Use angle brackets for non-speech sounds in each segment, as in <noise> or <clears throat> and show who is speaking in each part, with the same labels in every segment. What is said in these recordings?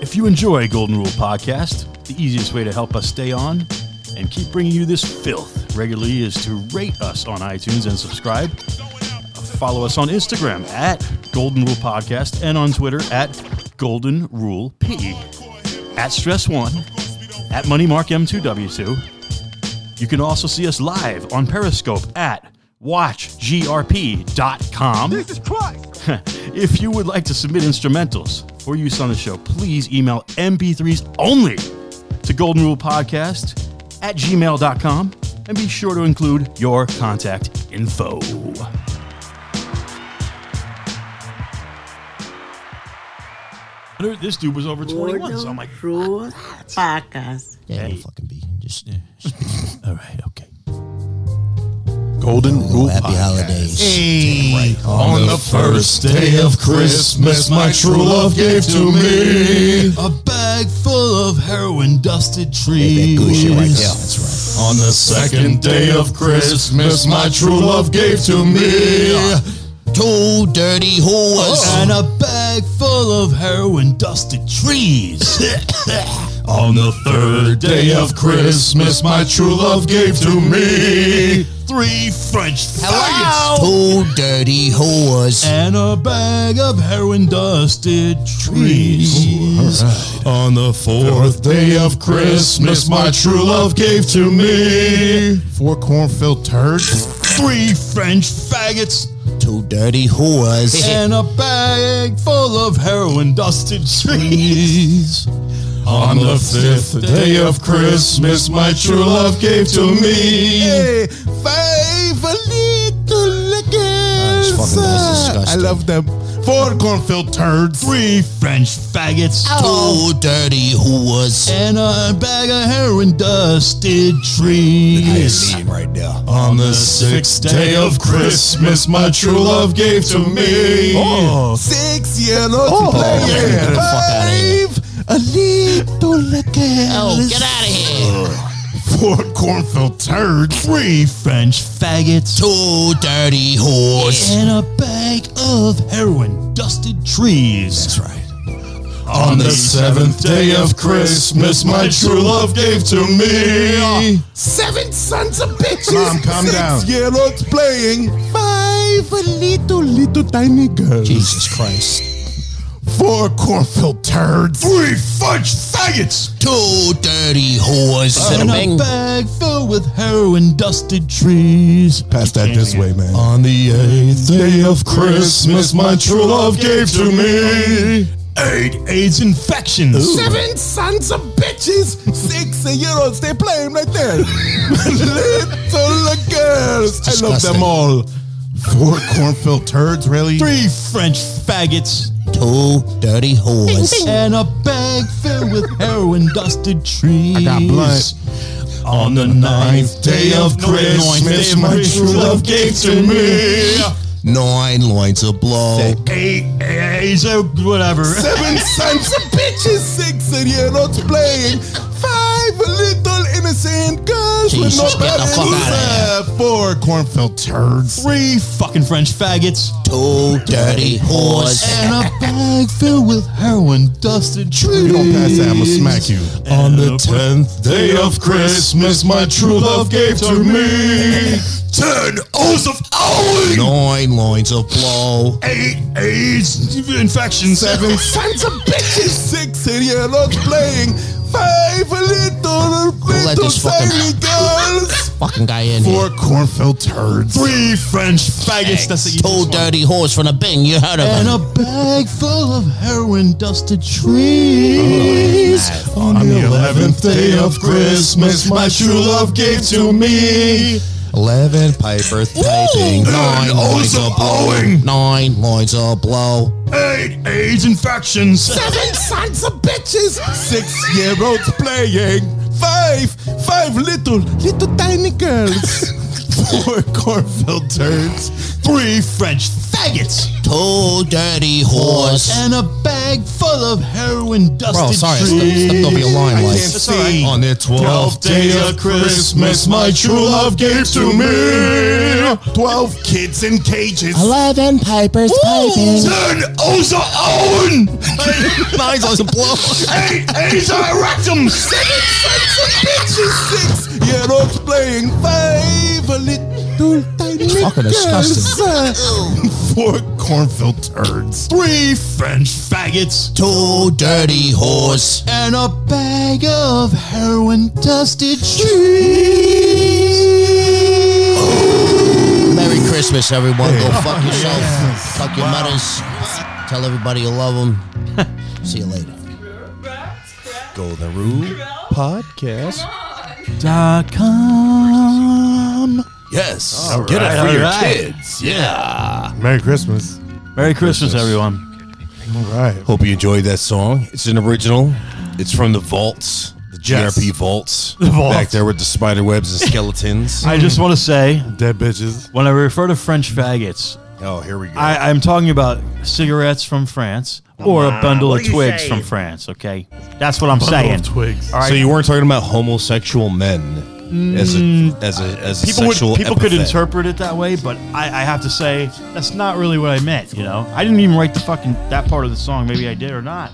Speaker 1: If you enjoy Golden Rule Podcast, the easiest way to help us stay on and keep bringing you this filth regularly is to rate us on iTunes and subscribe. Follow us on Instagram at Golden Rule Podcast and on Twitter at Golden Rule P, at Stress One, at Money Mark M2W2. You can also see us live on Periscope at watchgrp.com. <laughs> If you would like to submit instrumentals for use on the show, please email MP3s only to Golden Rule Podcast at gmail.com and be sure to include your contact info. This dude was over 21, so I'm like,
Speaker 2: Rule Podcast.
Speaker 3: Yeah, no fucking be. Just <laughs>
Speaker 1: all right, okay.
Speaker 4: Golden Rule
Speaker 3: happy
Speaker 4: Podcast.
Speaker 3: holidays.
Speaker 4: On the first day of Christmas, my true love gave to me
Speaker 1: A bag full of heroin dusted
Speaker 3: That
Speaker 1: trees.
Speaker 3: good shit right there. That's
Speaker 4: On the second day of Christmas, my true love gave to me
Speaker 3: right. Two dirty whores.
Speaker 4: Oh.
Speaker 1: And a bag full of heroin
Speaker 4: <coughs>
Speaker 1: dusted trees.
Speaker 4: On the third day of Christmas, my true love gave to me
Speaker 1: Three French
Speaker 4: Oh,
Speaker 1: faggots.
Speaker 3: Hello. Two dirty whores.
Speaker 1: And a bag of heroin dusted trees.
Speaker 4: On the fourth day of Christmas, my true love gave to me Four corn-filled turds
Speaker 1: Three French faggots.
Speaker 3: Two dirty whores.
Speaker 1: And a bag full of heroin dusted trees.
Speaker 4: <laughs> On the fifth day of Christmas, my true love gave to me
Speaker 1: Five little
Speaker 3: That's
Speaker 1: lickers.
Speaker 3: fucking that's disgusting.
Speaker 4: I love them. Four cornfield turds.
Speaker 1: Three French faggots.
Speaker 5: Oh.
Speaker 3: Two dirty whores.
Speaker 1: And a bag of heroin dusted trees.
Speaker 3: right now.
Speaker 4: On the sixth day of Christmas, my true love gave to me.
Speaker 1: Oh.
Speaker 4: six yellow oh,
Speaker 3: Get the fuck outta here.
Speaker 4: a little
Speaker 3: Oh, get out of here.
Speaker 4: Four cornfield turds.
Speaker 1: Three French faggots.
Speaker 3: Two dirty whores.
Speaker 1: And a bag of heroin dusted trees.
Speaker 3: That's right.
Speaker 4: On the seventh day of Christmas, my true love gave to me.
Speaker 3: Seven sons of bitches.
Speaker 4: Mom, calm down. Yellows playing. Five little, little tiny girls.
Speaker 3: Jesus Christ.
Speaker 4: Four cornfield turds.
Speaker 1: Three French faggots.
Speaker 3: Two dirty whores.
Speaker 1: And a bag filled with heroin dusted trees.
Speaker 4: Pass that this way, man. On the eighth day of Christmas, my true love gave to me.
Speaker 1: Eight AIDS infections.
Speaker 4: Seven sons of bitches. Six euros. They play him
Speaker 3: <laughs>
Speaker 4: like that. Little girls. I love
Speaker 3: disgusting.
Speaker 4: them all. Four cornfield turds, really?
Speaker 1: Three French faggots.
Speaker 3: Two dirty whores.
Speaker 1: And a bag filled with heroin dusted trees. I
Speaker 4: got blunt.
Speaker 1: On the ninth
Speaker 4: Day of
Speaker 1: No, ninth day
Speaker 4: Christmas,
Speaker 1: of
Speaker 4: my
Speaker 1: Christmas.
Speaker 4: true love gave to me.
Speaker 3: Nine loins of blow.
Speaker 1: eight, eight, so whatever.
Speaker 4: Seven sons of bitches, six and you're not playing. Five little innocent girls with no
Speaker 3: Jesus, get the fuck outta
Speaker 4: bad Four cornfield turds.
Speaker 1: Three fucking French faggots.
Speaker 3: Two dirty whores.
Speaker 1: And a bag filled with heroin dusted trees.
Speaker 4: You don't pass that, I'ma smack you. On the tenth day of Christmas, my true love gave to me ten oaths of owling.
Speaker 3: Nine loins of blow.
Speaker 1: Eight AIDS infections.
Speaker 4: Seven <laughs> sons of bitches, six idiots playing, five little
Speaker 3: let
Speaker 4: little
Speaker 3: this fucking-
Speaker 4: tiny <laughs> girls,
Speaker 3: Fucking guy in here.
Speaker 4: four cornfield turds.
Speaker 1: Three French faggots. That's the
Speaker 3: Two
Speaker 1: easiest one.
Speaker 3: dirty whores from the bin. You heard of
Speaker 1: And
Speaker 3: them.
Speaker 1: a bag full of heroin dusted trees.
Speaker 4: Oh, On the eleventh day of Christmas, my true love gave to me
Speaker 3: Eleven paper typing. Nine loins of blow. Nine loins of blow.
Speaker 1: Eight AIDS infections.
Speaker 4: seven sons of bitches, six-year-olds playing, five, five little, little tiny girls, four cornfield turds,
Speaker 1: Three French faggots
Speaker 4: Two dirty whores.
Speaker 1: and a bag full of heroin dusted
Speaker 4: Bro, sorry, I stepped,
Speaker 1: trees.
Speaker 4: stepped over your line. Like,
Speaker 1: It's all right.
Speaker 4: on the 12th
Speaker 6: Twelfth day of Christmas, my true love gave to me. Twelve kids in cages.
Speaker 4: 11 pipers
Speaker 3: <laughs>
Speaker 4: piping.
Speaker 6: Ten O's are own.
Speaker 4: Nine's on the blow.
Speaker 6: Eight A's are rectum. Seven sons of bitches. Six year-olds playing favorite.
Speaker 4: Fucking disgusting.
Speaker 6: Four cornfield turds.
Speaker 1: Three French faggots
Speaker 4: Two dirty whores.
Speaker 1: and a bag of heroin dusted trees.
Speaker 4: Merry Christmas, everyone. Go fuck yourself. Fuck your mothers. Tell everybody you love them.
Speaker 1: <laughs>
Speaker 4: See you later.
Speaker 6: Go the route. Podcast.
Speaker 1: Dot com.
Speaker 6: Yes.
Speaker 1: All
Speaker 6: Get
Speaker 1: right,
Speaker 6: it for
Speaker 1: all
Speaker 6: your
Speaker 1: right.
Speaker 6: kids. Yeah. Merry Christmas.
Speaker 1: Merry Christmas, everyone.
Speaker 6: All right.
Speaker 3: Hope you enjoyed that song. It's an original. It's from the vaults, the
Speaker 6: Yes.
Speaker 3: GRP vaults,
Speaker 1: vaults.
Speaker 3: back there with the spider webs and
Speaker 5: <laughs>
Speaker 3: skeletons.
Speaker 1: I just want to say,
Speaker 6: Dead bitches.
Speaker 1: when I refer to French faggots,
Speaker 3: oh, here we go.
Speaker 1: I, I'm talking about cigarettes from France or a bundle
Speaker 7: what are
Speaker 1: of
Speaker 7: you
Speaker 1: twigs
Speaker 7: saying?
Speaker 1: from France. Okay, that's what I'm saying.
Speaker 6: twigs.
Speaker 1: All right,
Speaker 3: so you weren't talking about homosexual men as a as a as a
Speaker 1: Mm, people would,
Speaker 3: sexual
Speaker 1: people could
Speaker 3: epithet.
Speaker 1: interpret it that way, but I, I have to say that's not really what I meant. You know, I didn't even write the fucking that part of the song. Maybe I did or not.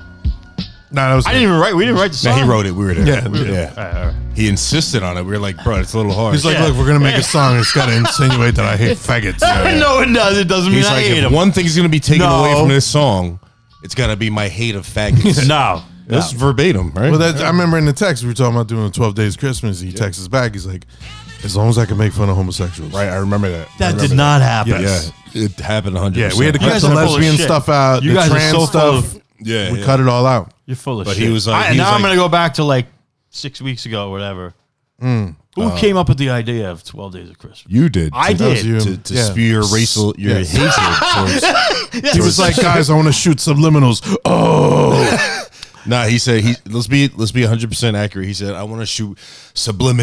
Speaker 6: No, that was.
Speaker 1: I didn't even write. We didn't write the
Speaker 3: No,
Speaker 1: song.
Speaker 3: he wrote it. We were there.
Speaker 6: Yeah, we were
Speaker 3: yeah.
Speaker 1: All right, all right.
Speaker 3: He insisted on it. We were like, bro, it's a little hard.
Speaker 6: He's like,
Speaker 1: Yeah.
Speaker 6: look, we're gonna make a song. It's gotta insinuate that I hate faggots.
Speaker 1: <laughs> no, it does. It doesn't mean
Speaker 3: He's
Speaker 1: I
Speaker 3: like,
Speaker 1: hate
Speaker 3: if
Speaker 1: him.
Speaker 3: one thing's gonna be taken
Speaker 1: No.
Speaker 3: away from this song, it's gotta be my hate of faggots.
Speaker 1: <laughs> No,
Speaker 3: That's verbatim, right?
Speaker 6: Well, that, I remember in the text we were talking about doing 12 days Christmas. He texts us back. He's like, as long as I can make fun of homosexuals.
Speaker 3: right. I remember that. I
Speaker 1: that
Speaker 3: remember
Speaker 1: did not happen.
Speaker 6: Yes.
Speaker 3: Yeah, it happened 100.
Speaker 6: Yeah, we had to
Speaker 1: You
Speaker 6: cut
Speaker 1: guys
Speaker 6: the
Speaker 1: are full of
Speaker 6: lesbian
Speaker 1: shit.
Speaker 6: stuff out,
Speaker 1: You
Speaker 6: the
Speaker 1: guys are
Speaker 6: trans
Speaker 1: so full
Speaker 6: stuff.
Speaker 1: of-
Speaker 3: Yeah,
Speaker 6: we
Speaker 3: yeah.
Speaker 6: cut it all out.
Speaker 1: You're full of
Speaker 3: But
Speaker 1: shit.
Speaker 3: he was like-
Speaker 1: I-
Speaker 3: he
Speaker 1: now
Speaker 3: was
Speaker 1: I'm
Speaker 3: like-
Speaker 1: gonna go back to like six weeks ago or whatever.
Speaker 3: Mm.
Speaker 1: Who
Speaker 3: Oh.
Speaker 1: came up with the idea of Twelve Days of Christmas?
Speaker 3: You did.
Speaker 1: I
Speaker 3: to,
Speaker 6: That was
Speaker 1: did.
Speaker 6: you.
Speaker 3: To, to
Speaker 6: Yeah.
Speaker 3: spew your racial, your
Speaker 6: Yes.
Speaker 3: <laughs> hatred. towards-
Speaker 6: He was like, guys, I want to shoot subliminals. Oh,
Speaker 3: nah, he said he. Let's be let's be 100 percent accurate. He said I want to shoot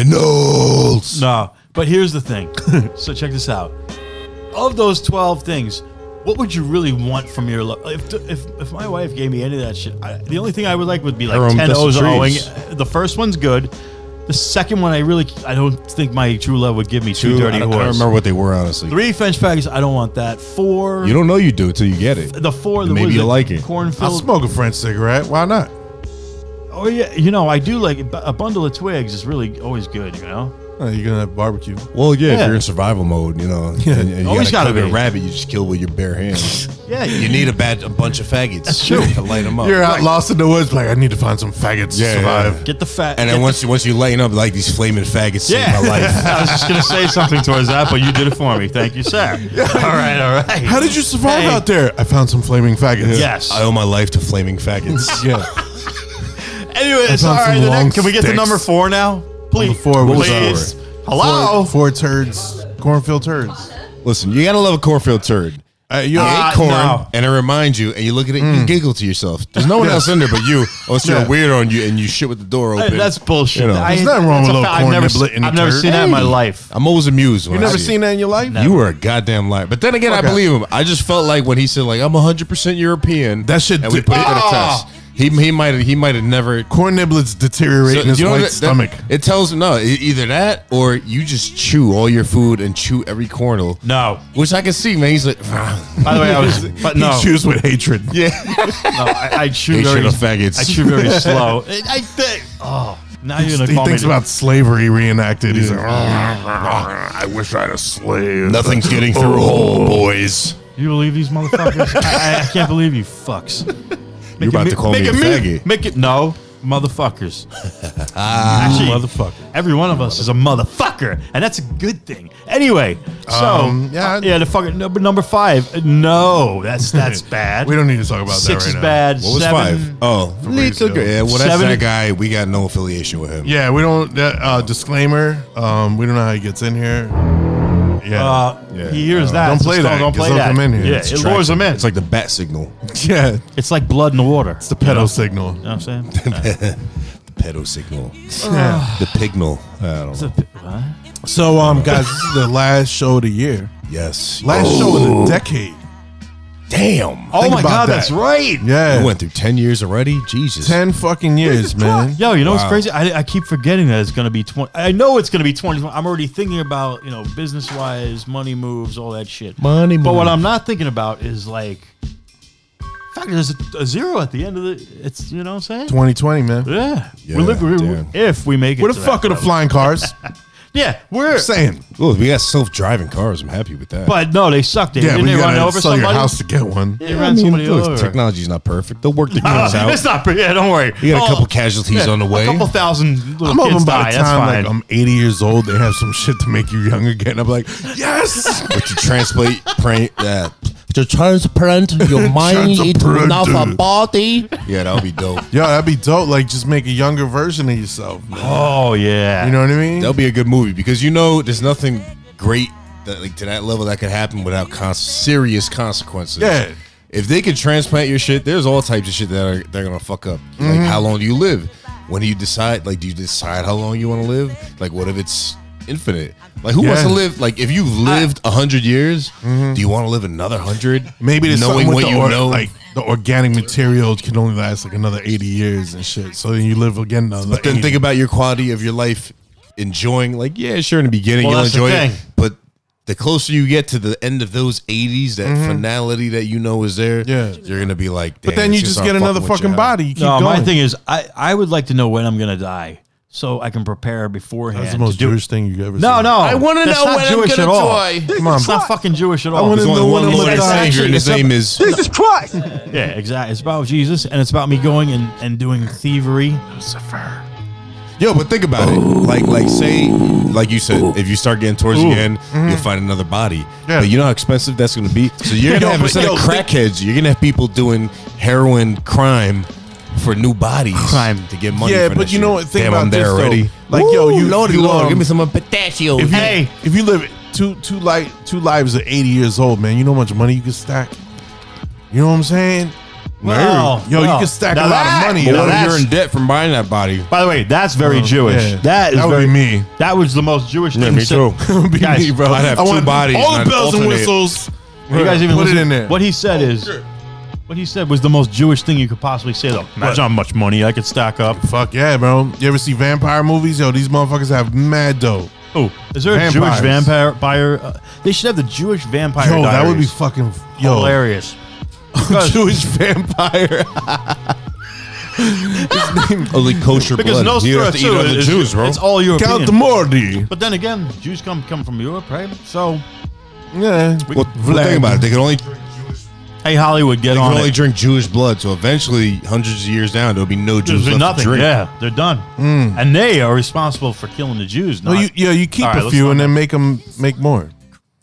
Speaker 3: subliminals.
Speaker 1: No, but here's
Speaker 3: <laughs>
Speaker 1: the thing. so check this out. Of those twelve things, what would you really want from your love? If, if, if my wife gave me any of that shit, I, the only thing I would like would be
Speaker 3: Her
Speaker 1: like
Speaker 3: own
Speaker 1: ten
Speaker 3: dusted
Speaker 1: O's owing.
Speaker 3: trees.
Speaker 1: The first one's good. The second one, I really, I don't think my true love would give me two,
Speaker 3: Dude,
Speaker 1: dirty
Speaker 3: I, don't- I
Speaker 1: whores.
Speaker 3: don't remember what they were honestly.
Speaker 1: Three French faggots, I don't want that. Four,
Speaker 3: You don't know you do until you get it.
Speaker 1: the four, the
Speaker 3: Maybe
Speaker 1: what is
Speaker 3: you like it.
Speaker 6: I'll
Speaker 1: Cornfield.
Speaker 6: smoke a French cigarette. Why not?
Speaker 1: Oh yeah, you know I do like a bundle of twigs is really always good. You know,
Speaker 6: Oh, you're gonna have barbecue.
Speaker 3: Well, yeah,
Speaker 1: Yeah.
Speaker 3: if you're in survival mode, you know, and, and you
Speaker 1: Always
Speaker 3: gotta,
Speaker 1: gotta
Speaker 3: kill
Speaker 1: be.
Speaker 3: a rabbit, you just kill with your bare hands.
Speaker 6: <laughs>
Speaker 1: yeah,
Speaker 3: you need a bad, a bunch of faggots to <laughs> light them up.
Speaker 6: You're out lost in the woods. Like, I need to find some faggots
Speaker 3: Yeah,
Speaker 6: to survive.
Speaker 1: get the fat.
Speaker 3: and
Speaker 1: get
Speaker 3: then
Speaker 1: the-
Speaker 3: once you once you lighten up like these flaming faggots,
Speaker 1: Yeah.
Speaker 3: saved my life.
Speaker 1: <laughs> I was just going to say something towards that, but you did it for me. Thank you, sir. All right, all right.
Speaker 6: How did you survive
Speaker 1: Hey.
Speaker 6: out there? I found some flaming faggots. <laughs>
Speaker 1: Yes.
Speaker 3: I owe my life to flaming faggots.
Speaker 6: Yeah.
Speaker 1: Anyways,
Speaker 6: I
Speaker 1: all
Speaker 6: found
Speaker 1: right.
Speaker 6: some
Speaker 1: The
Speaker 6: long
Speaker 1: next, can we get to
Speaker 6: sticks.
Speaker 1: number four now? Please.
Speaker 6: four was
Speaker 1: please.
Speaker 6: over.
Speaker 1: Hello.
Speaker 6: Four, four turds, cornfield turds.
Speaker 3: Listen, you gotta love a cornfield turd.
Speaker 6: Uh, you
Speaker 3: You
Speaker 1: Uh,
Speaker 3: ate corn,
Speaker 1: no.
Speaker 3: and it reminds you, and you look at it, you giggle to yourself.
Speaker 6: <laughs>
Speaker 3: There's no one else in there but you, unless you're
Speaker 6: Yeah.
Speaker 3: a weirdo and you and you shit with the door
Speaker 1: Hey,
Speaker 3: open.
Speaker 1: That's bullshit.
Speaker 3: You know.
Speaker 1: I-
Speaker 6: There's nothing wrong
Speaker 1: that's
Speaker 6: with
Speaker 1: a
Speaker 6: a
Speaker 1: fact.
Speaker 6: corn
Speaker 1: I've never,
Speaker 6: niblet in a
Speaker 1: I've never
Speaker 6: turd.
Speaker 1: seen that in my life.
Speaker 3: I'm always amused. When
Speaker 6: You
Speaker 3: I
Speaker 6: never
Speaker 3: see
Speaker 6: seen
Speaker 3: it.
Speaker 6: that in your life?
Speaker 3: You were a goddamn liar. But then again, I
Speaker 6: Okay.
Speaker 3: believe him. I just felt like when he said like I'm 100 percent European,
Speaker 6: That shit
Speaker 3: and we
Speaker 6: did-
Speaker 3: put it to the
Speaker 6: Ah!
Speaker 3: test. He he might have he might have never.
Speaker 6: Corn niblets deteriorate in
Speaker 3: So,
Speaker 6: his
Speaker 3: you know
Speaker 6: white
Speaker 3: that- that-
Speaker 6: stomach.
Speaker 3: it tells no e- either that or you just chew all your food and chew every cornel.
Speaker 1: No.
Speaker 3: Which I can see, man. He's like, "Ah,
Speaker 1: By the way, I was, but
Speaker 6: <laughs>
Speaker 1: no,
Speaker 6: He chews with hatred. Yeah.
Speaker 1: no, I, I chew
Speaker 3: They
Speaker 1: very,
Speaker 3: should have faggots.
Speaker 1: I
Speaker 6: <laughs>
Speaker 1: chew very slow. I I think. Oh, now you're gonna
Speaker 6: He
Speaker 1: call
Speaker 6: thinks
Speaker 1: me.
Speaker 6: about slavery reenacted. He's like, "Argh, argh, I wish I had a slave.
Speaker 3: nothing's <laughs> getting through, hole boys.
Speaker 1: you believe these motherfuckers? I, I- I can't believe you fucks. Make
Speaker 3: You're about
Speaker 1: it
Speaker 3: to call me
Speaker 1: make
Speaker 3: a
Speaker 1: it
Speaker 3: faggot.
Speaker 1: Make it no,
Speaker 6: <laughs>
Speaker 1: motherfuckers. Actually,
Speaker 6: Motherfucker.
Speaker 1: Every one of us is a motherfucker, and that's a good thing. Anyway, so
Speaker 6: Um, yeah.
Speaker 1: yeah, yeah, the fucking number number five. uh, No, that's
Speaker 6: <laughs>
Speaker 1: that's bad.
Speaker 6: We don't need to talk about
Speaker 1: Six
Speaker 6: that right
Speaker 1: is
Speaker 6: now.
Speaker 1: bad.
Speaker 3: What was
Speaker 1: seven,
Speaker 3: five? Oh,
Speaker 6: Fabrizio.
Speaker 3: little girl. Yeah, well, that's
Speaker 1: Seven-
Speaker 3: that guy. We got no affiliation with him.
Speaker 6: Yeah, we don't. that, Uh, disclaimer: um, We don't know how he gets in here. Yeah,
Speaker 1: Uh,
Speaker 3: Yeah,
Speaker 1: he hears
Speaker 3: uh,
Speaker 1: that.
Speaker 6: don't
Speaker 1: it's
Speaker 6: play
Speaker 1: just,
Speaker 6: that,
Speaker 1: Don't
Speaker 6: 'cause
Speaker 1: play
Speaker 6: they'll
Speaker 1: that.
Speaker 6: come in here.
Speaker 1: Yeah,
Speaker 6: It's
Speaker 1: it lures them in.
Speaker 3: It's like the bat signal,
Speaker 6: <laughs> yeah.
Speaker 1: It's like blood in the water.
Speaker 6: It's the pedo signal.
Speaker 1: You know
Speaker 6: <laughs>
Speaker 1: what I'm saying?
Speaker 3: the pedo signal,
Speaker 6: Yeah.
Speaker 3: the pignal. Uh, I don't
Speaker 1: It's a
Speaker 3: know.
Speaker 1: p- what?
Speaker 6: So, um, guys, this is the last show of the year,
Speaker 3: Yes.
Speaker 6: last show of the decade.
Speaker 3: Damn.
Speaker 1: Oh
Speaker 6: Think
Speaker 1: my
Speaker 6: about
Speaker 1: God,
Speaker 6: that.
Speaker 1: that's right.
Speaker 6: Yeah.
Speaker 3: We went through 10 years already. Jesus.
Speaker 6: 10 fucking years, man.
Speaker 1: Yo, you know what's crazy? I, I keep forgetting that it's going to be 20. I know it's going to be 20. I'm already thinking about, you know, business wise, money moves, all that shit.
Speaker 6: Money
Speaker 1: But what
Speaker 6: moves.
Speaker 1: I'm not thinking about is like, fuck, there's a, a zero at the end of the. It's, you know what I'm saying?
Speaker 6: 2020, man.
Speaker 1: Yeah.
Speaker 3: Yeah,
Speaker 1: We're li- we- we-
Speaker 3: damn.
Speaker 1: if we make it.
Speaker 6: Where
Speaker 1: to
Speaker 6: the
Speaker 1: that
Speaker 6: fuck are the
Speaker 1: level.
Speaker 6: flying cars?
Speaker 1: Yeah, we're.
Speaker 6: Saying.
Speaker 3: Ooh, we got self driving cars. I'm happy with that.
Speaker 1: But no, they sucked it.
Speaker 6: Yeah,
Speaker 1: Didn't
Speaker 6: we
Speaker 1: they run
Speaker 6: gotta
Speaker 1: over
Speaker 6: sell
Speaker 1: somebody?
Speaker 6: your house to get one.
Speaker 1: They ran somebody
Speaker 3: look,
Speaker 1: over.
Speaker 3: technology's not perfect. They'll work the
Speaker 6: <laughs>
Speaker 1: Uh,
Speaker 3: kinks
Speaker 1: <laughs> It's
Speaker 3: out.
Speaker 1: not. Yeah, don't worry.
Speaker 3: We got a
Speaker 1: Oh,
Speaker 3: couple casualties on the way.
Speaker 1: A couple thousand little
Speaker 6: I'm
Speaker 1: kids
Speaker 6: hoping by
Speaker 1: die.
Speaker 6: the
Speaker 1: That's
Speaker 6: time
Speaker 1: fine.
Speaker 6: like, I'm 80 years old, they have some shit to make you young again. I'm like,
Speaker 1: <laughs>
Speaker 6: yes.
Speaker 3: But to translate, pray, uh, yeah,
Speaker 4: To transparent
Speaker 3: <laughs>
Speaker 4: your mind into
Speaker 6: Transparent.
Speaker 4: another body.
Speaker 3: yeah, that'll be dope.
Speaker 6: Yo, that'd be dope. Like, just make a younger version of yourself. man.
Speaker 1: oh yeah.
Speaker 6: You know what I mean?
Speaker 3: That'll be a good movie because you know there's nothing great that like to that level that could happen without con- serious consequences.
Speaker 6: Yeah.
Speaker 3: If they could transplant your shit, there's all types of shit that are they're gonna fuck up. Like
Speaker 6: Mm-hmm.
Speaker 3: how long do you live? When do you decide? Like, do you decide how long you want to live? Like, what if it's infinite? Like, who wants to
Speaker 6: Yeah. Mm-hmm.
Speaker 3: live? Like, if you've lived a hundred years, do you want to live another hundred?
Speaker 6: Maybe there's
Speaker 3: knowing
Speaker 6: something with
Speaker 3: what
Speaker 6: the
Speaker 3: you
Speaker 6: or-
Speaker 3: know,
Speaker 6: like the organic material can only last like another 80 years and shit. So then you live again another.
Speaker 3: But then
Speaker 6: 80.
Speaker 3: think about your quality of your life, enjoying. Like, yeah, sure, in the beginning
Speaker 1: Well,
Speaker 3: you'll
Speaker 1: that's the
Speaker 3: enjoy it,
Speaker 1: thing.
Speaker 3: but the closer you get to the end of those '80s, that finality that you know is there,
Speaker 6: Mm-hmm. Yeah.
Speaker 3: you're gonna be like.
Speaker 6: But then you just get another fucking body. You keep
Speaker 1: no,
Speaker 6: going.
Speaker 1: my thing is, I, I would like to know when I'm gonna die so I can prepare beforehand.
Speaker 6: That's the most
Speaker 1: to do-
Speaker 6: Jewish thing you ever.
Speaker 1: No,
Speaker 6: seen.
Speaker 1: no,
Speaker 3: I wanna
Speaker 1: that's
Speaker 3: know
Speaker 1: not
Speaker 3: when I'm
Speaker 1: Jewish
Speaker 3: gonna
Speaker 1: at all.
Speaker 3: die.
Speaker 6: Come on,
Speaker 1: It's not fucking Jewish at all.
Speaker 6: wanna
Speaker 3: There's only
Speaker 6: know
Speaker 3: one
Speaker 6: when I'm
Speaker 3: Lord and
Speaker 6: gonna die.
Speaker 3: Savior, and his
Speaker 1: Actually,
Speaker 3: name is.
Speaker 1: yeah, exactly. It's about Jesus, and it's about me going and, and doing thievery.
Speaker 3: Yo, but think about it. Like, like say, like you said, if you start getting towards the end, you'll find another body.
Speaker 6: Mm-hmm. Yeah.
Speaker 3: But you know how expensive that's gonna be. So you're gonna
Speaker 6: Yo,
Speaker 3: have
Speaker 6: but
Speaker 3: instead of
Speaker 6: yo, think-
Speaker 3: crackheads, you're gonna have people doing heroin crime. For new bodies,
Speaker 1: Crime.
Speaker 3: to get money.
Speaker 6: Yeah,
Speaker 3: for
Speaker 6: but
Speaker 3: this
Speaker 6: you know what?
Speaker 3: shit.
Speaker 6: Think
Speaker 3: Damn,
Speaker 6: about
Speaker 3: I'm there
Speaker 6: this, though.
Speaker 3: already.
Speaker 6: Like, yo, you-
Speaker 3: Lordy,
Speaker 6: you,
Speaker 3: Lord,
Speaker 6: um,
Speaker 3: give me some of pistachio.
Speaker 6: If you,
Speaker 1: Hey.
Speaker 6: if you live two two like two lives at 80 years old, man, you know how much money you can stack. You know what I'm saying?
Speaker 1: Well,
Speaker 6: yo,
Speaker 1: well.
Speaker 6: you can stack
Speaker 1: Oh, Now
Speaker 6: a lot
Speaker 1: that-
Speaker 6: of money.
Speaker 1: But
Speaker 6: yo.
Speaker 1: what if
Speaker 6: You're
Speaker 1: you're
Speaker 6: in- Oh,
Speaker 1: in
Speaker 3: debt from buying that body.
Speaker 1: By the way, that's very Jewish.
Speaker 6: yeah.
Speaker 1: That is
Speaker 6: That would
Speaker 1: very
Speaker 6: be me.
Speaker 1: That was the most Jewish
Speaker 3: Yeah,
Speaker 1: thing.
Speaker 3: me
Speaker 1: said- <laughs>
Speaker 6: <laughs>
Speaker 3: too.
Speaker 6: Be
Speaker 1: Guys,
Speaker 6: me, bro.
Speaker 3: I'd have two
Speaker 6: want
Speaker 3: bodies
Speaker 6: All
Speaker 3: and
Speaker 6: the
Speaker 3: I'd
Speaker 6: bells and
Speaker 3: alternate.
Speaker 6: whistles.
Speaker 1: You guys even
Speaker 6: put
Speaker 1: listen-
Speaker 6: it in there.
Speaker 1: What he said is, what he said was the most Jewish thing you could possibly say. Though, imagine how much money I could stack up.
Speaker 6: Fuck yeah, bro. You ever see vampire movies? Yo, these motherfuckers have mad dough.
Speaker 1: Oh, is there a Jewish
Speaker 6: Vampires.
Speaker 1: vampire? Buyer, uh, they should have the Jewish vampire.
Speaker 6: Yo, that would be
Speaker 1: Diaries.
Speaker 6: fucking yo.
Speaker 1: hilarious.
Speaker 6: <laughs> Jewish vampire.
Speaker 3: Only kosher
Speaker 1: Because
Speaker 3: blood. you
Speaker 1: Nostra
Speaker 3: have to eat
Speaker 1: too
Speaker 3: other
Speaker 1: is,
Speaker 3: Jews, bro.
Speaker 1: It's all European.
Speaker 6: Count the Morty.
Speaker 1: But then again, Jews come come from Europe, right? So,
Speaker 6: Yeah.
Speaker 3: Well, well, think about it. They can only drink,
Speaker 1: hey, Hollywood, get
Speaker 3: they can
Speaker 1: on
Speaker 3: only
Speaker 1: it.
Speaker 3: drink Jewish blood. So eventually, hundreds of years down, there'll be no Jews
Speaker 1: There's
Speaker 3: left
Speaker 1: been nothing.
Speaker 3: to drink.
Speaker 1: Yeah, they're done, and they are responsible for killing the Jews. Not,
Speaker 6: Well, Mm. you, yeah, you keep
Speaker 1: All right,
Speaker 6: a
Speaker 1: let's
Speaker 6: few
Speaker 1: not-
Speaker 6: and then make them make more.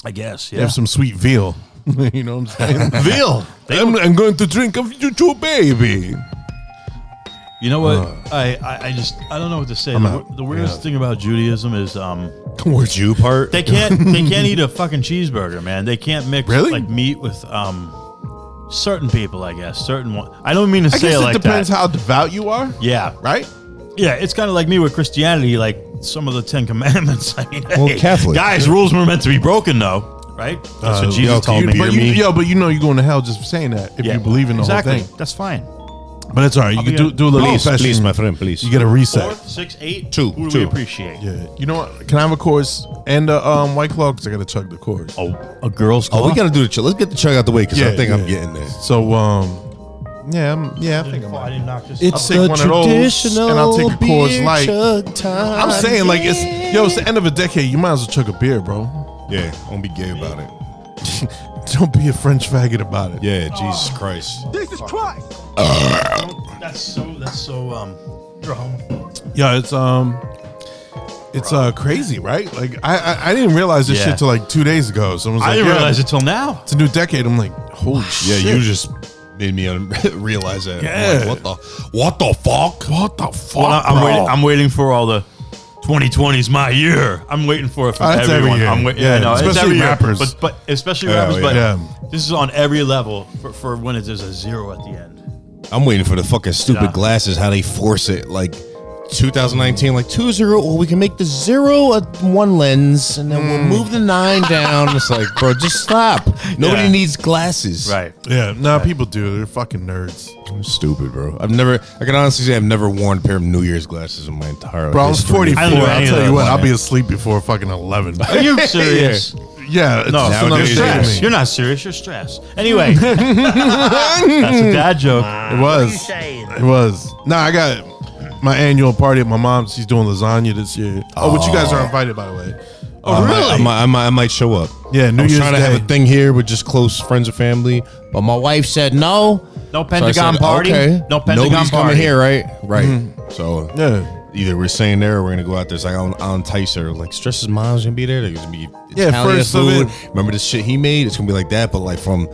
Speaker 1: I guess.
Speaker 6: They
Speaker 1: Yeah.
Speaker 6: Have some sweet veal. <laughs> you know what
Speaker 1: <laughs>
Speaker 6: I'm saying?
Speaker 1: Veal. They-
Speaker 6: I'm, I'm going to drink of you two, baby.
Speaker 1: you know what? I, I I just I don't know what to say. The,
Speaker 6: Oh. out.
Speaker 1: wor- the weirdest thing about Judaism is um
Speaker 3: Or Jew part.
Speaker 1: they can't they can't eat a fucking cheeseburger, man. They can't mix
Speaker 6: Really?
Speaker 1: like meat with um certain people. I guess certain one. I don't mean to
Speaker 6: I
Speaker 1: say
Speaker 6: guess
Speaker 1: it
Speaker 6: it
Speaker 1: like
Speaker 6: depends
Speaker 1: that.
Speaker 6: how devout you are,
Speaker 1: yeah,
Speaker 6: right?
Speaker 1: Yeah, it's kind of like me with Christianity, like some of the Ten Commandments. <laughs> I mean,
Speaker 3: Well, Catholic.
Speaker 1: guys, rules were meant to be broken, though, right?
Speaker 6: Uh,
Speaker 1: That's what Jesus
Speaker 3: yo,
Speaker 1: told
Speaker 3: you
Speaker 1: me.
Speaker 3: be-
Speaker 6: But
Speaker 3: Hear
Speaker 6: you,
Speaker 3: me?
Speaker 6: yo, but you know you're going to hell just for saying that if
Speaker 1: Yeah.
Speaker 6: you believe in the
Speaker 1: exactly.
Speaker 6: whole thing.
Speaker 1: that's fine.
Speaker 6: But it's all right. You
Speaker 1: I'll
Speaker 6: can
Speaker 1: be
Speaker 6: do,
Speaker 1: a-
Speaker 6: do a little
Speaker 3: Please,
Speaker 6: confession.
Speaker 3: please, my friend, please.
Speaker 6: You get a
Speaker 1: Four,
Speaker 6: reset.
Speaker 1: six, eight.
Speaker 3: Two,
Speaker 1: Who do we
Speaker 3: two.
Speaker 1: appreciate?
Speaker 6: Yeah. You know what? Can I have a course and a um, white claw? Because I got to chug the course.
Speaker 1: Oh, a girl's.
Speaker 3: Oh, we
Speaker 1: claw?
Speaker 3: gotta do the chug. Let's get the chug out the way because I
Speaker 6: Yeah,
Speaker 3: think I'm
Speaker 6: yeah.
Speaker 3: getting there.
Speaker 6: So, um, yeah, I'm, yeah, I think I'm.
Speaker 1: Oh, I
Speaker 6: Right.
Speaker 1: didn't knock this.
Speaker 6: It's
Speaker 1: up.
Speaker 6: sick. one of those, and I'll take a Coors Light. I'm saying like it's yo, it's the end of a decade. You might as well chug a beer, bro.
Speaker 3: Yeah, don't be gay about it.
Speaker 6: <laughs> Don't be a French faggot about it.
Speaker 3: Yeah, Jesus Christ.
Speaker 1: That's so. That's so. Um, you're a homo.
Speaker 6: Yeah, it's um, it's uh crazy, right? Like I I, I didn't realize this
Speaker 1: Yeah.
Speaker 6: shit till like two days ago. So I was like,
Speaker 1: I didn't
Speaker 6: yeah,
Speaker 1: realize it Ah, till now.
Speaker 6: It's a new decade. I'm like, holy
Speaker 3: Yeah,
Speaker 6: shit.
Speaker 3: you just made
Speaker 5: <laughs>
Speaker 3: me un- realize that. I'm
Speaker 6: Yeah.
Speaker 3: like, what the? What the fuck? What the fuck?
Speaker 1: Well, I- I'm
Speaker 3: bro?
Speaker 1: waiting. I'm waiting for all the. 2020 is my year. I'm waiting for it from
Speaker 6: Oh, that's every
Speaker 1: everyone.
Speaker 6: year.
Speaker 1: I'm wait-
Speaker 6: Yeah,
Speaker 1: no, it's
Speaker 6: especially
Speaker 1: every year.
Speaker 6: rappers.
Speaker 1: but, but especially
Speaker 3: Yeah,
Speaker 1: rappers.
Speaker 3: Oh, yeah.
Speaker 1: But
Speaker 6: Yeah.
Speaker 1: this is on every level for, for when it, there's a zero at the end.
Speaker 3: I'm waiting for the fucking stupid
Speaker 1: Yeah.
Speaker 3: glasses. How they force it? Like 2019, like two.
Speaker 4: two zero, or we can make the zero a one lens, and then we'll move the nine down. It's like, bro, just stop.
Speaker 3: Nobody
Speaker 1: Yeah.
Speaker 3: needs glasses.
Speaker 1: Right.
Speaker 6: Yeah, nah, people do. They're fucking nerds.
Speaker 3: I'm stupid, bro. I've never. I can honestly say I've never worn a pair of New Year's glasses in my entire.
Speaker 6: Bro, I'm
Speaker 3: history.
Speaker 6: 44.
Speaker 1: I don't know
Speaker 6: I'll
Speaker 1: any of
Speaker 6: tell you
Speaker 1: those,
Speaker 6: what, I'll
Speaker 1: man.
Speaker 6: be asleep before fucking 11. <laughs>
Speaker 1: Are you serious?
Speaker 6: yeah, it's just
Speaker 1: No,
Speaker 6: another
Speaker 1: you're
Speaker 3: nowadays,
Speaker 6: thing to
Speaker 1: stressed.
Speaker 6: me.
Speaker 1: You're not serious. You're stressed.
Speaker 3: <laughs>
Speaker 1: Anyway, that's a dad joke.
Speaker 6: It was. It was. Nah, I got my annual party at my mom's. She's doing lasagna this year. Oh, which you guys are invited, by the way. Uh,
Speaker 1: Oh,
Speaker 3: I might- I
Speaker 1: really?
Speaker 3: might, I might, I might show up.
Speaker 6: Yeah, New
Speaker 3: I'm
Speaker 6: Year's
Speaker 3: trying to have
Speaker 6: Day.
Speaker 3: a thing here with just close friends and family.
Speaker 4: But my wife said no.
Speaker 1: No
Speaker 3: So I
Speaker 1: Pentagon
Speaker 3: said,
Speaker 1: party.
Speaker 3: okay,
Speaker 1: No Pentagon
Speaker 3: Nobody's
Speaker 1: party.
Speaker 3: coming here, right? Right.
Speaker 6: Mm-hmm.
Speaker 3: So
Speaker 6: Yeah.
Speaker 3: either we're staying there, or we're gonna go out there. It's like I'll, I'll entice her. Like Stress's mom's gonna be there. There's gonna be
Speaker 6: Yeah,
Speaker 3: Italian
Speaker 6: first of
Speaker 3: food.
Speaker 6: it-
Speaker 3: Remember the shit he made? It's gonna be like that, but like from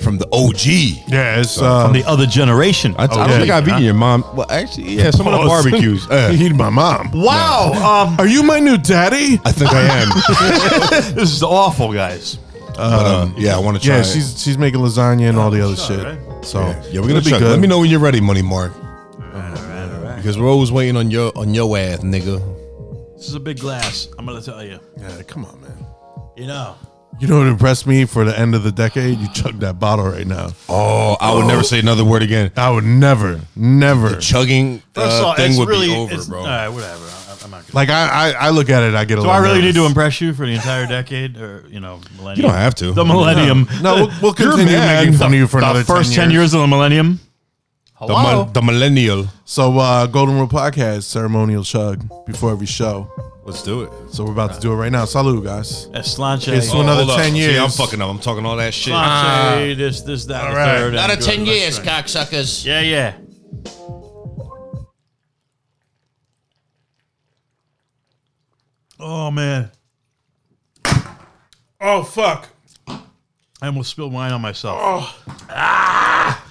Speaker 3: from the OG.
Speaker 6: Yeah, it's. Uh,
Speaker 1: From the other generation.
Speaker 3: I, I don't
Speaker 6: yeah. Oh,
Speaker 3: think I've eaten your mom. Well, actually, yeah, some of the
Speaker 6: Pause. <laughs>
Speaker 3: barbecues. Uh,
Speaker 6: He's my mom.
Speaker 1: wow. Um,
Speaker 6: Are you my new daddy?
Speaker 3: I think I am.
Speaker 1: this is awful, guys.
Speaker 3: But, uh, yeah, I want to try.
Speaker 6: Yeah,
Speaker 3: it.
Speaker 6: she's she's making lasagna and all the other shit. So
Speaker 3: Yeah, we're gonna
Speaker 6: it'll
Speaker 3: be good. Let me know when you're ready, Money Mark. Because we're always waiting on your on your ass, nigga.
Speaker 1: This is a big glass. I'm gonna tell you.
Speaker 6: Yeah, come on, man.
Speaker 1: You know.
Speaker 6: You know what impressed me for the end of the decade? You chug that bottle right now.
Speaker 3: Oh, I would never say another word again.
Speaker 6: I would never, never.
Speaker 3: Chugging uh,
Speaker 1: First of all,
Speaker 3: thing
Speaker 1: it's
Speaker 3: would
Speaker 1: really.
Speaker 3: be over,
Speaker 1: it's- uh,
Speaker 3: bro.
Speaker 1: All right, whatever. I, am not. Gonna,
Speaker 6: Like I, I, I look at it, I get a
Speaker 1: do
Speaker 6: little.
Speaker 1: I really need
Speaker 6: nervous.
Speaker 1: to impress you for the entire decade, or you know, millennium?
Speaker 3: you don't have to.
Speaker 1: The millennium.
Speaker 6: No, we'll, we'll
Speaker 3: You're
Speaker 6: continue
Speaker 3: mad.
Speaker 6: making fun of you for
Speaker 1: the
Speaker 6: another
Speaker 1: first
Speaker 6: 10
Speaker 1: ten years of the millennium.
Speaker 3: The, mil- the millennial.
Speaker 6: So, uh, Golden Rule Podcast ceremonial chug before every show.
Speaker 3: Let's do it.
Speaker 6: So we're about to do it right now. Salud, guys.
Speaker 1: Eslanche.
Speaker 6: It's one of- Another
Speaker 3: Oh, Hold up.
Speaker 6: 10
Speaker 3: See,
Speaker 6: years.
Speaker 3: I'm fucking up. I'm talking all that shit.
Speaker 1: Eslanche, this, this, that, and the
Speaker 6: right.
Speaker 1: third, and
Speaker 4: Out of
Speaker 1: good.
Speaker 4: ten
Speaker 1: Let's
Speaker 4: years,
Speaker 1: drink.
Speaker 4: cocksuckers.
Speaker 1: Yeah, yeah. Oh man. Oh fuck. I almost spilled wine on myself. Ah!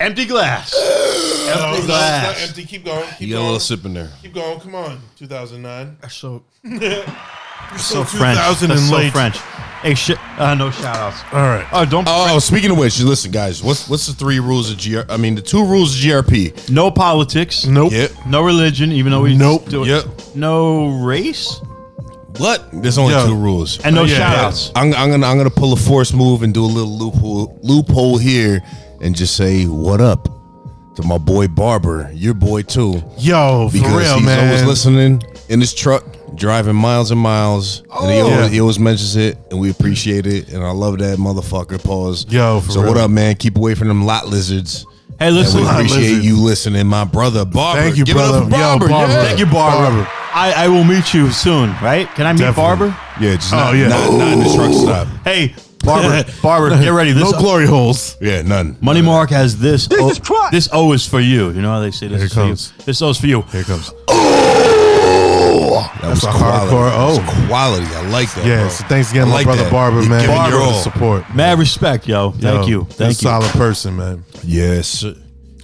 Speaker 1: Empty glass. Empty glass.
Speaker 6: empty. Keep going. Keep
Speaker 3: You got a little sip in there.
Speaker 6: Keep going. Come on. 2009. <laughs>
Speaker 1: That's so, that's so French. That's
Speaker 6: 2000 and
Speaker 1: so
Speaker 6: late. Uh,
Speaker 1: French. Hey, shit. Uh, no shout outs.
Speaker 6: All right.
Speaker 1: Oh, don't.
Speaker 3: Oh, speaking of which, listen, guys. What's what's the three rules of GR? I mean, the two rules of GRP.
Speaker 1: no politics.
Speaker 6: Nope.
Speaker 3: Yep.
Speaker 1: No religion, even though we
Speaker 6: Nope.
Speaker 1: do it.
Speaker 3: Yep.
Speaker 1: No race
Speaker 3: What? There's only
Speaker 6: Yo.
Speaker 3: two rules.
Speaker 1: and no
Speaker 6: Oh, yeah.
Speaker 1: shout outs.
Speaker 3: I'm, I'm gonna I'm gonna pull a force move and do a little loophole loophole here and just say what up to my boy Barber, your boy too,
Speaker 6: Yo, for
Speaker 3: because
Speaker 6: real,
Speaker 3: he's
Speaker 6: man.
Speaker 3: always listening in his truck, driving miles and miles, and he
Speaker 6: Oh.
Speaker 3: always,
Speaker 6: Yeah.
Speaker 3: he always mentions it, and we appreciate it, and I love that motherfucker. Pause.
Speaker 6: Yo, for
Speaker 3: so what
Speaker 6: real.
Speaker 3: up, man? Keep away from them lot
Speaker 6: <laughs>
Speaker 3: lizards.
Speaker 1: Hey,
Speaker 3: And
Speaker 1: listen.
Speaker 3: we
Speaker 6: Lot
Speaker 3: appreciate
Speaker 6: lizards.
Speaker 3: you listening, my brother Barber.
Speaker 6: Thank you,
Speaker 3: Give It
Speaker 6: brother.
Speaker 3: up for
Speaker 6: Yo,
Speaker 3: Barber.
Speaker 6: Barber.
Speaker 3: Yeah.
Speaker 1: Thank you, Barber.
Speaker 6: Barber.
Speaker 1: I, I will meet you soon, right? Can I meet
Speaker 6: Definitely.
Speaker 1: Barber?
Speaker 3: Yeah, just
Speaker 6: Oh,
Speaker 3: not,
Speaker 6: yeah.
Speaker 3: not, not in the truck stop.
Speaker 1: Hey,
Speaker 6: <laughs> Barber.
Speaker 1: Barber, get ready. This
Speaker 6: no glory holes.
Speaker 3: Yeah, none.
Speaker 1: Money Mark has this. This, o- this O is for you. You know how they say this
Speaker 6: Here
Speaker 1: is
Speaker 6: it comes.
Speaker 1: for you. This O is for you.
Speaker 6: Here it comes.
Speaker 3: That was
Speaker 6: a
Speaker 3: quality.
Speaker 6: hardcore
Speaker 3: That was
Speaker 6: O.
Speaker 3: quality. I like that.
Speaker 6: Yeah,
Speaker 3: bro.
Speaker 6: so thanks again,
Speaker 3: I
Speaker 6: my
Speaker 3: like
Speaker 6: brother
Speaker 3: that.
Speaker 6: Barber,
Speaker 3: You're
Speaker 6: man.
Speaker 3: giving
Speaker 6: Barber
Speaker 3: your all.
Speaker 6: support.
Speaker 1: Mad respect, yo. Thank
Speaker 6: Yo,
Speaker 1: you. Thank
Speaker 6: he's a
Speaker 1: you.
Speaker 6: solid person, man.
Speaker 3: Yes. sir.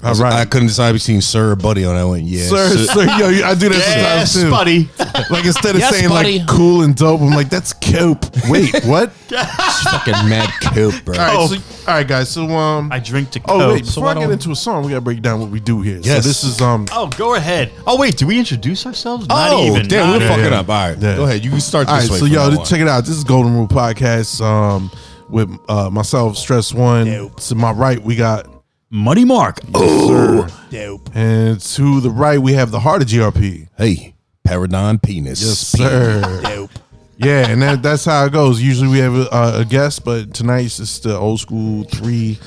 Speaker 6: All right.
Speaker 3: I couldn't decide between sir or buddy, and I went yes.
Speaker 6: sir, sir, yo, you- I do that
Speaker 1: Yes,
Speaker 6: sometimes <laughs>
Speaker 1: buddy.
Speaker 6: too. Like instead of
Speaker 4: Yes,
Speaker 6: saying
Speaker 4: buddy.
Speaker 6: like cool and dope, I'm like that's cope.
Speaker 1: <laughs>
Speaker 6: Wait, what? all,
Speaker 3: fucking mad coop, bro.
Speaker 6: right, so, all right, guys. So um,
Speaker 1: I drink to
Speaker 6: oh wait,
Speaker 1: so
Speaker 6: before I
Speaker 1: don't-
Speaker 6: get into a song, we gotta break down what we do here.
Speaker 3: Yes.
Speaker 6: So this is um,
Speaker 1: Oh, go ahead. Oh, wait. Do we introduce ourselves? Not
Speaker 3: oh,
Speaker 1: even.
Speaker 3: damn,
Speaker 1: Not
Speaker 3: we're
Speaker 1: even.
Speaker 3: fucking
Speaker 6: yeah.
Speaker 3: up. All right,
Speaker 6: Yeah.
Speaker 3: go ahead. You can start this
Speaker 6: All right,
Speaker 3: way.
Speaker 6: so
Speaker 3: from
Speaker 6: y'all
Speaker 3: now
Speaker 6: just check it out. This is Golden Rule Podcast um, with uh, myself, Stress One. To my right, we got,
Speaker 1: Money Mark. Oh,
Speaker 6: and to the right, we have the heart of GRP.
Speaker 3: on. Hey, Paradigm Penis.
Speaker 6: sir. Yeah, and that, that's how it goes. Usually we have a, a guest, but tonight's it's the old school three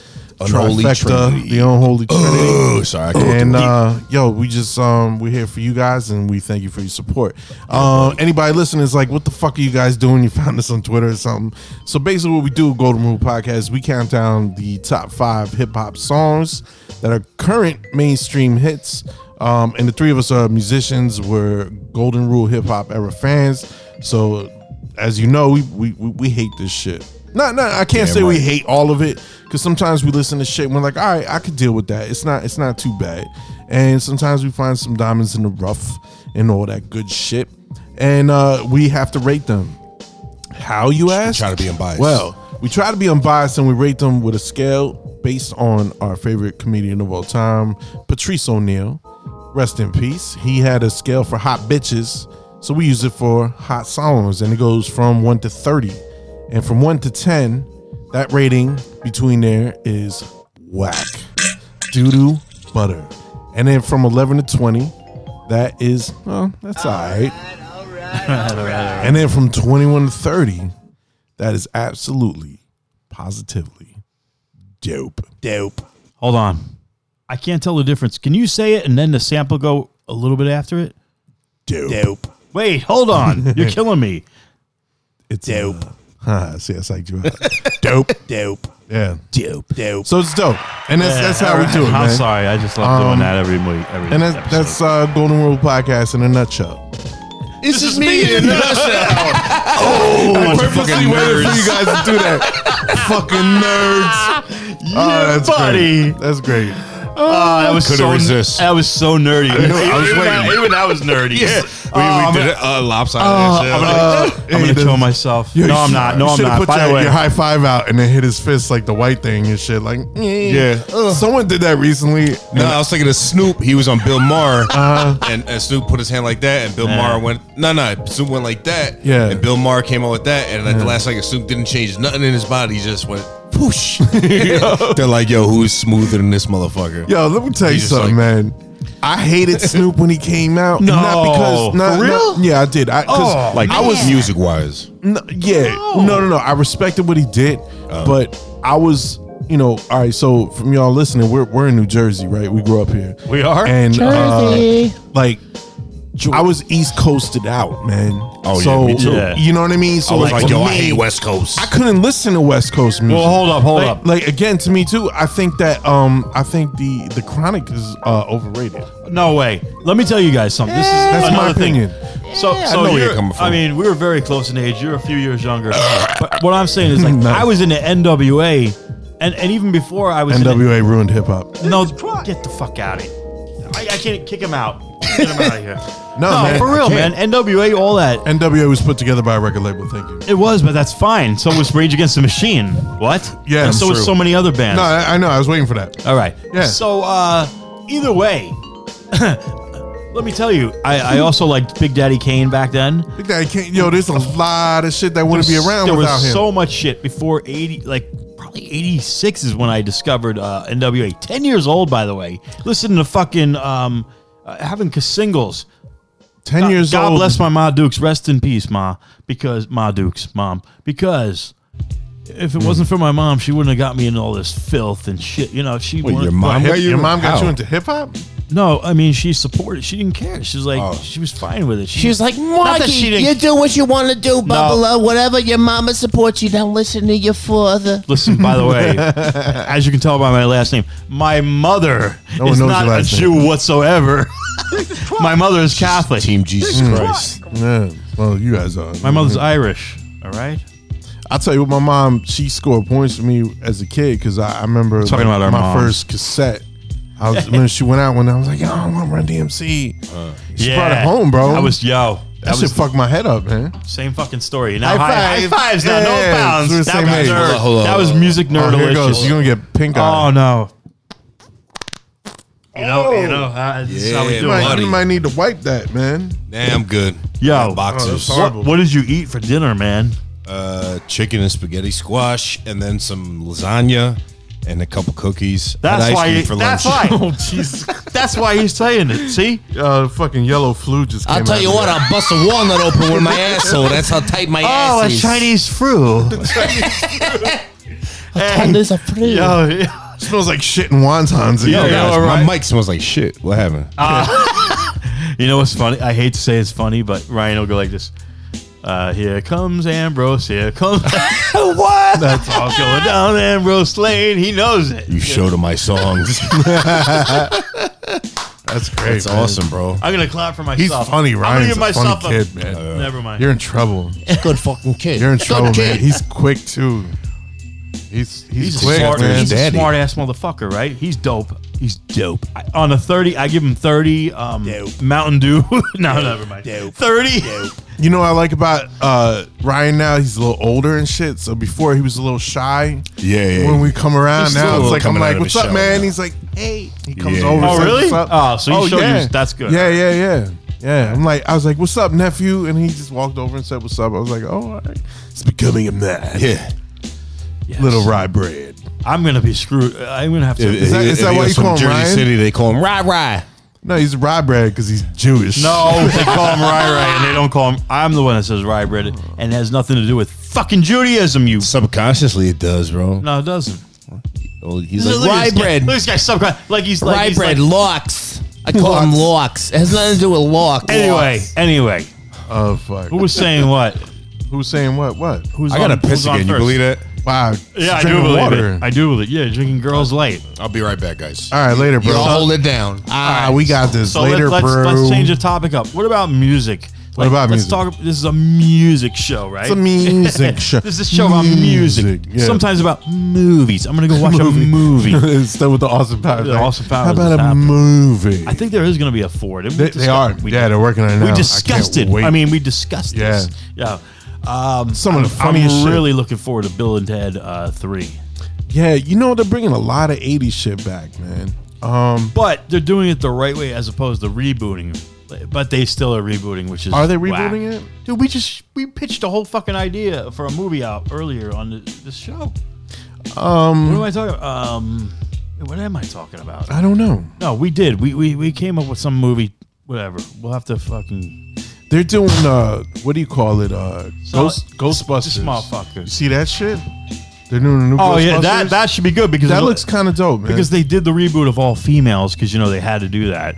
Speaker 3: Unholy
Speaker 6: trifecta,
Speaker 3: Trinity.
Speaker 6: the unholy trinity.
Speaker 3: Oh, sorry.
Speaker 6: <laughs>
Speaker 3: I can't
Speaker 6: And uh, yo, we just um, we're here for you guys, and we thank you for your support. Uh, anybody listening is like, what the fuck are you guys doing? You found us on Twitter or something. So basically, what we do, at Golden Rule Podcast, we count down the top five hip hop songs that are current mainstream hits. Um, and the three of us are musicians. We're Golden Rule hip hop era fans. So as you know, we we, we, we hate this shit. No, no, I can't
Speaker 3: Damn
Speaker 6: say we
Speaker 3: right.
Speaker 6: hate hate all of it because sometimes we listen to shit and we're like, all right, I could deal with that. It's not it's not too bad. And sometimes we find some diamonds in the rough and all that good shit. And uh, we have to rate them. How you ask?
Speaker 3: try to be unbiased.
Speaker 6: Well, we try to be unbiased and we rate them with a scale based on our favorite comedian of all time, Patrice O'Neill. rest in peace. He had a scale for hot bitches, so we use it for hot songs, and it goes from one to thirty, and from one to ten, that rating between there is whack, doo doo butter, and then from eleven to twenty, that is well, that's all right, and then from twenty-one to thirty, that is absolutely, positively, dope, dope.
Speaker 1: Hold on. I can't tell the difference. Can you say it and then the sample go a little bit after it?
Speaker 6: Dope.
Speaker 1: Wait, hold
Speaker 6: <laughs>
Speaker 1: on. You're killing me.
Speaker 6: It's dope. huh, <laughs> see, that's like you. dope. Dope. Yeah. Dope. Dope. So it's dope. And that's that's how we do it,
Speaker 1: I'm
Speaker 6: man.
Speaker 1: sorry. I just love doing
Speaker 6: Um,
Speaker 1: that every week. Every
Speaker 6: And that's
Speaker 1: episode.
Speaker 6: that's uh, Golden Rule Podcast in a nutshell.
Speaker 4: This is me in a nutshell.
Speaker 6: I purposely waited for you guys to do that.
Speaker 1: <laughs>
Speaker 6: fucking nerds. oh, that's
Speaker 1: buddy.
Speaker 6: Great. That's great.
Speaker 1: Oh, that was
Speaker 3: Couldn't
Speaker 1: so
Speaker 3: resist.
Speaker 1: That was so nerdy.
Speaker 3: knew it. I was
Speaker 1: even,
Speaker 3: waiting.
Speaker 1: I, even I was nerdy.
Speaker 6: Oh, <laughs>
Speaker 3: Yeah, we, we did a uh, lopsided. shit.
Speaker 6: Uh,
Speaker 1: I'm gonna kill myself. no, I'm not. No, I'm not.
Speaker 6: Put
Speaker 1: By
Speaker 6: your,
Speaker 1: the way,
Speaker 6: your high five out and then hit his fist like the white thing and shit. Like, mm.
Speaker 3: Yeah.
Speaker 6: Someone did that recently.
Speaker 3: no, I was thinking of Snoop. He was on Bill Maher,
Speaker 1: Uh-huh.
Speaker 3: and, and Snoop put his hand like that, and Bill Maher went no, no. Snoop went like that,
Speaker 6: Yeah.
Speaker 3: And Bill Maher came out with that, and at the last second, Snoop didn't change nothing in his body. He just went
Speaker 1: <laughs>
Speaker 3: whoosh. <laughs> They're like, yo, who's smoother than this motherfucker?
Speaker 6: Yo, let me tell you
Speaker 3: He's just
Speaker 6: something,
Speaker 3: like-
Speaker 6: man. I hated Snoop when he came out.
Speaker 1: No.
Speaker 6: not because not,
Speaker 1: For real?
Speaker 6: not- yeah, I did. I, 'cause
Speaker 1: Oh,
Speaker 3: Like I was
Speaker 2: man.
Speaker 3: music wise.
Speaker 6: No, yeah. No. no, no, I respected what he did,
Speaker 1: Uh.
Speaker 6: but I was, you know, all right. So from y'all listening, we're we're in New Jersey, right? We grew up here.
Speaker 1: We are?
Speaker 6: and Uh, like. I was East Coasted out, man.
Speaker 3: yeah,
Speaker 6: so,
Speaker 3: me too.
Speaker 1: Oh, Yeah.
Speaker 6: You know what I mean? So
Speaker 3: I was
Speaker 6: like,
Speaker 3: like,
Speaker 6: for
Speaker 3: yo, I
Speaker 6: me,
Speaker 3: hate West Coast.
Speaker 6: I couldn't listen to West Coast music.
Speaker 1: well, hold up, hold
Speaker 6: like,
Speaker 1: up.
Speaker 6: like, again, to me too. I think that um, I think the the Chronic is uh overrated.
Speaker 1: No way. Let me tell you guys something. This is
Speaker 6: That's my
Speaker 1: another thing.
Speaker 6: opinion.
Speaker 1: So, so
Speaker 3: know where
Speaker 1: you're,
Speaker 3: you're coming from.
Speaker 1: I mean, we were very close in age. You're a few years
Speaker 6: <laughs>
Speaker 1: younger. but what I'm saying is, like,
Speaker 6: Nice.
Speaker 1: I was in the NWA, and, and even before I was in the-
Speaker 6: NWA ruined hip hop.
Speaker 1: no, get the fuck out of here. I, I can't kick him out. Get him out of here.
Speaker 6: No,
Speaker 1: No,
Speaker 6: man,
Speaker 1: for
Speaker 6: I
Speaker 1: real, man.
Speaker 6: can't.
Speaker 1: NWA, all that.
Speaker 6: NWA was put together by a record label. Thank you.
Speaker 1: It was, but that's fine. So was Rage Against the Machine. What?
Speaker 6: Yeah,
Speaker 1: And so
Speaker 6: true.
Speaker 1: was so many other bands.
Speaker 6: No, I, I know. I was waiting for that.
Speaker 1: All right.
Speaker 6: Yeah.
Speaker 1: So uh, either way, <laughs> let me tell you, I, I also liked Big Daddy Kane back then.
Speaker 6: Big Daddy Kane, yo, there's a lot of shit that wouldn't be
Speaker 1: was-
Speaker 6: around
Speaker 1: there
Speaker 6: without
Speaker 1: was
Speaker 6: him.
Speaker 1: so much shit before 80 like probably 86 is when i discovered uh, nwa 10 years old by the way listening to fucking um uh, having ca- singles
Speaker 6: Ten years
Speaker 1: god
Speaker 6: old.
Speaker 1: bless my ma dukes rest in peace ma because ma dukes mom because if
Speaker 6: Hmm.
Speaker 1: it wasn't for my mom she wouldn't have got me into all this filth and shit you know if she
Speaker 3: Wait,
Speaker 1: wanted-
Speaker 3: your mom
Speaker 6: Hip-
Speaker 3: got you?
Speaker 6: your mom got
Speaker 3: How?
Speaker 6: you into hip hop.
Speaker 1: no i mean she supported she didn't care she was like
Speaker 6: Oh.
Speaker 1: she was fine with it
Speaker 4: She was like,
Speaker 1: Not that
Speaker 4: Marky,
Speaker 1: she didn't-
Speaker 4: you do what you want to do, Bubba. Whatever your mama supports you, don't listen to your father.
Speaker 1: Listen, by the
Speaker 6: <laughs>
Speaker 1: way, as you can tell by my last name, my mother
Speaker 6: No one
Speaker 1: is
Speaker 6: knows
Speaker 1: not
Speaker 6: your
Speaker 1: a
Speaker 6: last name.
Speaker 1: Jew whatsoever.
Speaker 4: <laughs>
Speaker 1: my mother is Catholic.
Speaker 3: Team
Speaker 1: Mm.
Speaker 3: Jesus Christ.
Speaker 6: Yeah. Well, you guys are.
Speaker 1: My mother's Irish. All right.
Speaker 6: I'll tell you what, my mom, she scored points for me as a kid because I, I remember
Speaker 1: Talking
Speaker 6: like,
Speaker 1: about our
Speaker 6: my
Speaker 1: moms.
Speaker 6: first cassette. I was when she went out one day, I was like, yo, I want to run DMC. she brought it home, bro.
Speaker 1: I was yo.
Speaker 6: that
Speaker 1: Uh, That
Speaker 6: shit
Speaker 1: was
Speaker 6: fucked my head up, man.
Speaker 1: same fucking story. Now
Speaker 6: High
Speaker 1: high,
Speaker 6: five.
Speaker 1: high fives. Now
Speaker 6: Yeah,
Speaker 1: no pounds.
Speaker 6: we're the
Speaker 1: That
Speaker 6: same
Speaker 1: was,
Speaker 6: age.
Speaker 1: nerd.
Speaker 3: Hold on, hold on,
Speaker 1: that was
Speaker 3: hold on.
Speaker 1: music nerd.
Speaker 6: Oh, here it goes. You're gonna get pink
Speaker 1: Oh
Speaker 6: eye.
Speaker 1: no. You know,
Speaker 6: Oh.
Speaker 1: you know, uh, this is how we
Speaker 3: Yeah,
Speaker 1: do
Speaker 6: You might,
Speaker 1: it.
Speaker 3: buddy.
Speaker 6: you might need to wipe that, man.
Speaker 3: Nah, I'm good.
Speaker 1: Yo.
Speaker 3: I'm boxers.
Speaker 6: Oh, that's
Speaker 1: What, what did you eat for dinner, man?
Speaker 3: uh, chicken and spaghetti squash, and then some lasagna and a couple cookies.
Speaker 1: That's
Speaker 3: Had ice
Speaker 1: why.
Speaker 3: cream Oh,
Speaker 1: you- that's why.
Speaker 3: <laughs>
Speaker 6: Jesus.
Speaker 1: That's why he's saying it. See.
Speaker 6: Uh, the fucking yellow flu just came
Speaker 4: I'll tell
Speaker 6: out
Speaker 4: you
Speaker 6: of
Speaker 4: what,
Speaker 6: me.
Speaker 4: I'll bust a walnut open with my <laughs> asshole. That's how tight my
Speaker 1: Oh, a
Speaker 4: ass is.
Speaker 1: Chinese fruit.
Speaker 3: <laughs>
Speaker 4: There's a fruit.
Speaker 1: Yo,
Speaker 6: It smells like shit and wontons. in
Speaker 1: Yeah,
Speaker 6: here.
Speaker 1: yeah.
Speaker 3: Guys,
Speaker 1: all right.
Speaker 3: My mic smells like shit. What happened?
Speaker 1: you know what's funny? I hate to say it's funny, but Ryan will go like this. Uh, here comes Ambrose.
Speaker 6: <laughs>
Speaker 1: Here comes what? That's all going down Ambrose Lane. He knows it.
Speaker 3: you showed him my
Speaker 1: <laughs>
Speaker 3: songs.
Speaker 6: That's great.
Speaker 3: That's
Speaker 6: man.
Speaker 3: awesome, bro.
Speaker 1: I'm gonna clap for
Speaker 6: He's
Speaker 1: myself.
Speaker 6: funny,
Speaker 1: I'm gonna
Speaker 6: Ryan's
Speaker 1: give
Speaker 6: a funny
Speaker 1: myself a
Speaker 6: kid, man.
Speaker 1: Never mind.
Speaker 6: You're in trouble.
Speaker 5: <laughs>
Speaker 4: Good fucking kid.
Speaker 6: You're in
Speaker 4: Good
Speaker 6: trouble, man.
Speaker 4: kid.
Speaker 6: He's quick too. He's
Speaker 1: He's,
Speaker 6: he's,
Speaker 1: a,
Speaker 6: quick,
Speaker 1: smart,
Speaker 6: man.
Speaker 1: he's a
Speaker 3: Daddy.
Speaker 1: smart ass motherfucker, right? He's dope. He's dope. I, on a 30, I give him 30 um, Mountain Dew. <laughs> no, never mind. 30.
Speaker 6: You know what I like about uh, Ryan now? He's a little older and shit. So before he was a little shy.
Speaker 3: Yeah, yeah.
Speaker 6: When we come around
Speaker 3: He's still a
Speaker 6: now, it's
Speaker 3: little
Speaker 6: like I'm
Speaker 3: coming out
Speaker 6: like,
Speaker 3: of
Speaker 6: "What's
Speaker 3: his
Speaker 6: up,
Speaker 3: shell
Speaker 6: man?"
Speaker 3: now.
Speaker 6: He's like, "Hey." He comes
Speaker 3: Yeah.
Speaker 6: over.
Speaker 3: Oh,
Speaker 6: says,
Speaker 1: really?
Speaker 6: "What's up?"
Speaker 1: Oh, so he showed you- that's good.
Speaker 6: Yeah, yeah, yeah, yeah. I'm like, I was like, "What's up, nephew?" And he just walked over and said, "What's up?" I was like, "Oh, all right." it's becoming a man."
Speaker 3: yeah.
Speaker 1: <laughs> Yes.
Speaker 6: Little rye bread.
Speaker 1: I'm going to be screwed. I'm going to have to.
Speaker 3: If-
Speaker 6: that-
Speaker 3: if-
Speaker 6: is
Speaker 3: if
Speaker 6: that
Speaker 3: he
Speaker 6: why
Speaker 3: was
Speaker 6: you
Speaker 3: from
Speaker 6: call him
Speaker 3: Jersey
Speaker 6: Ryan?
Speaker 3: City? They call him Rye Rye.
Speaker 6: No, he's rye bread because he's Jewish.
Speaker 1: no, they call him Rye Rye, and they don't call him. I'm the one that says Rye Bread, and it has nothing to do with fucking Judaism, you.
Speaker 3: Subconsciously, it does, bro.
Speaker 1: No, it doesn't.
Speaker 3: Well, he's
Speaker 4: Look
Speaker 3: like
Speaker 4: at
Speaker 3: Rye
Speaker 4: this guy.
Speaker 3: bread.
Speaker 1: Look at this guy, subcon- like he's like.
Speaker 4: Rye
Speaker 1: he's
Speaker 4: bread,
Speaker 1: like-
Speaker 4: locks. I call them locks. It has nothing to do with locks.
Speaker 1: anyway, anyway,
Speaker 6: Oh fuck.
Speaker 1: who was saying what?
Speaker 6: Who's saying what? What?
Speaker 1: Who's
Speaker 3: I got to
Speaker 1: on- who's
Speaker 3: piss
Speaker 1: on
Speaker 3: again. You
Speaker 1: first?
Speaker 3: believe that?
Speaker 6: Wow.
Speaker 1: Yeah, I do
Speaker 6: drinking
Speaker 1: believe
Speaker 6: water. Uh,
Speaker 1: it. I do believe it. Yeah, drinking girls light.
Speaker 3: I'll be right back, guys.
Speaker 6: All right, later, bro.
Speaker 3: Y'all
Speaker 6: All
Speaker 3: hold it down.
Speaker 6: right, we got this.
Speaker 1: So
Speaker 6: later,
Speaker 1: let's,
Speaker 6: bro.
Speaker 1: let's, let's change the topic up. What about music?
Speaker 6: What about music?
Speaker 1: let's talk. This is a music show, right?
Speaker 6: It's a
Speaker 1: <laughs>
Speaker 6: music show.
Speaker 1: this is a show about music.
Speaker 6: yeah.
Speaker 1: Sometimes about movies. I'm gonna go watch a
Speaker 6: <laughs>
Speaker 1: movie.
Speaker 6: Instead with the Austin Powers.
Speaker 1: The
Speaker 6: thing.
Speaker 1: Austin
Speaker 6: How
Speaker 1: Powers
Speaker 6: about
Speaker 1: is
Speaker 6: a
Speaker 1: happening.
Speaker 6: movie?
Speaker 1: I think there is gonna be a four. Didn't we
Speaker 6: they, they are.
Speaker 1: discuss- We,
Speaker 6: yeah, they're working on it now.
Speaker 1: we
Speaker 6: I can't
Speaker 1: discussed it.
Speaker 6: wait.
Speaker 1: I mean, we discussed this. Yeah. Um,
Speaker 6: Some of
Speaker 1: I'm-
Speaker 6: the funniest
Speaker 1: I'm
Speaker 6: shit.
Speaker 1: really looking forward to Bill and Ted uh, three,
Speaker 6: yeah, you know they're bringing a lot of '80s shit back, man. Um,
Speaker 1: but they're doing it the right way as opposed to rebooting. But they still are rebooting, which is
Speaker 6: Are they
Speaker 1: whack.
Speaker 6: rebooting it?
Speaker 1: Dude, we just we pitched a whole fucking idea for a movie out earlier on the, this show.
Speaker 6: um,
Speaker 1: What am I talking? Um, what am I talking about?
Speaker 6: I don't know.
Speaker 1: No, we did. We we, we came up with some movie. Whatever. We'll have to fucking
Speaker 6: They're doing uh, what do you call it? Uh,
Speaker 1: So-
Speaker 6: Ghost Ghostbusters.
Speaker 1: this motherfucker.
Speaker 6: You see that shit? They're doing a new.
Speaker 1: Oh yeah,
Speaker 6: Ghostbusters?
Speaker 1: that that should be good because
Speaker 6: that
Speaker 1: it-
Speaker 6: looks kind of dope, man.
Speaker 1: because they did the reboot of all females because you know they had to do that.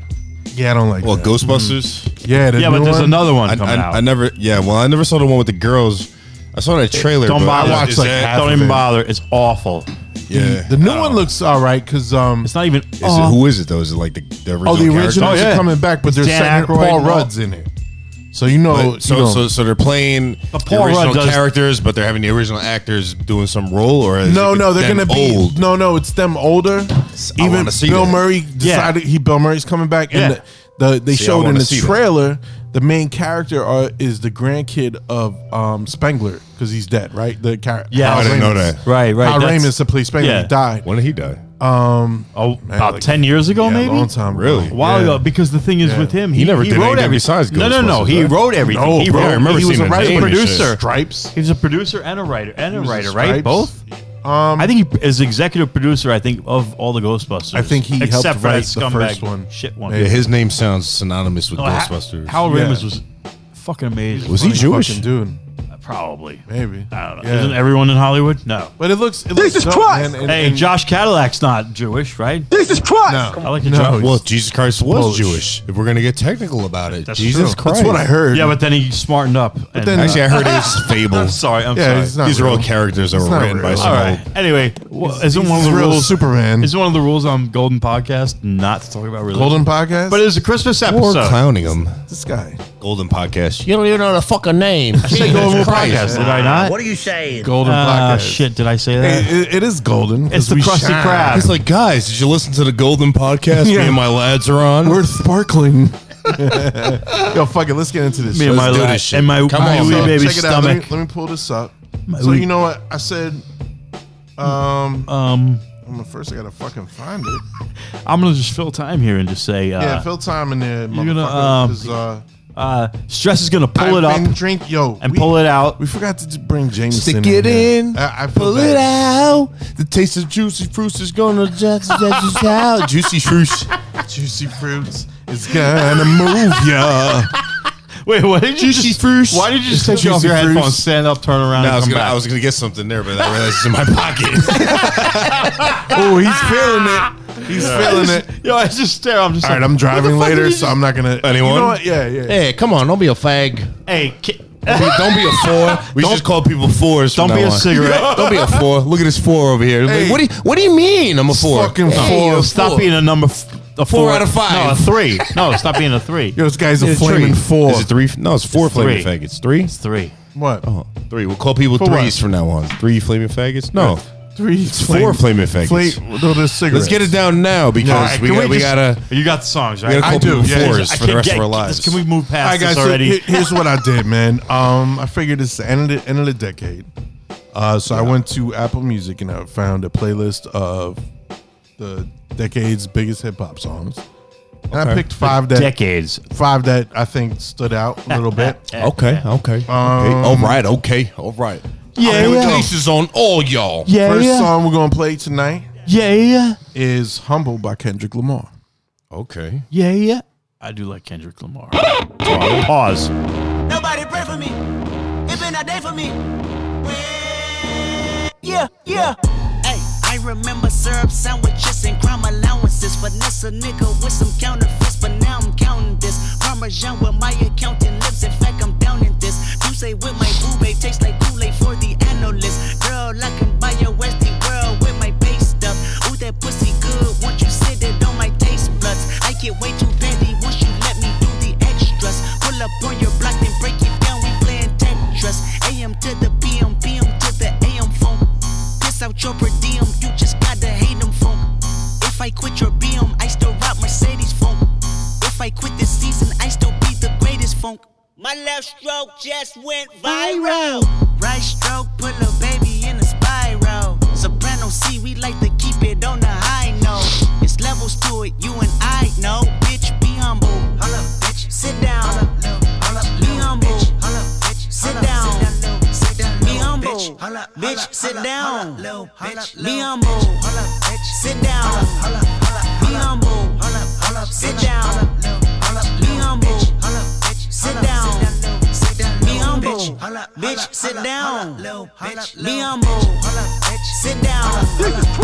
Speaker 6: yeah, I don't like.
Speaker 3: Well,
Speaker 6: that.
Speaker 3: Ghostbusters.
Speaker 6: Yeah, the
Speaker 1: yeah, but
Speaker 6: new
Speaker 1: there's
Speaker 6: one?
Speaker 1: another one
Speaker 3: I,
Speaker 1: coming
Speaker 3: I,
Speaker 1: out.
Speaker 3: I never. Yeah, well, I never saw the one with the girls. I saw that trailer.
Speaker 1: don't
Speaker 3: but
Speaker 1: bother.
Speaker 3: I
Speaker 6: watched,
Speaker 3: is
Speaker 6: like,
Speaker 3: that-
Speaker 6: half
Speaker 1: don't
Speaker 6: of
Speaker 1: even
Speaker 6: it.
Speaker 1: bother. It's awful.
Speaker 3: Yeah.
Speaker 6: The new one looks all right because um,
Speaker 1: It's not even.
Speaker 3: Is it, who is it though? Is it like the, the original?
Speaker 6: Oh, the
Speaker 3: character?
Speaker 6: originals
Speaker 1: Oh, yeah.
Speaker 6: are coming back, but they're
Speaker 1: Dan
Speaker 6: saying
Speaker 1: Aykroyd
Speaker 6: Paul
Speaker 1: and all-
Speaker 6: Rudd's in it. So you know,
Speaker 3: But- so,
Speaker 6: you know.
Speaker 3: so, so they're playing
Speaker 1: But
Speaker 3: the
Speaker 1: Paul Rudd
Speaker 3: original
Speaker 1: does-
Speaker 3: characters, but they're having the original actors doing some role, or is
Speaker 6: no,
Speaker 3: it
Speaker 6: no, they're
Speaker 3: them
Speaker 6: gonna be
Speaker 3: old.
Speaker 6: no, no. It's them older.
Speaker 3: I
Speaker 6: Even
Speaker 3: wanna see
Speaker 6: Bill
Speaker 3: that.
Speaker 6: Murray decided he Bill Murray's coming back, and
Speaker 1: Yeah.
Speaker 6: the, the, they
Speaker 3: See, I
Speaker 6: showed in
Speaker 3: wanna
Speaker 6: the
Speaker 3: see that.
Speaker 6: trailer the main character are, is the grandkid of um, Spengler because he's dead, right? The character.
Speaker 1: Yeah. Oh, I
Speaker 3: didn't know that.
Speaker 1: Right, right,
Speaker 6: Hal
Speaker 1: that's-
Speaker 6: Raymond to play Spengler
Speaker 1: yeah.
Speaker 6: he died.
Speaker 3: When did he die?
Speaker 1: Oh, about
Speaker 6: like-
Speaker 1: ten years ago,
Speaker 6: Yeah,
Speaker 1: maybe.
Speaker 6: a long time. ago.
Speaker 3: Really?
Speaker 1: A while
Speaker 6: Yeah.
Speaker 1: ago, because the thing is
Speaker 6: Yeah.
Speaker 1: with him,
Speaker 3: He never did anything
Speaker 1: every-
Speaker 3: besides
Speaker 1: No, no, no.
Speaker 3: Ghostbusters,
Speaker 1: He
Speaker 3: right?
Speaker 1: wrote everything.
Speaker 6: No,
Speaker 1: he
Speaker 6: bro,
Speaker 1: wrote,
Speaker 3: I remember
Speaker 1: he was
Speaker 3: seeing the
Speaker 1: a writer
Speaker 3: name and shit.
Speaker 1: producer.
Speaker 6: Stripes.
Speaker 1: He was a producer and a writer and a
Speaker 6: was in
Speaker 1: writer, right?
Speaker 6: Stripes. Um,
Speaker 1: Both. I think he is executive producer. I think of all the Ghostbusters.
Speaker 6: I think he helped
Speaker 1: except for that
Speaker 6: write the
Speaker 1: scumbag
Speaker 6: first one.
Speaker 1: shit one.
Speaker 3: Yeah, his name sounds synonymous with Ghostbusters.
Speaker 1: Hal
Speaker 6: Yeah.
Speaker 1: Ramis was fucking amazing.
Speaker 3: Was he
Speaker 6: Funny
Speaker 3: Jewish?
Speaker 6: fucking dude?
Speaker 1: Probably.
Speaker 6: Maybe.
Speaker 1: I don't know.
Speaker 6: Yeah.
Speaker 1: Isn't everyone in Hollywood? No.
Speaker 6: But it looks. It Jesus looks Christ! And, and,
Speaker 1: Hey, Josh Cadillac's not Jewish, right?
Speaker 6: No.
Speaker 1: I like to
Speaker 6: No,
Speaker 1: drop-
Speaker 6: he's-
Speaker 3: well, Jesus Christ was
Speaker 6: Polish.
Speaker 3: Jewish. <laughs> If we're gonna get technical about it,
Speaker 1: That's
Speaker 3: Jesus
Speaker 1: true.
Speaker 3: Christ.
Speaker 6: That's what I heard.
Speaker 1: Yeah, but then he smartened up. and-
Speaker 6: then-
Speaker 3: Actually, I heard
Speaker 5: <laughs>
Speaker 3: it was
Speaker 1: I'm
Speaker 3: fables.
Speaker 1: <laughs> sorry. I'm
Speaker 6: Yeah,
Speaker 1: sorry.
Speaker 6: he's not
Speaker 3: These are all
Speaker 6: real.
Speaker 3: characters that
Speaker 6: It's
Speaker 3: were
Speaker 6: not
Speaker 3: written by
Speaker 6: real.
Speaker 3: some
Speaker 1: All
Speaker 3: old.
Speaker 1: right. Anyway, well, isn't
Speaker 6: he's
Speaker 1: one of the
Speaker 6: real
Speaker 1: rules
Speaker 6: Superman.
Speaker 1: Isn't one of the rules on Golden Podcast not to talk about religion?
Speaker 6: Golden podcast.
Speaker 1: but it's a Christmas
Speaker 3: Or
Speaker 1: episode.
Speaker 3: clowning him.
Speaker 6: this guy.
Speaker 3: Golden podcast.
Speaker 4: You don't even know the fucking name.
Speaker 1: Golden Podcast, did I not?
Speaker 4: What are you saying?
Speaker 6: Golden
Speaker 1: Ah,
Speaker 6: podcast.
Speaker 1: shit, did I say that?
Speaker 6: It, it- it is golden. 'cause
Speaker 1: It's the
Speaker 6: we
Speaker 1: Krusty
Speaker 6: shine.
Speaker 1: Krab.
Speaker 3: It's like, guys, did you listen to the Golden podcast? Me
Speaker 6: Yeah.
Speaker 3: and my lads are on.
Speaker 1: <laughs>
Speaker 6: We're sparkling. Yo, fuck it. Let's get into this.
Speaker 1: Me
Speaker 6: shit.
Speaker 1: and my
Speaker 3: do
Speaker 1: lad-
Speaker 3: this shit.
Speaker 1: and my,
Speaker 3: Come
Speaker 1: my
Speaker 3: on,
Speaker 1: wee
Speaker 3: son.
Speaker 1: baby
Speaker 6: Check it out. Let me,
Speaker 1: stomach.
Speaker 6: let me pull this up. So
Speaker 1: wee-
Speaker 6: you know what I said. Um,
Speaker 1: Um,
Speaker 6: I'm gonna- first I gotta fucking find it.
Speaker 1: I'm gonna just fill time here and just say, uh,
Speaker 6: Yeah, fill time in there, motherfucker.
Speaker 1: gonna, um,
Speaker 6: 'cause, uh,
Speaker 1: uh, stress is gonna pull it
Speaker 6: I've been
Speaker 1: up
Speaker 6: Drink, yo,
Speaker 1: and pull it out.
Speaker 6: We forgot to bring James.
Speaker 3: Stick it in,
Speaker 6: I, I feel
Speaker 3: pull it
Speaker 6: bad.
Speaker 3: out. The taste of juicy fruits is gonna
Speaker 6: <laughs>
Speaker 3: just just out. Juicy fruits.
Speaker 6: Juicy fruits is gonna move
Speaker 3: <laughs>
Speaker 6: ya.
Speaker 1: Wait, what did you
Speaker 3: Juicy
Speaker 1: just?
Speaker 3: fruits.
Speaker 1: Why did you just take off
Speaker 3: Juicy
Speaker 1: your
Speaker 3: fruits.
Speaker 1: headphones, stand up, turn around,
Speaker 3: No, I was
Speaker 1: and come
Speaker 3: gonna,
Speaker 1: back?
Speaker 3: I was gonna get something there, but I realized it's in my pocket.
Speaker 6: Oh, he's feeling it. He's feeling it.
Speaker 1: Yo, I just stare. I'm just
Speaker 6: All right,
Speaker 1: like,
Speaker 6: I'm driving
Speaker 1: fuck did
Speaker 6: later,
Speaker 1: you
Speaker 6: so
Speaker 1: just-
Speaker 6: I'm not gonna.
Speaker 3: Anyone?
Speaker 6: You know what? Yeah, yeah.
Speaker 4: Hey, come on, don't be a fag.
Speaker 1: hey, ki-
Speaker 3: Don't be a four. We should just call people fours. from
Speaker 1: Don't be
Speaker 3: now
Speaker 1: a
Speaker 3: on.
Speaker 1: cigarette.
Speaker 3: Don't be a four. Look at this four over here.
Speaker 6: Hey.
Speaker 3: What do you What do you mean? I'm a four.
Speaker 6: Fucking
Speaker 3: Hey,
Speaker 6: four.
Speaker 3: yo,
Speaker 1: Oh, stop
Speaker 3: four.
Speaker 1: being a number. F- a
Speaker 3: Four
Speaker 1: four
Speaker 3: out of five.
Speaker 1: No, a three. No, stop being
Speaker 3: <laughs>
Speaker 1: a three.
Speaker 6: Yo, this guy's a
Speaker 3: It's
Speaker 6: flaming
Speaker 3: three.
Speaker 6: four.
Speaker 3: Is it three? Oh. No, it's four flaming
Speaker 1: three.
Speaker 3: faggots. Three.
Speaker 1: It's three.
Speaker 6: What?
Speaker 3: Three. We'll call people
Speaker 6: For what?
Speaker 3: threes from now on. Three flaming faggots. No.
Speaker 6: three,
Speaker 3: four flame effects.
Speaker 6: no, there's cigarettes.
Speaker 3: Let's get it down now because
Speaker 6: right,
Speaker 3: we,
Speaker 6: can
Speaker 3: got,
Speaker 6: we
Speaker 3: we
Speaker 6: just-
Speaker 3: gotta.
Speaker 1: You got the songs,
Speaker 3: We
Speaker 1: right?
Speaker 3: gotta
Speaker 6: I
Speaker 3: cope
Speaker 6: do,
Speaker 3: with
Speaker 6: yeah,
Speaker 3: floors
Speaker 1: I
Speaker 3: for the
Speaker 1: can't
Speaker 3: rest
Speaker 1: get-
Speaker 3: of our lives.
Speaker 1: Can we move
Speaker 6: All
Speaker 1: past
Speaker 6: right, guys.
Speaker 1: this
Speaker 6: so
Speaker 1: already?
Speaker 6: here- here's what I did, man. Um, I figured it's the end of the, end of the decade. Uh, so I went to Apple Music and I found a playlist of the decade's biggest hip hop songs, and I picked five that
Speaker 1: Decades.
Speaker 6: five that I think stood out a little bit.
Speaker 3: Okay, okay. okay. All right, okay, all right.
Speaker 1: Yeah,
Speaker 3: I'm
Speaker 1: yeah.
Speaker 3: Cases on all y'all.
Speaker 1: <laughs> Yeah,
Speaker 6: First
Speaker 1: yeah,
Speaker 6: song we're gonna play tonight
Speaker 1: yeah, yeah,
Speaker 6: is "Humble" by Kendrick Lamar.
Speaker 3: Okay.
Speaker 1: yeah, yeah. I do like Kendrick Lamar. Pause.
Speaker 8: Nobody pray for me. It been a day for me. Yeah, yeah. Hey, I remember syrup sandwiches and crime allowances. Finesse a nigga with some counterfeits, but now I'm counting this. Parmesan with my accountant lips. In fact, I'm down in this. You say with my boobay tastes like Kool-Aid for the analyst. Girl, I can buy your Westie world with my base stuff. Ooh, that pussy good. Once you sit it on my taste buds, I get way too petty once you let me do the extras. Pull up on your block and break it down. We playing Tetris. AM to the PM, PM to the AM phone. Piss out your per diem, you just gotta hate them phone. If I quit your BM, I still rock Mercedes phone. If I quit this season, I still be the greatest funk. My left stroke just went viral. Right stroke put a baby in a spiral. Soprano C, we like to keep it on the high note. It's levels to it, you and I know. Bitch, be humble. Hold up, bitch. Sit down. Hold up, Be humble. Hold up, bitch. Sit down. Sit down. Be humble. Bitch, sit down. Be humble. Sit down. Be humble. Sit down. Be humble. Sit down. Be humble. Bitch, sit down. Be humble. Sit down.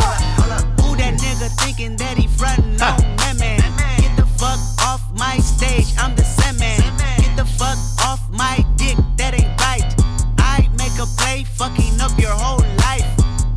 Speaker 8: Who that nigga thinking that he frontin' on that man? Get the fuck off my stage, I'm the Sandman. Get the fuck off my dick, that ain't right. I make a play, fucking up your whole life.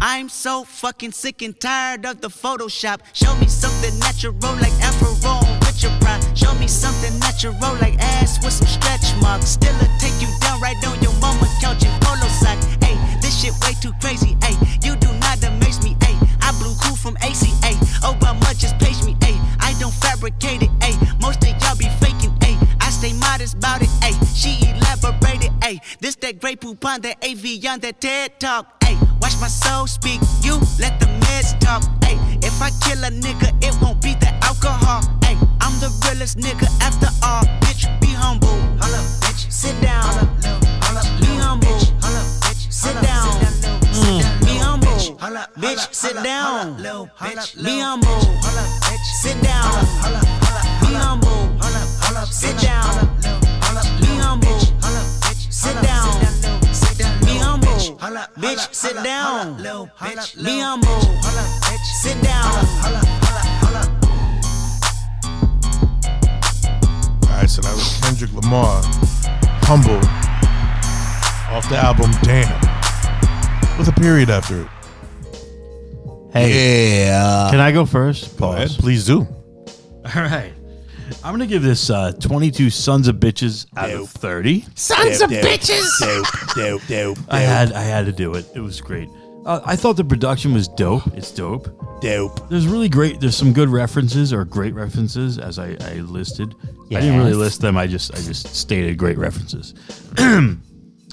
Speaker 8: I'm so fucking sick and tired of the Photoshop. Show me something natural like Afro on Richard Pryor. Show me something natural like ass with some stretch marks. Still will take you down right on your mama couch in polo sock. Hey, this shit way too crazy. Hey, you do not amaze me. Hey, I blew cool from ACA. Obama oh, just paged me. Hey, I don't fabricate it. Hey, most of y'all be faking. Hey, I stay modest about it. Hey, she elaborated. Hey, this that great poupon, that AV on that TED talk. Hey, watch my soul speak. You let the meds talk. Hey, if I kill a nigga, it won't be the alcohol. Hey, I'm the realest nigga after all. Bitch, be humble. Hold up, bitch. Sit down. Be humble. Hold up, bitch. Sit down. Mm. Be humble. Bitch, sit down. Be humble. Sit down. Be humble. Sit down. Be humble. Sit down. Be humble. Bitch, sit down. Be humble. Sit down.
Speaker 6: All right, so that was Kendrick Lamar, "Humble," off the album "Damn," with a period after it.
Speaker 1: Hey,
Speaker 4: Yeah.
Speaker 1: can I go first? Pause.
Speaker 6: Please do.
Speaker 1: All right. I'm gonna give this uh, 22 sons of bitches out of 30.
Speaker 4: Sons of bitches.
Speaker 1: I had I had to do it. It was great. Uh, I thought the production was dope. It's dope. Dope. There's really great. There's some good references or great references as I, I listed. I didn't really
Speaker 4: Yes.
Speaker 1: list them. I just I just stated great references. <clears throat>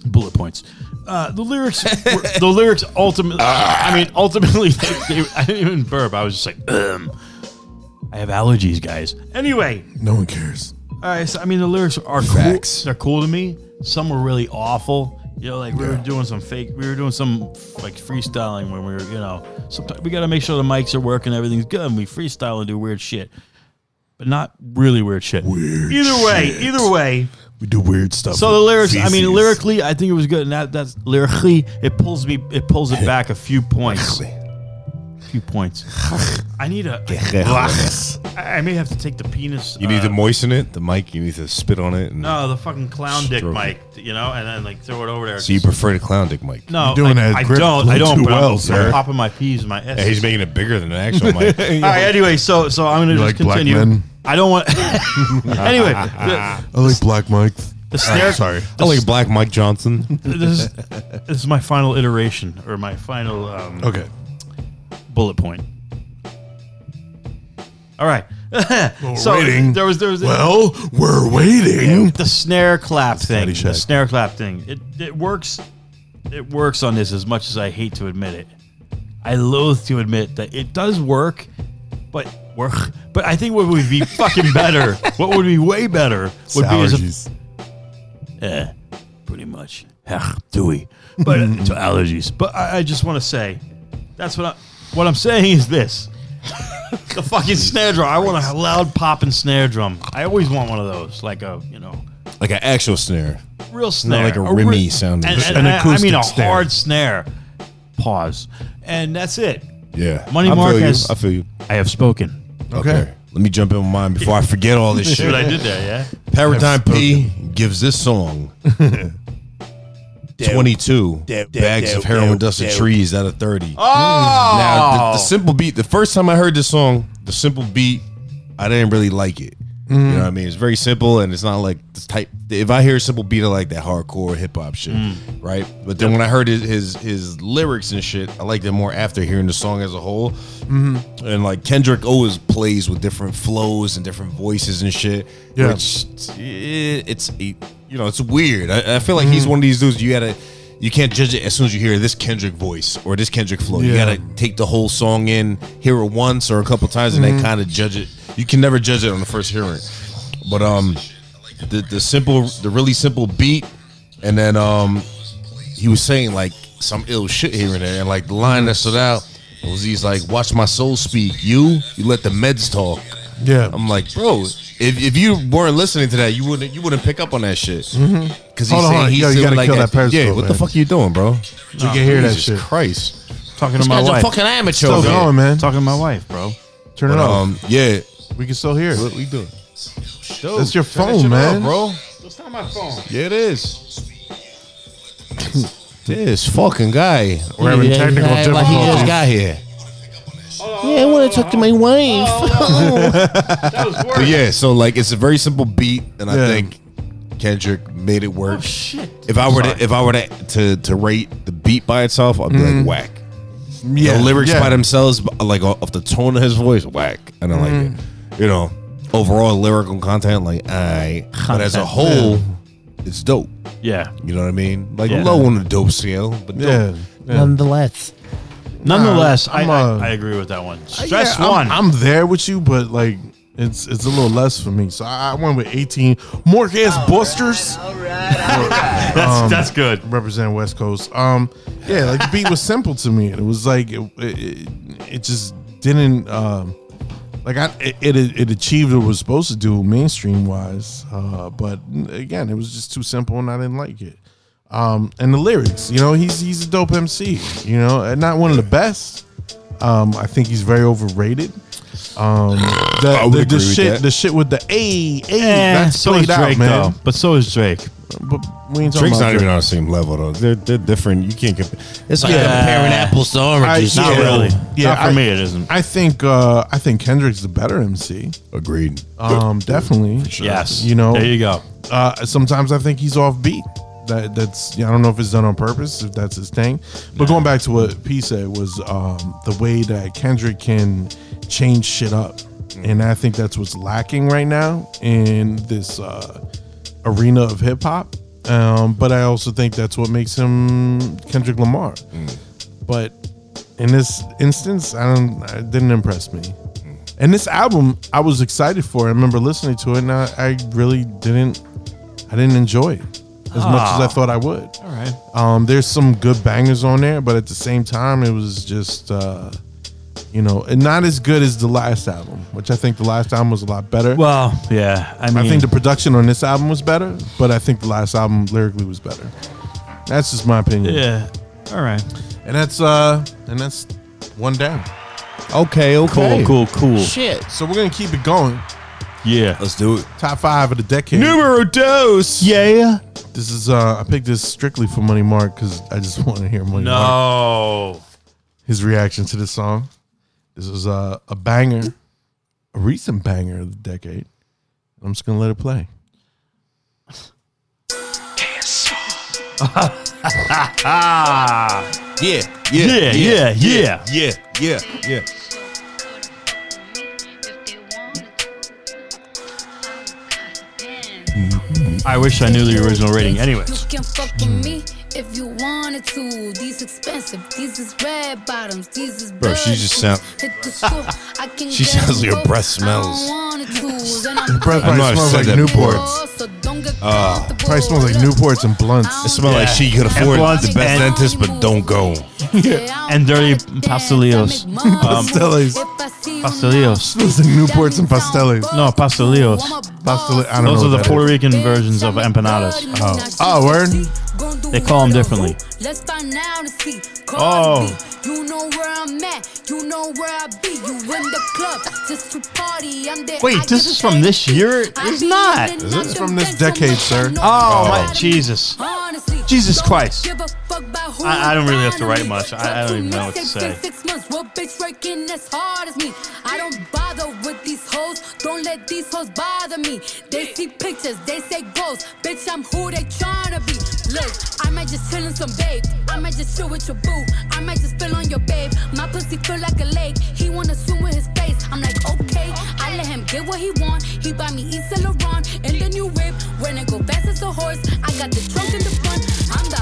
Speaker 1: Bullet points. Uh, the lyrics. Were, the lyrics. Ultimately, I mean, ultimately, <laughs> they, they, I didn't even burp. I was just like, um, I have allergies, guys. Anyway.
Speaker 6: No one cares.
Speaker 1: All right, so I mean the lyrics are
Speaker 3: Facts.
Speaker 1: cool. They're cool to me. Some were really awful. You know, like we were doing some fake. We were doing some like freestyling when we were, you know. Sometimes we got to make sure the mics are working, everything's good, and we freestyle and do weird shit, but not really weird shit.
Speaker 6: Weird
Speaker 1: Either way,
Speaker 6: shit.
Speaker 1: either way.
Speaker 6: We do weird stuff.
Speaker 1: So the
Speaker 6: with
Speaker 1: lyrics. I mean,
Speaker 6: feces.
Speaker 1: lyrically, I think it was good, and that that's lyrically. It pulls me. It pulls it back a few points. A few points. I need a. I I may have to take the penis.
Speaker 3: You need
Speaker 1: uh,
Speaker 3: to moisten it, the mic. You need to spit on it. And,
Speaker 1: No, the fucking clown dick
Speaker 3: Stroke
Speaker 1: mic, you know, and then like throw it over there.
Speaker 3: So you prefer the clown dick mic?
Speaker 1: no,
Speaker 6: You're doing
Speaker 1: I,
Speaker 6: that
Speaker 1: I
Speaker 6: grip
Speaker 1: don't. I
Speaker 6: too
Speaker 1: don't. But
Speaker 6: well,
Speaker 1: I'm,
Speaker 6: sir.
Speaker 1: I'm popping my peas, in my s.
Speaker 3: Yeah, he's making it bigger than the actual mic.
Speaker 1: All right. Anyway, so so I'm gonna
Speaker 6: You
Speaker 1: just
Speaker 6: like black
Speaker 1: continue.
Speaker 6: men?
Speaker 1: I
Speaker 6: <laughs>
Speaker 1: don't want. <laughs> anyway, the,
Speaker 6: I like Black Mike.
Speaker 1: the snare.
Speaker 6: sorry.
Speaker 3: I like Black Mike Johnson.
Speaker 1: This is, this is my final iteration or my final um,
Speaker 6: Okay.
Speaker 1: bullet point. All right. <laughs> so
Speaker 6: waiting.
Speaker 1: there was there was
Speaker 6: Well, we're waiting.
Speaker 1: the snare clap thing.
Speaker 6: Caddyshack.
Speaker 1: The snare clap thing. It it works. It works on this as much as I hate to admit it. I loathe to admit that it does work, but work. But I think what would be fucking better, what would be way better, would be as
Speaker 6: Allergies.
Speaker 1: eh, pretty much. Hech, do we? But uh, to allergies. But I, I just want to say, that's what I. What I'm saying is this. <laughs> The fucking snare drum. I want a loud popping snare drum. I always want one of those, like a you know,
Speaker 3: Like an actual snare.
Speaker 1: real snare,
Speaker 3: like a
Speaker 1: ri-
Speaker 3: rimmy sound.
Speaker 1: and,
Speaker 3: Just
Speaker 1: and
Speaker 6: an
Speaker 1: I- I mean a
Speaker 6: acoustic snare.
Speaker 1: hard snare. Pause, and that's it.
Speaker 3: Yeah.
Speaker 1: Money
Speaker 3: I feel
Speaker 1: Marquez.
Speaker 3: you. I feel you.
Speaker 1: I have spoken.
Speaker 3: Okay. Let me jump in with mine before I forget all this
Speaker 1: Dude,
Speaker 3: shit.
Speaker 1: I did that, yeah.
Speaker 3: Paradigm P gives this song 22 bags of heroin dusted trees out of 30. Oh! Now, the, the simple beat, the first time I heard this song, the simple beat, I didn't really like it. You know what I mean? It's very simple and it's not like this type. If I hear a simple beat, I like that hardcore hip hop shit, right? But then when I heard his, his his lyrics and shit, I liked it more after hearing the song as a whole. And like Kendrick always plays with different flows and different voices and shit,
Speaker 6: Yeah.
Speaker 3: which eh, it's eh, you know it's weird. I, I feel like he's one of these dudes you gotta you can't judge it as soon as you hear this Kendrick voice or this Kendrick flow. You
Speaker 6: Yeah.
Speaker 3: gotta take the whole song in, hear it once or a couple times, and then kind of judge it. You can never judge it on the first hearing, but um, the the simple the really simple beat, and then um, he was saying like some ill shit here and there, and like the line that stood out was he's like, "Watch my soul speak, you you let the meds talk."
Speaker 6: Yeah.
Speaker 3: I'm like, bro, if, if you weren't listening to that, you wouldn't you wouldn't pick up on that shit. Because
Speaker 6: Mm-hmm.
Speaker 3: he's
Speaker 6: Hold on, hold
Speaker 3: saying
Speaker 6: on.
Speaker 3: he's
Speaker 6: You gotta- you
Speaker 3: saying
Speaker 6: gotta
Speaker 3: like
Speaker 6: kill
Speaker 3: that,
Speaker 6: that periscope,
Speaker 3: yeah, what the
Speaker 6: man.
Speaker 3: fuck are you doing, bro?
Speaker 6: you
Speaker 1: "Oh,
Speaker 6: can hear that
Speaker 3: Jesus
Speaker 6: shit.
Speaker 3: Christ.
Speaker 1: Talking to my
Speaker 4: That's a
Speaker 1: wife.
Speaker 4: fucking amateur.
Speaker 6: Still
Speaker 3: Okay.
Speaker 6: going, man.
Speaker 1: Talking to my wife, bro.
Speaker 6: Turn
Speaker 3: But,
Speaker 6: it off.
Speaker 3: um, yeah,
Speaker 6: we can still hear it.
Speaker 3: we doing?
Speaker 6: That's your
Speaker 3: Turn that
Speaker 6: phone,
Speaker 3: shit
Speaker 6: man.
Speaker 3: off, bro.
Speaker 1: It's not my phone.
Speaker 3: Yeah, it is. <laughs> this fucking guy.
Speaker 6: We're having
Speaker 4: Yeah,
Speaker 6: technical
Speaker 4: right, like
Speaker 3: He
Speaker 4: Oh.
Speaker 3: just
Speaker 6: difficulties.
Speaker 3: got here.
Speaker 4: Yeah, I want to talk to my wife.
Speaker 5: Oh.
Speaker 1: That was
Speaker 3: But
Speaker 1: worse.
Speaker 3: yeah, so like it's a very simple beat, and I
Speaker 6: Yeah.
Speaker 3: think Kendrick made it work.
Speaker 1: Oh, Shit.
Speaker 3: If I were to, if I were to, to to rate the beat by itself, I'd be like whack.
Speaker 6: Yeah,
Speaker 3: the lyrics
Speaker 6: yeah.
Speaker 3: by themselves, like off the tone of his voice, whack. I don't like it. You know, overall lyrical content, like I. But as a
Speaker 1: Content.
Speaker 3: whole, it's dope.
Speaker 1: Yeah.
Speaker 3: You know what I mean? Like
Speaker 1: Yeah.
Speaker 3: low on the dope scale, but dope.
Speaker 6: Yeah. yeah.
Speaker 4: Nonetheless,
Speaker 1: Nonetheless, I,
Speaker 6: I'm,
Speaker 1: Um, I,
Speaker 6: uh,
Speaker 1: I agree with that one. Stress
Speaker 6: Yeah, I'm-
Speaker 1: one.
Speaker 6: I'm, there with you, but like it's it's a little less for me. So I, I went with 18. Morcast Busters
Speaker 1: that's, that's good.
Speaker 6: represent West Coast. Um, yeah, like the beat was simple to me, and it was like it it, it just didn't um, like I it, it it achieved what it was supposed to do mainstream wise. Uh, but again, it was just too simple, and I didn't like it. Um, and the lyrics, you know, he's he's a dope MC, you know, and not one of the best. Um, I think he's very overrated. Um, the,
Speaker 3: I would
Speaker 6: the,
Speaker 3: agree
Speaker 6: the
Speaker 3: with
Speaker 6: shit,
Speaker 3: that.
Speaker 6: the shit with the a a
Speaker 1: Eh,
Speaker 6: that's
Speaker 1: so is
Speaker 6: played
Speaker 1: Drake,
Speaker 6: out, man.
Speaker 1: though. But so is Drake.
Speaker 6: But we ain't talking
Speaker 3: Drake's
Speaker 6: about
Speaker 3: not
Speaker 6: Drake.
Speaker 3: even on the same level though. They're they're different. You can't compare.
Speaker 4: it's like
Speaker 1: Yeah.
Speaker 4: comparing apples to oranges.
Speaker 6: I-
Speaker 1: Not
Speaker 6: Yeah.
Speaker 1: really.
Speaker 6: Yeah,
Speaker 1: Not for
Speaker 6: I-
Speaker 1: me, it isn't.
Speaker 6: I think uh, I think Kendrick's the better MC.
Speaker 3: Agreed.
Speaker 6: Um, definitely.
Speaker 1: Oh. yes.
Speaker 6: You know,
Speaker 1: There you go.
Speaker 6: uh, sometimes I think he's off beat. That that's yeah, I don't know if it's done on purpose, if that's his thing. But going back to what P said was um, the way that Kendrick can change shit up,
Speaker 1: Mm.
Speaker 6: and I think that's what's lacking right now in this uh, arena of hip hop. Um, but I also think that's what makes him Kendrick Lamar.
Speaker 1: Mm.
Speaker 6: But in this instance, I don't. It didn't impress me.
Speaker 1: Mm.
Speaker 6: And this album, I was excited for. I remember listening to it, and I, I really didn't. I didn't enjoy it as much as I thought I would.
Speaker 1: Ah. All right.
Speaker 6: Um, there's some good bangers on there, but at the same time, it was just, uh, you know, and not as good as the last album, which I think the last album was a lot better.
Speaker 1: Well, yeah. I mean,
Speaker 6: I think the production on this album was better, but I think the last album lyrically was better. That's just my opinion.
Speaker 1: yeah. All right.
Speaker 6: And that's uh, and that's one down.
Speaker 3: Okay. Okay.
Speaker 1: Cool, cool, cool.
Speaker 4: Shit.
Speaker 6: So we're gonna keep it going.
Speaker 1: Yeah.
Speaker 3: Let's do it.
Speaker 6: Top five of the decade.
Speaker 3: dos.
Speaker 1: Yeah.
Speaker 6: This is uh I picked this strictly for Money Mark because I just <laughs> want to hear Money Mark
Speaker 1: No.
Speaker 6: his reaction to this song. This is uh, a banger, a recent banger of the decade. I'm just gonna let it play.
Speaker 1: Ah.
Speaker 3: Yeah,
Speaker 1: Yeah, yeah, yeah.
Speaker 3: yeah, yeah, yeah.
Speaker 1: I wish I knew the original rating. Anyways,
Speaker 9: You can fuck
Speaker 6: Hmm.
Speaker 9: with me if you wanted to. These expensive, these is red bottoms, these is
Speaker 3: Bro, she just sound-
Speaker 6: <laughs>
Speaker 3: She
Speaker 9: she
Speaker 3: sounds like her breath smells.
Speaker 6: Breath
Speaker 3: I know
Speaker 6: probably
Speaker 3: I've
Speaker 6: smells
Speaker 3: said
Speaker 6: like
Speaker 3: that before.
Speaker 6: Newports. Ah, Probably smells like Newports and blunts.
Speaker 1: Oh,
Speaker 3: It smells like she could afford
Speaker 1: blunts
Speaker 3: the best
Speaker 1: and-
Speaker 3: dentist, but don't go.
Speaker 1: <laughs> and dirty pastelillos.
Speaker 6: <laughs> Pasteles.
Speaker 1: Pastelillos.
Speaker 6: Smells like Newports and pasteles.
Speaker 1: No, pastelillos.
Speaker 6: Pastele- I don't
Speaker 1: Those
Speaker 6: know
Speaker 1: are the
Speaker 6: what that
Speaker 1: Puerto
Speaker 6: is.
Speaker 1: Rican versions of empanadas.
Speaker 9: Oh.
Speaker 6: Oh, word?
Speaker 1: They call 'em differently.
Speaker 9: Let's find out and see.
Speaker 1: Oh.
Speaker 9: Cardi B, You know where I'm at. You know where I be. You in the club just to party. I'm there.
Speaker 1: Wait,
Speaker 9: I
Speaker 1: this
Speaker 9: give
Speaker 1: is
Speaker 9: a
Speaker 1: from this
Speaker 9: damn
Speaker 1: year?
Speaker 9: shit. I
Speaker 1: It's
Speaker 9: be
Speaker 1: not.
Speaker 9: in
Speaker 1: This
Speaker 9: the
Speaker 6: is
Speaker 9: night
Speaker 6: from
Speaker 9: to
Speaker 6: this
Speaker 9: dance on
Speaker 6: decade,
Speaker 9: my
Speaker 6: sir.
Speaker 9: no
Speaker 1: Oh,
Speaker 9: party.
Speaker 1: my Jesus.
Speaker 9: Honestly,
Speaker 1: Jesus
Speaker 9: don't
Speaker 1: Christ.
Speaker 9: give a fuck about who
Speaker 1: I- I don't really have to
Speaker 9: around
Speaker 1: write
Speaker 9: me.
Speaker 1: much. I- I
Speaker 9: Talk
Speaker 1: don't
Speaker 9: to
Speaker 1: even
Speaker 9: me,
Speaker 1: know what to
Speaker 9: say
Speaker 1: say.
Speaker 9: fifty six months. What bitch working as hard as me? I don't bother with these hoes. Don't let these hoes bother me. They see pictures, they say goals. Bitch, I'm who they tryna be. Look, I might just chill in some babe. I might just chill with your boo. I might just spill on your babe. My pussy feel like a lake. He wanna swim with his face. I'm like, okay. I let him get what he want. He buy me East Saint Laurent and the new whip. When it go fast as a horse, I got the trunk in the front. I'm the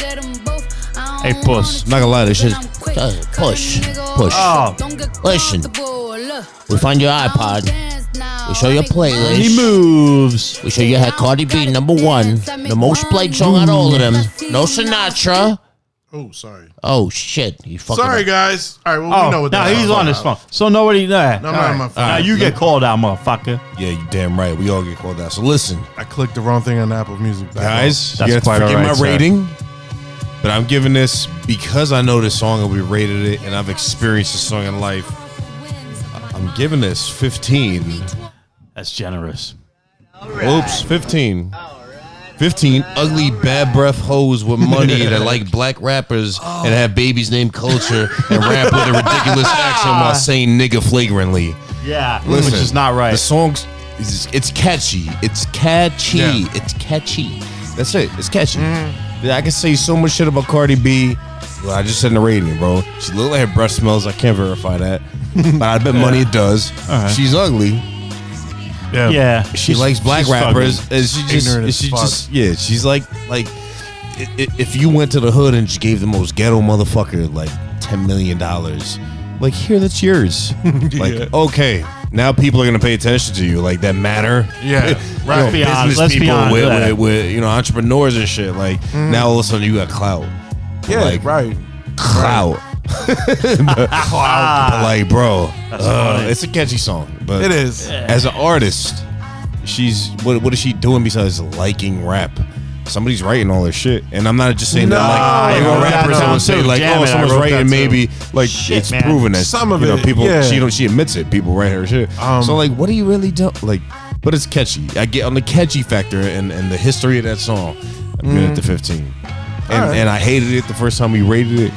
Speaker 1: Hey, puss.
Speaker 3: Not gonna lie, this shit-
Speaker 4: Uh, push. Push.
Speaker 1: Oh.
Speaker 4: Listen. We find your iPod. We show your playlist.
Speaker 1: He moves.
Speaker 4: We show you had Cardi B number one, the most played song out of all of them. No Sinatra.
Speaker 6: Oh, sorry.
Speaker 4: Oh shit, you fucking.
Speaker 6: Sorry, guys. All right, well,
Speaker 1: Oh,
Speaker 6: we know what
Speaker 1: no,
Speaker 6: that
Speaker 1: he's
Speaker 6: is.
Speaker 1: on his phone. So nobody. Nah.
Speaker 6: No, I'm not on my phone.
Speaker 1: Now you get called out, motherfucker.
Speaker 3: Yeah, you damn right. We all get called out. So listen,
Speaker 6: I clicked the wrong thing on Apple Music. Back
Speaker 3: guys,
Speaker 1: That's
Speaker 3: you have to
Speaker 1: quite all
Speaker 3: forgive
Speaker 1: right,
Speaker 3: my
Speaker 1: sir.
Speaker 3: rating, but I'm giving this because I know this song and we rated it, and I've experienced this song in life. I'm giving this 15.
Speaker 1: That's generous.
Speaker 3: Oops, 15. 15 ugly bad breath hoes with money
Speaker 1: <laughs>
Speaker 3: that like black rappers
Speaker 1: Oh.
Speaker 3: and have babies named Culture and rap with a ridiculous accent while saying nigga flagrantly.
Speaker 1: Yeah.
Speaker 3: Listen,
Speaker 1: Ah. Mm, which is not right.
Speaker 3: The song's it's, it's catchy. It's catchy.
Speaker 6: Yeah.
Speaker 3: It's catchy. That's it. It's catchy.
Speaker 1: Mm-hmm.
Speaker 3: I can say so much shit about Cardi B. Well, I just said in the rating, bro. She look like her breath smells. I can't verify
Speaker 1: <laughs>
Speaker 3: that, but I bet money it does. She's ugly.
Speaker 6: Yeah.
Speaker 1: yeah.
Speaker 3: She likes black
Speaker 1: she's
Speaker 3: rappers. And she just,
Speaker 6: Ignorant
Speaker 3: and
Speaker 6: as
Speaker 3: she
Speaker 6: fuck.
Speaker 3: just, yeah. She's like, like, i- i- if you went to the hood and just gave the most ghetto motherfucker like ten million dollars, like here, that's yours.
Speaker 1: <laughs>
Speaker 3: like, okay, now people are gonna pay attention to you. Like that matter.
Speaker 6: Yeah.
Speaker 3: You know,
Speaker 1: <laughs> Let's be honest.
Speaker 3: business
Speaker 1: Let's be
Speaker 3: people
Speaker 1: honest. Mm.
Speaker 3: with,
Speaker 1: with that.
Speaker 3: with, with, you know entrepreneurs and shit. Like now all of a sudden you got clout.
Speaker 6: <laughs>
Speaker 3: But,
Speaker 6: Yeah,
Speaker 3: like,
Speaker 6: right.
Speaker 3: Clout.
Speaker 1: Ah,
Speaker 3: But, like, bro, uh,
Speaker 1: funny.
Speaker 3: it's a catchy song. But
Speaker 6: It is.
Speaker 3: as an artist, she's what? What is she doing besides liking rap? somebody's writing all this shit, and I'm not just saying
Speaker 6: No,
Speaker 3: that. Like,
Speaker 6: I
Speaker 3: you know,
Speaker 6: wrote that
Speaker 3: rappers
Speaker 6: down
Speaker 3: don't say
Speaker 1: too.
Speaker 3: like, oh,
Speaker 1: Damn it, I
Speaker 3: someone's
Speaker 1: wrote that
Speaker 3: writing.
Speaker 1: too.
Speaker 3: Maybe like
Speaker 1: Shit,
Speaker 3: it's
Speaker 1: man.
Speaker 3: proven that
Speaker 6: Some of
Speaker 3: you know,
Speaker 6: it,
Speaker 3: people
Speaker 6: yeah.
Speaker 3: she don't she admits it. People write her shit.
Speaker 6: Um,
Speaker 3: so like, what do you really do? Like, but it's catchy. I get on the catchy factor and and the history of that song. I'm good at the 15, and
Speaker 6: Mm. right.
Speaker 3: and I hated it the first time we rated it.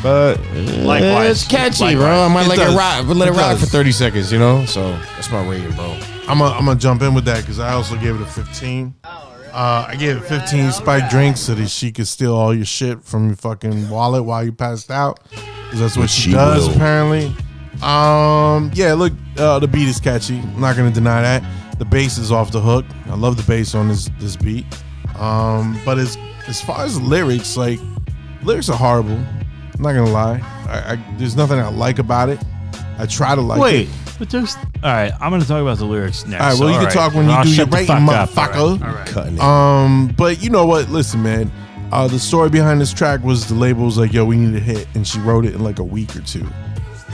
Speaker 3: But uh,
Speaker 1: Likewise.
Speaker 3: it's catchy,
Speaker 1: Likewise.
Speaker 3: bro. I might
Speaker 6: It
Speaker 3: let
Speaker 6: does.
Speaker 3: it rock, let it,
Speaker 6: It
Speaker 3: rock
Speaker 6: does.
Speaker 3: for 30 seconds, you know. So that's my rating, bro.
Speaker 6: I'm gonna I'm gonna jump in with that because I also gave it a 15. Uh, I gave it 15 spiked drinks so that she could steal all your shit from your fucking wallet while you passed out. 'Cause that's what
Speaker 3: Which
Speaker 6: she,
Speaker 3: she
Speaker 6: does
Speaker 3: will.
Speaker 6: apparently. Um, yeah, look, uh, the beat is catchy. I'm not gonna deny that. The bass is off the hook. I love the bass on this this beat. Um, but as as far as lyrics, like lyrics are horrible. I'm not gonna lie. I, I, there's nothing I like about it. I try to like it.
Speaker 1: Wait, but there's. All right, I'm going to talk about the lyrics next.
Speaker 6: All right, well, you can talk when you
Speaker 1: I'll
Speaker 6: do your
Speaker 1: shut the
Speaker 6: rating,
Speaker 1: fuck up.
Speaker 6: motherfucker.
Speaker 1: All right, all right.
Speaker 3: Cutting it.
Speaker 6: Um, but you know what? Listen, man. Uh, the story behind this track was the label was like, "Yo, we need a hit," and she wrote it in like a week or two.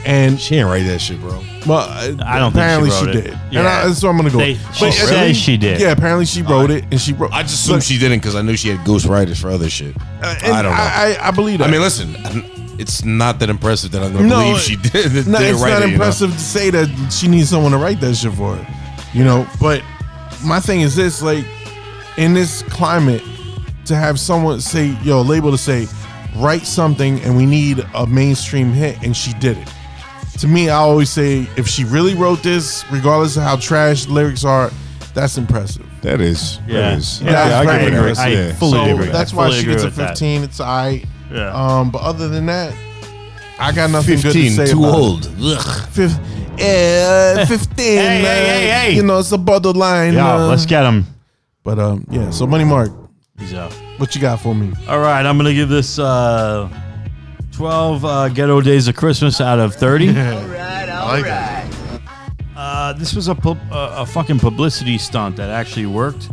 Speaker 6: And
Speaker 3: She ain't write that shit, bro.
Speaker 6: well,
Speaker 1: I don't think she
Speaker 6: apparently
Speaker 1: wrote it.
Speaker 6: did.
Speaker 1: Yeah.
Speaker 6: And I, that's what I'm gonna go.
Speaker 1: They-
Speaker 6: with.
Speaker 1: she
Speaker 6: at
Speaker 1: says
Speaker 6: least-
Speaker 1: she did.
Speaker 6: Yeah, apparently she wrote it, and she wrote.
Speaker 3: I just assumed she didn't because I knew she had ghostwriters for other shit.
Speaker 6: Uh, and
Speaker 3: I don't know. I,
Speaker 6: I, I, I believe that.
Speaker 3: mean, listen, it's not that impressive that I'm gonna
Speaker 6: No,
Speaker 3: believe she did. did
Speaker 6: no, it's
Speaker 3: write
Speaker 6: not
Speaker 3: it, you know?
Speaker 6: impressive to say that she needs someone to write that shit for her. You know, but my thing is this: like in this climate, to have someone say, "Yo, label to say, write something," and we need a mainstream hit, and she did it. To me, I always say, if she really wrote this, regardless of how trash the lyrics are, that's impressive.
Speaker 3: That is.
Speaker 1: Yeah.
Speaker 3: That is.
Speaker 1: Yeah, I
Speaker 3: give
Speaker 6: very
Speaker 3: it
Speaker 6: impressive.
Speaker 3: that,
Speaker 1: I
Speaker 3: yeah.
Speaker 1: fully
Speaker 6: so
Speaker 1: agree.
Speaker 6: that's
Speaker 1: I
Speaker 6: why
Speaker 1: fully
Speaker 6: she
Speaker 1: agree
Speaker 6: gets a
Speaker 1: with that.
Speaker 6: 15. It's alright.
Speaker 1: Yeah.
Speaker 6: Um, but other than that, I got nothing good to
Speaker 3: 15,
Speaker 6: say.
Speaker 3: too
Speaker 6: about it.
Speaker 3: old. Ugh.
Speaker 6: Fif- <laughs> eh, 15.
Speaker 1: Hey,
Speaker 6: uh,
Speaker 1: hey, hey, hey.
Speaker 6: You know, it's a borderline.
Speaker 1: Yeah,
Speaker 6: uh,
Speaker 1: let's get him.
Speaker 6: But um, yeah, so Money Mark,
Speaker 1: He's out.
Speaker 6: what you got for me?
Speaker 1: All right, I'm gonna give this uh, 12 uh, Ghetto Days of Christmas out
Speaker 6: <laughs>
Speaker 1: of 30.
Speaker 6: I like that.
Speaker 1: Uh, this was a, pub- a a fucking publicity stunt that actually worked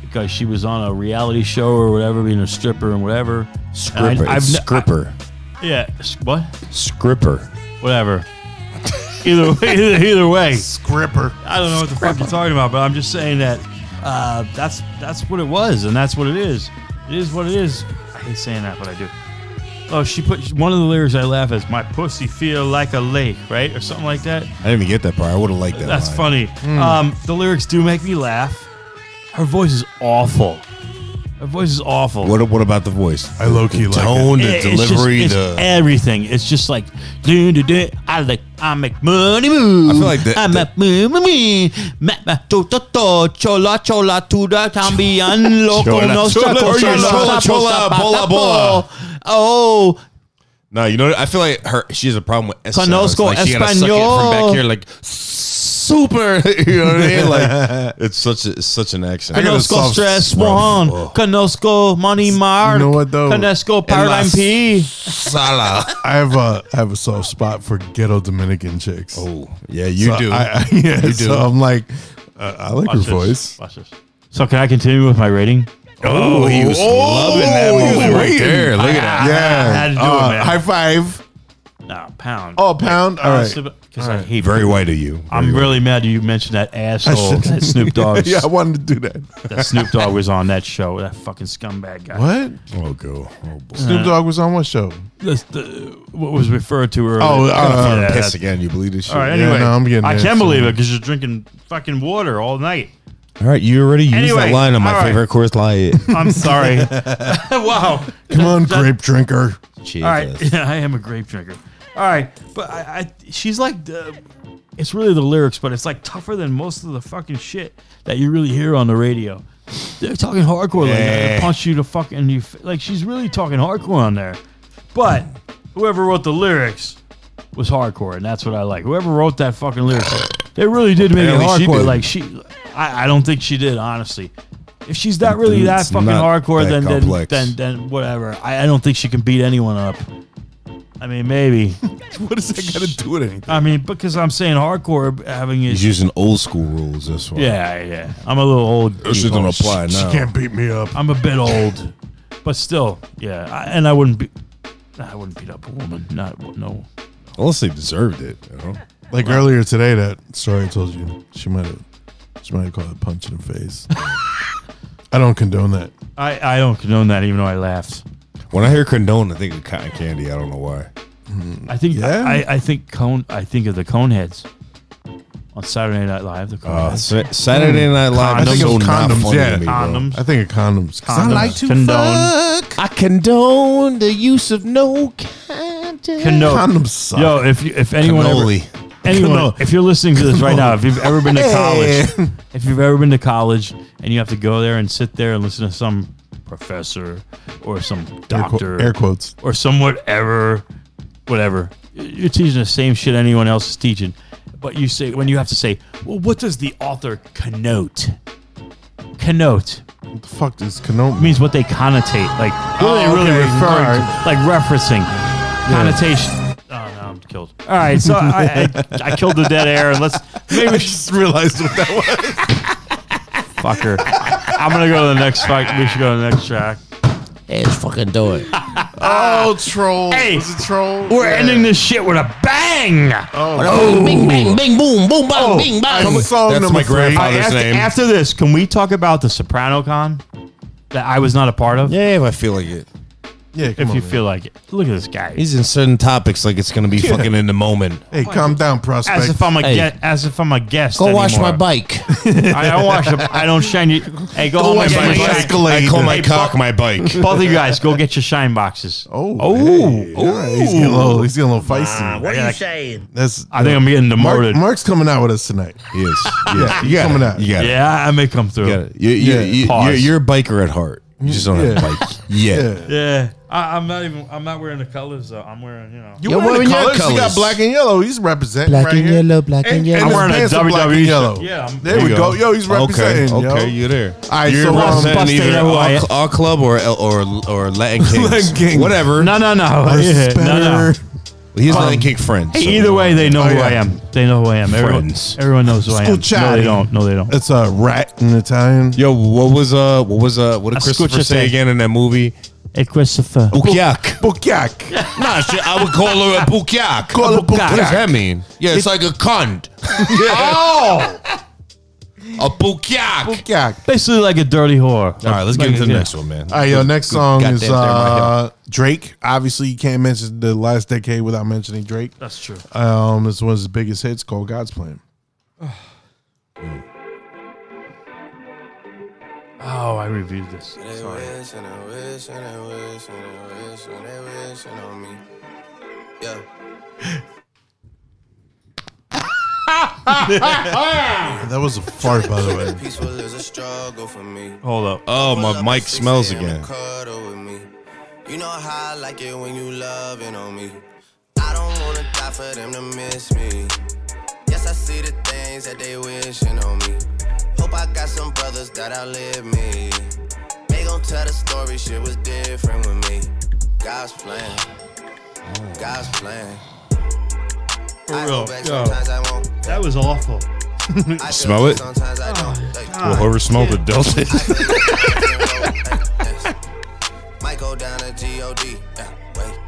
Speaker 1: because she was on a reality show or whatever, being a stripper and whatever. And
Speaker 3: Scripper.
Speaker 1: I- I've
Speaker 3: it's
Speaker 1: ne-
Speaker 3: scripper.
Speaker 1: I- yeah. s- What?
Speaker 3: scripper.
Speaker 1: Whatever. either <laughs> way, either, either way,
Speaker 6: Scripper.
Speaker 1: I don't know what the fuck you're talking about, but I'm just saying that uh, that's that's what it was and that's what it is. It is what it is. I hate saying that, but I do. Oh, she put one of the lyrics I laugh at is "My pussy feel like a lake," right, or something like that.
Speaker 3: I Hmm. didn't even get that part. I would have liked that.
Speaker 1: That's
Speaker 3: line.
Speaker 1: funny. Um, the lyrics do make me laugh. Her voice is awful. Her voice is awful.
Speaker 3: What, what about the voice?
Speaker 6: I low key like it.
Speaker 3: Tone, the
Speaker 1: It- it's just-
Speaker 3: delivery,
Speaker 1: it's
Speaker 3: the.
Speaker 1: everything. It's just like do do do. I like I make money move.
Speaker 3: I feel like the-
Speaker 1: I
Speaker 3: the-
Speaker 1: make money move. Make my to to to chola chola to the también loco
Speaker 3: <laughs> Chola, chola,
Speaker 1: no saco,
Speaker 3: chola,
Speaker 1: saco,
Speaker 3: chola,
Speaker 1: saco,
Speaker 3: chola,
Speaker 1: zapata,
Speaker 3: bola,
Speaker 1: bo.
Speaker 3: bola.
Speaker 1: Oh,
Speaker 3: No, you know, I feel like her. She has a problem with S.
Speaker 1: Conozco
Speaker 3: sounds. like she gotta suck it from
Speaker 1: español.
Speaker 3: back here, like super. <laughs> You know what I mean? Like it's such a, it's such an accent.
Speaker 6: got a
Speaker 1: Canosco
Speaker 6: soft
Speaker 1: Stress
Speaker 3: smell.
Speaker 1: One,
Speaker 3: Oh.
Speaker 1: Canosco Money Mark,
Speaker 6: know what, though?
Speaker 1: Canosco Paradigm
Speaker 3: last-
Speaker 1: P.
Speaker 3: Sala.
Speaker 6: I have a I have a soft spot for ghetto Dominican chicks.
Speaker 3: Oh, yeah, you
Speaker 6: So
Speaker 3: do.
Speaker 6: I, <laughs> I, yeah,
Speaker 3: You do.
Speaker 6: so I'm like, uh, I like her voice.
Speaker 1: Watch this. So can I continue with my rating?
Speaker 3: oh, he was loving that
Speaker 6: he was
Speaker 3: moment right
Speaker 6: waiting.
Speaker 3: there. Look at that.
Speaker 1: I had to do it,
Speaker 6: Uh,
Speaker 1: man.
Speaker 6: High five.
Speaker 1: No, pound.
Speaker 6: Oh, pound. All right.
Speaker 1: Because I hate
Speaker 3: Very white of you. Very
Speaker 1: I'm
Speaker 3: white.
Speaker 1: really mad you mentioned that asshole
Speaker 6: should've- <laughs>
Speaker 1: that Snoop
Speaker 6: <laughs>
Speaker 1: Dogg.
Speaker 6: yeah, I wanted to do that.
Speaker 1: That Snoop Dogg was on that show. That fucking scumbag guy.
Speaker 6: What?
Speaker 3: Oh, go. Oh, boy.
Speaker 6: Snoop Dogg was on what show?
Speaker 1: This- the- what was referred to earlier?
Speaker 6: Oh, uh,
Speaker 1: Yeah,
Speaker 3: Piss
Speaker 1: that's-
Speaker 3: again. You believe this shit.
Speaker 1: all right.
Speaker 6: Yeah,
Speaker 1: Anyway,
Speaker 6: no, I'm getting
Speaker 1: I
Speaker 6: there,
Speaker 1: can't
Speaker 6: so-
Speaker 1: believe it because you're drinking fucking water all night.
Speaker 3: All right, you already used
Speaker 1: Anyway,
Speaker 3: that line on my
Speaker 1: all right.
Speaker 3: favorite course line.
Speaker 6: <laughs>
Speaker 1: I'm sorry. <laughs> wow.
Speaker 6: Come on, grape drinker.
Speaker 3: Jesus.
Speaker 1: All right. <laughs> Yeah, I am a grape drinker. All right, but I, I she's like, uh, it's really the lyrics, but it's like tougher than most of the fucking shit that you really hear on the radio. They're talking hardcore like that. They
Speaker 3: Yeah.
Speaker 1: punch you to fuck and you f- like she's really talking hardcore on there. But whoever wrote the lyrics was hardcore, and that's what I like. Whoever wrote that fucking lyrics, they really did make
Speaker 3: Apparently
Speaker 1: it
Speaker 3: she
Speaker 1: hardcore.
Speaker 3: did.
Speaker 1: like she, I, I don't think she did honestly. If she's not really that
Speaker 3: It's
Speaker 1: fucking
Speaker 3: not
Speaker 1: hardcore,
Speaker 3: that
Speaker 1: then, then
Speaker 3: complex.
Speaker 1: then then whatever. I, I don't think she can beat anyone up. I
Speaker 3: <laughs>
Speaker 1: mean, maybe.
Speaker 6: What does that got to do with anything?
Speaker 1: I mean, because I'm saying hardcore having
Speaker 3: He's
Speaker 1: is.
Speaker 3: using old school rules. That's why.
Speaker 1: Yeah, Oh, yeah. I'm a little old.
Speaker 3: This shit don't
Speaker 1: people.
Speaker 3: apply
Speaker 6: She
Speaker 3: now.
Speaker 6: can't beat me up.
Speaker 1: I'm a bit old, but still, yeah. I, and I wouldn't be. I wouldn't beat up a woman. Not no.
Speaker 3: Unless they deserved it. You know?
Speaker 6: Like earlier today,
Speaker 3: <laughs>
Speaker 6: that story I told you, she might have, she might have called a punch in the face. I don't condone that.
Speaker 1: I, I don't condone that, even though I laughed.
Speaker 3: When I hear condone, I think of cotton candy. I don't know why.
Speaker 1: I think
Speaker 6: Yeah?
Speaker 1: I, I think cone. I think of the Coneheads on Saturday Night Live. The
Speaker 3: Uh,
Speaker 1: Coneheads.
Speaker 3: Sa- Saturday Night Live
Speaker 6: Condoms.
Speaker 3: is so not
Speaker 6: Condoms,
Speaker 3: funny
Speaker 6: yeah.
Speaker 3: to me, bro.
Speaker 1: Condoms.
Speaker 6: I think of condoms. 'Cause I
Speaker 1: Condoms.
Speaker 6: like to
Speaker 1: Condone.
Speaker 6: fuck.
Speaker 3: I condone the use of no condoms.
Speaker 1: Condo-
Speaker 6: Condoms suck.
Speaker 1: Yo, if you, if anyone
Speaker 3: Cannoli.
Speaker 1: ever, anyone,
Speaker 6: Cannoli.
Speaker 1: if you're listening to this right now, if you've ever
Speaker 6: <laughs>
Speaker 1: been to college,
Speaker 6: Hey.
Speaker 1: if you've ever been to college, and you have to go there and sit there and listen to some professor or some
Speaker 6: Air qu-
Speaker 1: doctor
Speaker 6: air quotes.
Speaker 1: or some whatever, whatever, you're teaching the same shit anyone else is teaching. But you say when you have to say, well, what does the author connote? Connote
Speaker 6: What the fuck does condone mean?
Speaker 1: means what they connotate. Like, what are they
Speaker 6: Oh,
Speaker 1: really
Speaker 6: okay.
Speaker 1: referring
Speaker 6: All
Speaker 1: to?
Speaker 6: right.
Speaker 1: Like referencing, connotation. Oh no, I'm killed. All right, so I, <laughs> I, I killed the dead air. Let's maybe we should,
Speaker 6: Just realized what that was.
Speaker 1: <laughs> fucker. I'm gonna go to the next fight. We should go to the next track.
Speaker 4: Hey, let's fucking do it.
Speaker 6: Oh, troll.
Speaker 1: Hey,
Speaker 6: was it troll?
Speaker 1: We're
Speaker 6: Yeah. Oh,
Speaker 1: ending this shit with a bang.
Speaker 4: Bing, bang, bing, boom, boom, bang, bing, bang.
Speaker 6: I'm song
Speaker 3: That's
Speaker 6: number
Speaker 3: my
Speaker 6: three.
Speaker 3: grandfather. Father's
Speaker 1: after,
Speaker 3: name.
Speaker 1: after this, can we talk about the Soprano Con that I was not a part of?
Speaker 3: Yeah, if I feel like it.
Speaker 6: Yeah, come
Speaker 1: If
Speaker 6: on,
Speaker 1: you
Speaker 6: man.
Speaker 1: feel like it, look at this guy.
Speaker 3: He's in certain topics like it's gonna be fucking in the moment.
Speaker 6: Hey, calm down, prospect.
Speaker 1: as if I'm Oh, a
Speaker 4: Hey.
Speaker 1: gue- as if I'm a guest.
Speaker 4: Go wash
Speaker 1: anymore.
Speaker 4: my bike.
Speaker 1: I don't wash. the- I don't shine you. Hey, go, home
Speaker 3: wash
Speaker 1: and
Speaker 3: my
Speaker 1: get your
Speaker 3: bike.
Speaker 1: shine-
Speaker 3: I call my
Speaker 1: Hey,
Speaker 3: cock
Speaker 1: Bob.
Speaker 6: <laughs>
Speaker 3: my bike.
Speaker 1: Both of you guys, go get your shine boxes.
Speaker 6: oh, hey. All right, he's getting a little, he's getting a
Speaker 3: Oh.
Speaker 6: little feisty.
Speaker 1: I, gotta-
Speaker 6: That's.
Speaker 1: I think I'm getting demoted.
Speaker 6: Mark, Mark's coming out with us tonight.
Speaker 3: Yes, yes.
Speaker 6: he's coming out.
Speaker 3: You got it.
Speaker 1: yeah, I may come through.
Speaker 3: You got it. You, you,
Speaker 6: Yeah.
Speaker 3: you,
Speaker 1: Pause.
Speaker 3: are you're a biker at heart. You just don't have a
Speaker 6: Yeah.
Speaker 3: bike yet.
Speaker 6: Yeah.
Speaker 1: Yeah, I, I'm not even. I'm not wearing the colors though. I'm wearing, you know.
Speaker 6: You're wearing, your colors. You got black and yellow. He's representing
Speaker 4: Black
Speaker 6: right
Speaker 4: and
Speaker 6: here.
Speaker 4: yellow, black and yellow.
Speaker 1: I'm
Speaker 6: his
Speaker 1: wearing a
Speaker 6: pants are black
Speaker 1: WWE
Speaker 6: and
Speaker 1: shirt.
Speaker 6: yellow.
Speaker 1: Yeah, I'm-
Speaker 6: there we go. Yo, he's representing.
Speaker 3: Okay,
Speaker 6: yo.
Speaker 3: okay you're there. All
Speaker 6: right,
Speaker 3: you're
Speaker 6: so, um,
Speaker 1: Bust
Speaker 3: representing
Speaker 1: it
Speaker 3: either
Speaker 1: out,
Speaker 3: our,
Speaker 1: Wyatt.
Speaker 3: cl- our club or or or Latin
Speaker 6: <laughs>
Speaker 3: Kings,
Speaker 6: Latin Kings.
Speaker 3: whatever.
Speaker 1: No, no, no, yeah, no, no.
Speaker 6: Spencer.
Speaker 3: He has Latin King friends.
Speaker 1: um, Hey,
Speaker 3: so-
Speaker 1: Either way, they know
Speaker 6: Oh,
Speaker 1: who
Speaker 6: yeah.
Speaker 1: I am. They know who I am. Everyone,
Speaker 3: Friends. Uh,
Speaker 1: everyone knows who I am. No,
Speaker 6: Scusciati.
Speaker 1: they don't. No, they don't.
Speaker 6: That's a rat in Italian.
Speaker 3: Yo, what was uh, what was uh, what did
Speaker 1: That's what
Speaker 3: Christopher
Speaker 1: you
Speaker 3: say
Speaker 1: say.
Speaker 3: again in that movie?
Speaker 1: Hey, Christopher.
Speaker 3: oh. Bukyak.
Speaker 6: Bukyak.
Speaker 3: nah, shit, I would call her a bukyak.
Speaker 6: Call her
Speaker 3: What does
Speaker 6: bukyak.
Speaker 3: that mean? Yeah, it's like a cunt.
Speaker 6: Oh,
Speaker 3: A bukyak.
Speaker 6: Bukyak.
Speaker 1: Basically, like a dirty whore.
Speaker 3: All right, let's get into the next one, man.
Speaker 6: All right, yo. Next song
Speaker 3: goddamn
Speaker 6: is
Speaker 3: thing right
Speaker 6: uh, Drake. Obviously, you can't mention the last decade without mentioning Drake.
Speaker 1: That's true.
Speaker 6: Um, it's one of his biggest hits called "God's Plan."
Speaker 1: Oh, I reviewed this. Sorry.
Speaker 5: wishing and wishing and wishing and wishing and wishing on me. Yeah.
Speaker 6: That was a fart, by the way.
Speaker 5: Peaceful is a struggle for me.
Speaker 1: Hold up.
Speaker 3: Oh, my
Speaker 5: Pull up
Speaker 3: mic
Speaker 5: at 6
Speaker 3: smells
Speaker 5: a.m. and
Speaker 3: again.
Speaker 5: cuddle with me. You know how I like it when you loving on me. I don't wanna die for them to miss me. Yes, I see the things that they wishing on me. Hope I got some brothers that outlive me. They gon' tell the story, shit was different with me. God's plan, God's plan. I go back sometimes I won't.
Speaker 1: That was awful.
Speaker 5: I feel
Speaker 3: Smell
Speaker 5: good
Speaker 3: it?
Speaker 5: Sometimes I don't. Like,
Speaker 3: Well, whoever smelled it dealt it.
Speaker 5: Might go down to G-O-D, yeah, wait.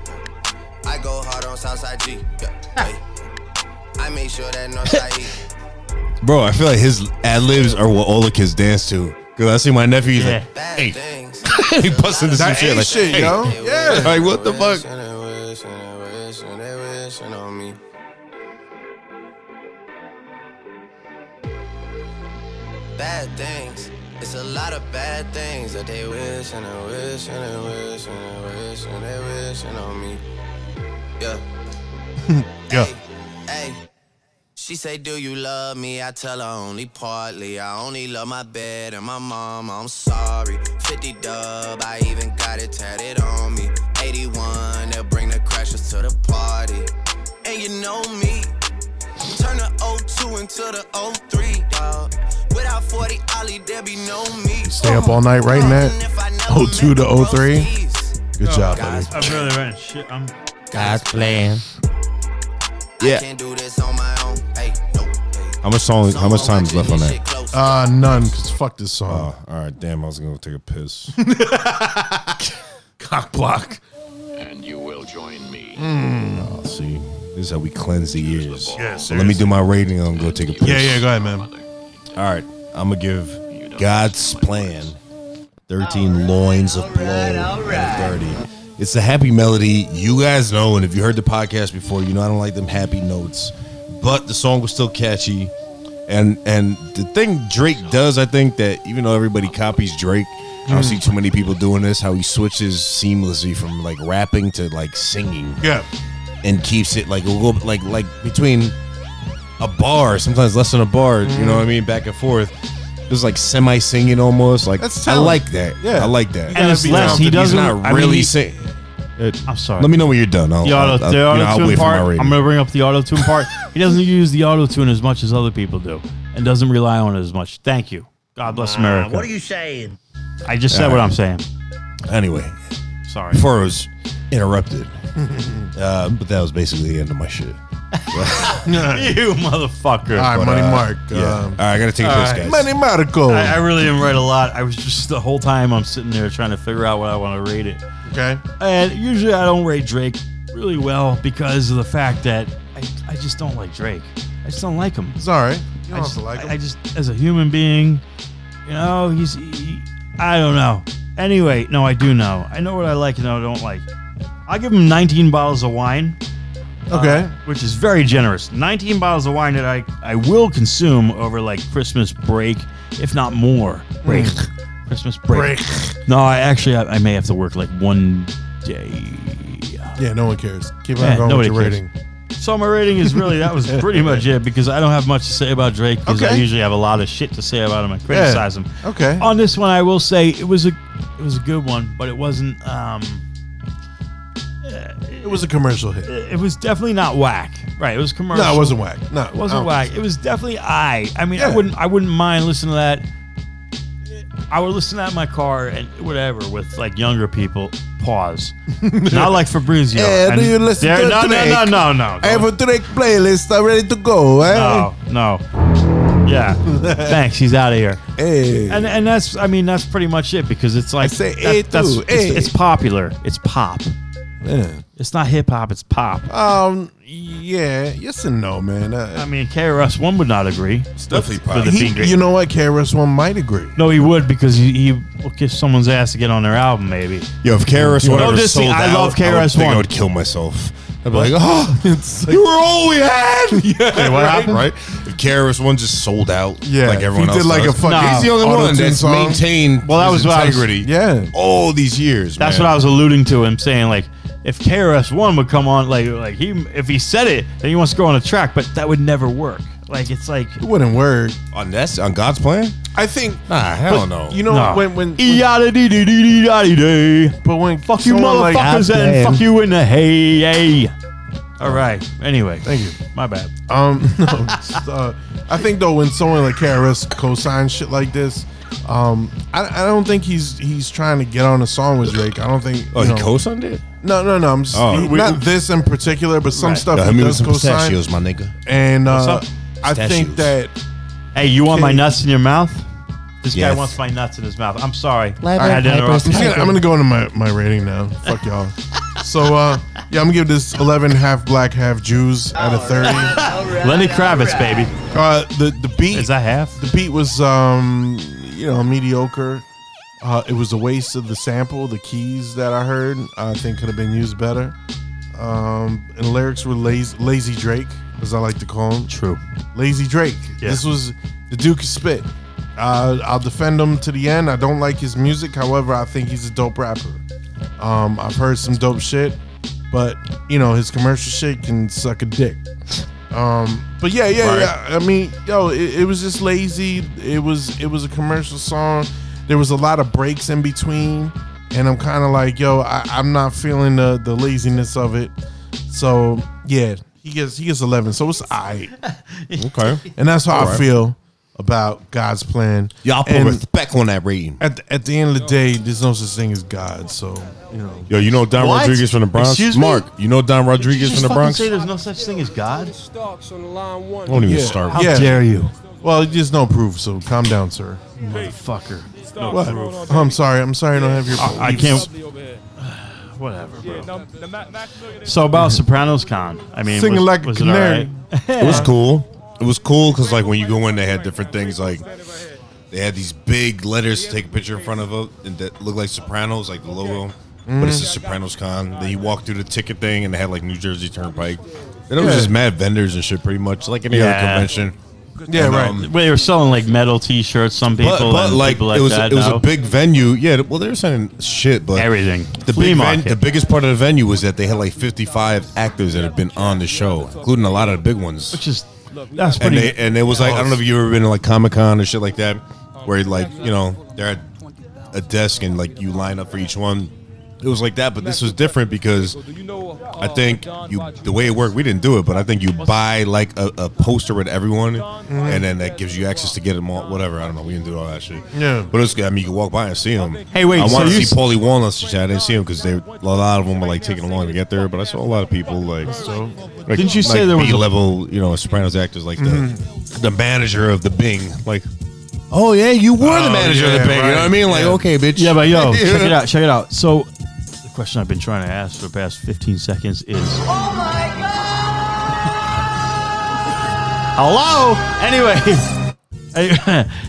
Speaker 5: I go hard on Southside G, yeah, wait. I make sure that Northside E.
Speaker 3: <laughs> Bro, I feel like his ad libs are what all the kids dance to. Cause I see my nephew, he's
Speaker 1: Yeah.
Speaker 5: Bad
Speaker 3: Hey.
Speaker 5: things.
Speaker 3: like, <laughs> he busting this
Speaker 6: That
Speaker 3: shit.
Speaker 6: ain't
Speaker 3: Like,
Speaker 6: shit,
Speaker 3: hey. <laughs>
Speaker 6: yo. Yeah.
Speaker 3: Like, what the fuck?
Speaker 5: Wishing and wishing and wishing and wishing on me. Bad things. It's a lot of bad things that they wishing and wishing and wishing and wishing they wishing on me. Yeah.
Speaker 6: Yeah.
Speaker 5: Hey. She say, Do you love me? I tell her only partly. I only love my bed and my mom. I'm sorry. 50 dub, I even got it tatted on me. 81, they'll bring the crashers to the party. And you know me. Turn the 02 into the 03, dog. Without 40 Ollie, there be no me.
Speaker 6: Stay up all night writing
Speaker 5: And
Speaker 6: that.
Speaker 5: if I never
Speaker 6: 02
Speaker 5: met
Speaker 6: to
Speaker 5: the
Speaker 6: 03?
Speaker 5: broskies,
Speaker 6: Good job, buddy.
Speaker 5: God's
Speaker 1: I'm really right. Shit, I'm.
Speaker 4: God's plan.
Speaker 3: Yeah.
Speaker 5: I can't do this on my own. Hey, no.
Speaker 3: How much song? How much time is left on that?
Speaker 6: Uh, none, cause fuck this song.
Speaker 3: Oh, all right, damn. I was gonna take a piss.
Speaker 6: Cock block.
Speaker 10: And you will join me.
Speaker 3: I'll see. This is how we cleanse the ears.
Speaker 6: Yeah,
Speaker 3: So let me do my rating. and I'm gonna take a piss.
Speaker 6: Yeah, yeah. Go ahead, man.
Speaker 3: All right, I'm gonna give God's plan 13 loins of blow and 30. It's a happy melody. You guys know, and if you heard the podcast before, you know I don't like them happy notes. But the song was still catchy. And and the thing Drake does, I think that even though everybody copies Drake, I
Speaker 6: Mm.
Speaker 3: don't see too many people doing this, how he switches seamlessly from like rapping to like singing
Speaker 6: Yeah.
Speaker 3: and keeps it like a little like like between a bar, sometimes less than a bar. You
Speaker 6: Mm.
Speaker 3: know what I mean? Back and forth. It was like semi singing almost. Like
Speaker 6: That's
Speaker 3: I
Speaker 6: talent.
Speaker 3: like that.
Speaker 6: Yeah.
Speaker 3: I like that.
Speaker 6: gotta
Speaker 1: And it's
Speaker 6: be
Speaker 1: less.
Speaker 6: talented.
Speaker 1: He
Speaker 3: He's
Speaker 1: doesn't. I
Speaker 3: not
Speaker 1: mean,
Speaker 3: really
Speaker 1: he-
Speaker 3: sing.
Speaker 1: I'm sorry.
Speaker 3: Let me know when you're done. I'll,
Speaker 1: the auto,
Speaker 3: I'll, I'll,
Speaker 1: the
Speaker 3: you know,
Speaker 1: auto
Speaker 3: I'll
Speaker 1: tune
Speaker 3: wait for
Speaker 1: part.
Speaker 3: my radio.
Speaker 1: I'm gonna bring up the
Speaker 3: <laughs>
Speaker 1: auto tune part. he doesn't use the auto tune as much as other people do, and doesn't rely on it as much. Thank you. God bless America.
Speaker 8: you saying?
Speaker 1: I just said what I'm saying.
Speaker 3: Anyway,
Speaker 1: Sorry.
Speaker 3: before I was
Speaker 6: <laughs>
Speaker 3: interrupted, uh, but that was basically the end of my shit.
Speaker 1: <laughs> you motherfucker.
Speaker 6: All right,
Speaker 3: But,
Speaker 6: Money
Speaker 3: uh,
Speaker 6: Mark.
Speaker 3: Yeah. All
Speaker 6: Um,
Speaker 3: right, I gotta take a piss, guys.
Speaker 6: Money Marco.
Speaker 1: I, I really didn't write a lot. I was just the whole time I'm sitting there trying to figure out what I want to rate it.
Speaker 6: Okay.
Speaker 1: And usually I don't rate Drake really well because of the fact that I, I just don't like Drake. I just don't like him.
Speaker 6: It's all right. You don't
Speaker 1: I
Speaker 6: have
Speaker 1: just,
Speaker 6: to like him.
Speaker 1: I, I just, as a human being, you know, he's, he, I don't know. Anyway, no, I do know. I know what I like and what I don't like. I give him 19 bottles of wine, uh,
Speaker 6: okay.
Speaker 1: which is very generous. 19 bottles of wine that I, I will consume over like Christmas break, if not more. Break. Christmas break.
Speaker 6: Break.
Speaker 1: No, I actually, I, I may have to work like one day.
Speaker 6: Yeah, no one cares. Keep
Speaker 1: Yeah,
Speaker 6: on going with
Speaker 1: nobody
Speaker 6: your
Speaker 1: cares.
Speaker 6: rating.
Speaker 1: So my rating is really that was
Speaker 6: <laughs>
Speaker 1: pretty much it because I don't have much to say about Drake because I
Speaker 6: Okay.
Speaker 1: usually have a lot of shit to say about him and criticize him.
Speaker 6: Okay.
Speaker 1: On this one, I will say it was a it was a good one, but it wasn't. Um,
Speaker 6: It was a commercial hit.
Speaker 1: it was definitely not whack. Right? It was commercial.
Speaker 6: No, it wasn't whack. No,
Speaker 1: It wasn't whack. It was definitely I. I mean, I
Speaker 6: Oh. Yeah.
Speaker 1: wouldn't I wouldn't mind listening to that. I would listen to that in my car and whatever with like younger people.
Speaker 6: <laughs>
Speaker 1: Pause. not like Fabrizio.
Speaker 6: Hey, do
Speaker 1: And
Speaker 6: you listen
Speaker 1: there-
Speaker 6: to
Speaker 1: no,
Speaker 6: Drake?
Speaker 1: no, no, no, no, no.
Speaker 6: a Drake playlist. I'm ready to go. Eh?
Speaker 1: No, no.
Speaker 6: <laughs>
Speaker 1: Yeah. Thanks. He's out of here.
Speaker 6: Hey.
Speaker 1: And and that's I mean that's pretty much it because it's like
Speaker 6: say,
Speaker 1: that-
Speaker 6: "Eh,
Speaker 1: that's-
Speaker 6: too,
Speaker 1: it's,
Speaker 6: eh."
Speaker 1: it's popular. It's pop. It's not hip hop. It's pop.
Speaker 6: Um. Yeah. Yes and no, man.
Speaker 1: I
Speaker 6: Uh,
Speaker 1: mean, KRS One would not agree.
Speaker 3: It's definitely
Speaker 1: With
Speaker 3: probably
Speaker 1: it
Speaker 6: he-
Speaker 1: being great.
Speaker 6: you know what? KRS One might agree.
Speaker 1: no, he would because he, he will kiss someone's ass to get on their album. Maybe.
Speaker 3: Yo, if KRS One
Speaker 1: No,
Speaker 3: ever
Speaker 1: this
Speaker 3: sold
Speaker 1: thing- I
Speaker 3: out,
Speaker 1: love
Speaker 3: I would
Speaker 1: KRS-One.
Speaker 3: think I would kill myself. I'd
Speaker 6: <laughs>
Speaker 3: be like, oh, you were all we
Speaker 1: <laughs>
Speaker 3: had. yeah,
Speaker 1: what
Speaker 3: right,
Speaker 1: happened?
Speaker 3: Right? If KRS One just sold out,
Speaker 6: Yeah,
Speaker 3: like
Speaker 6: if
Speaker 3: everyone
Speaker 6: he did
Speaker 3: else,
Speaker 6: like a
Speaker 3: does.
Speaker 6: fucking
Speaker 3: he's the only
Speaker 6: auto-tune
Speaker 3: one that's
Speaker 6: song.
Speaker 3: maintained.
Speaker 1: Well,
Speaker 3: his
Speaker 1: that was what I was-
Speaker 3: integrity.
Speaker 6: Yeah.
Speaker 3: all these years.
Speaker 1: That's
Speaker 3: man.
Speaker 1: what I was alluding to. him saying like, if KRS One would come on, like like he if he said it, then he wants to go on a track, but that would never work. Like it's like
Speaker 6: It wouldn't work.
Speaker 3: on that's on God's plan.
Speaker 6: I think.
Speaker 3: Nah, hell no.
Speaker 6: You know
Speaker 1: Oh, No.
Speaker 6: when when.
Speaker 1: E-yada-dee-dee-dee-dee-dee.
Speaker 6: but when
Speaker 1: Fuck you,
Speaker 6: someone like-
Speaker 1: motherfuckers, and fuck you in the hey, hey. All right. Anyway,
Speaker 6: Thank you.
Speaker 1: My bad.
Speaker 6: Um, <laughs> no, just, uh, I think though when someone like KRS co-signs shit like this, um, I, I don't think he's he's trying to get on a song with Drake. I don't think.
Speaker 3: Oh,
Speaker 6: you
Speaker 3: he
Speaker 6: know-
Speaker 3: co-signed it.
Speaker 6: No, no, no. I'm just,
Speaker 3: Oh.
Speaker 6: he-
Speaker 3: We-
Speaker 6: not this in particular, but some
Speaker 1: Right.
Speaker 6: stuff
Speaker 3: Yo, hit
Speaker 6: he
Speaker 3: me with
Speaker 6: does
Speaker 3: some
Speaker 6: co-sign.
Speaker 3: pistachios, my nigga.
Speaker 6: And uh,
Speaker 1: What's up?
Speaker 6: I think
Speaker 3: Pistachios.
Speaker 6: that
Speaker 1: Hey, you want my
Speaker 6: Okay.
Speaker 1: nuts in your mouth? This guy
Speaker 3: Yes.
Speaker 1: wants my nuts in his mouth. I'm sorry.
Speaker 4: Live
Speaker 1: I
Speaker 4: at
Speaker 1: didn't interrupt.
Speaker 6: I'm gonna, I'm gonna go into my, my rating now. Fuck y'all. So uh, yeah, I'm gonna give this 11 half black half Jews out of 30.
Speaker 1: <laughs> Lenny Kravitz, baby.
Speaker 6: Uh, the the beat
Speaker 1: Is that half?
Speaker 6: the beat was um you know mediocre. Uh, it was a waste of the sample. The keys that I heard, I think, could have been used better. Um, and the lyrics were lazy, lazy Drake, as I like to call him.
Speaker 1: True.
Speaker 6: Lazy Drake.
Speaker 1: Yeah.
Speaker 6: This was the Duke of Spit. Uh, I'll defend him to the end. I don't like his music. However, I think he's a dope rapper. Um, I've heard some dope shit, but you know his commercial shit can suck a dick. Um, but yeah, yeah, yeah. I mean, yo, it, it was just lazy. It was it was a commercial song. There was a lot of breaks in between, and I'm kind of like, yo, I, I'm not feeling the the laziness of it. So yeah, he gets he gets 11. So it's I.
Speaker 3: Okay.
Speaker 6: And that's how I
Speaker 3: Alright.
Speaker 6: feel about God's plan.
Speaker 3: Y'all put
Speaker 6: And
Speaker 3: respect on that rating.
Speaker 6: at the, at the end of the day, there's no such thing as God. So you know,
Speaker 3: Yo, you know Don
Speaker 1: What?
Speaker 3: Rodriguez from the Bronx?
Speaker 1: Excuse me?
Speaker 3: Mark, you know Don Rodriguez from the Bronx?
Speaker 1: say there's no such thing as God?
Speaker 3: I don't even
Speaker 6: Yeah.
Speaker 3: start.
Speaker 6: Yeah.
Speaker 1: dare you?
Speaker 6: well, there's no proof. So calm down, sir.
Speaker 1: Fucker.
Speaker 6: What? Oh, I'm sorry. I'm sorry. I don't have your.
Speaker 1: I can't. <sighs> Whatever, bro. So about Sopranos Con. I mean,
Speaker 6: Singing
Speaker 1: was,
Speaker 6: like a
Speaker 1: was it all
Speaker 6: canary.
Speaker 1: right?
Speaker 3: It was cool. It was cool because like when you go in, they had different things like They had these big letters to take a picture in front of them and that looked like Sopranos, like the logo. But
Speaker 1: Mm.
Speaker 3: it's a Sopranos con. Then you walk through the ticket thing and they had like New Jersey Turnpike. And it was just mad vendors and shit, pretty much like any
Speaker 1: Yeah.
Speaker 3: other convention.
Speaker 6: Yeah,
Speaker 3: And,
Speaker 6: right.
Speaker 3: um,
Speaker 1: <laughs> Well, they were selling like metal T-shirts. Some people,
Speaker 3: but, but
Speaker 1: and
Speaker 3: like
Speaker 1: people like
Speaker 3: it was
Speaker 1: that
Speaker 3: it was
Speaker 1: now.
Speaker 3: a big venue. Yeah, well they were selling shit, but
Speaker 1: everything.
Speaker 3: The
Speaker 1: Flea
Speaker 3: big ven-
Speaker 1: market.
Speaker 3: the biggest part of the venue was that they had like 55 actors that have been on the show, including a lot of the big ones.
Speaker 1: which is that's
Speaker 3: and
Speaker 1: pretty.
Speaker 3: they and it was like I don't know if you ever been to like Comic Con or shit like that, where like you know they're at a desk and like you line up for each one. It was like that, but this was different because I think you the way it worked. We didn't do it, but I think you buy like a, a poster with everyone,
Speaker 1: Mm-hmm.
Speaker 3: and then that gives you access to get them all. Whatever I don't know, we didn't do all that shit.
Speaker 6: Yeah.
Speaker 3: but it's good. I mean, you can walk by and see them.
Speaker 1: Hey, wait,
Speaker 3: I
Speaker 1: so
Speaker 3: wanted
Speaker 1: you
Speaker 3: to
Speaker 1: s-
Speaker 3: see Paulie Walnuts and shit. I didn't see him because they a lot of them were like taking long to get there. But I saw a lot of people like. Like,
Speaker 1: Didn't you say
Speaker 3: like
Speaker 1: there was a-
Speaker 3: level, you know, Sopranos actors like the the manager of the Bing, like. Mm-hmm. Oh yeah, you were the manager of
Speaker 6: yeah,
Speaker 3: the Bing. You know what I
Speaker 6: right.
Speaker 3: mean? Like, okay, bitch.
Speaker 1: yeah, but <laughs> yo, check it out. Check it out. So, the question I've been trying to ask for the past 15 seconds is. Hello. Anyways. <laughs> Hey,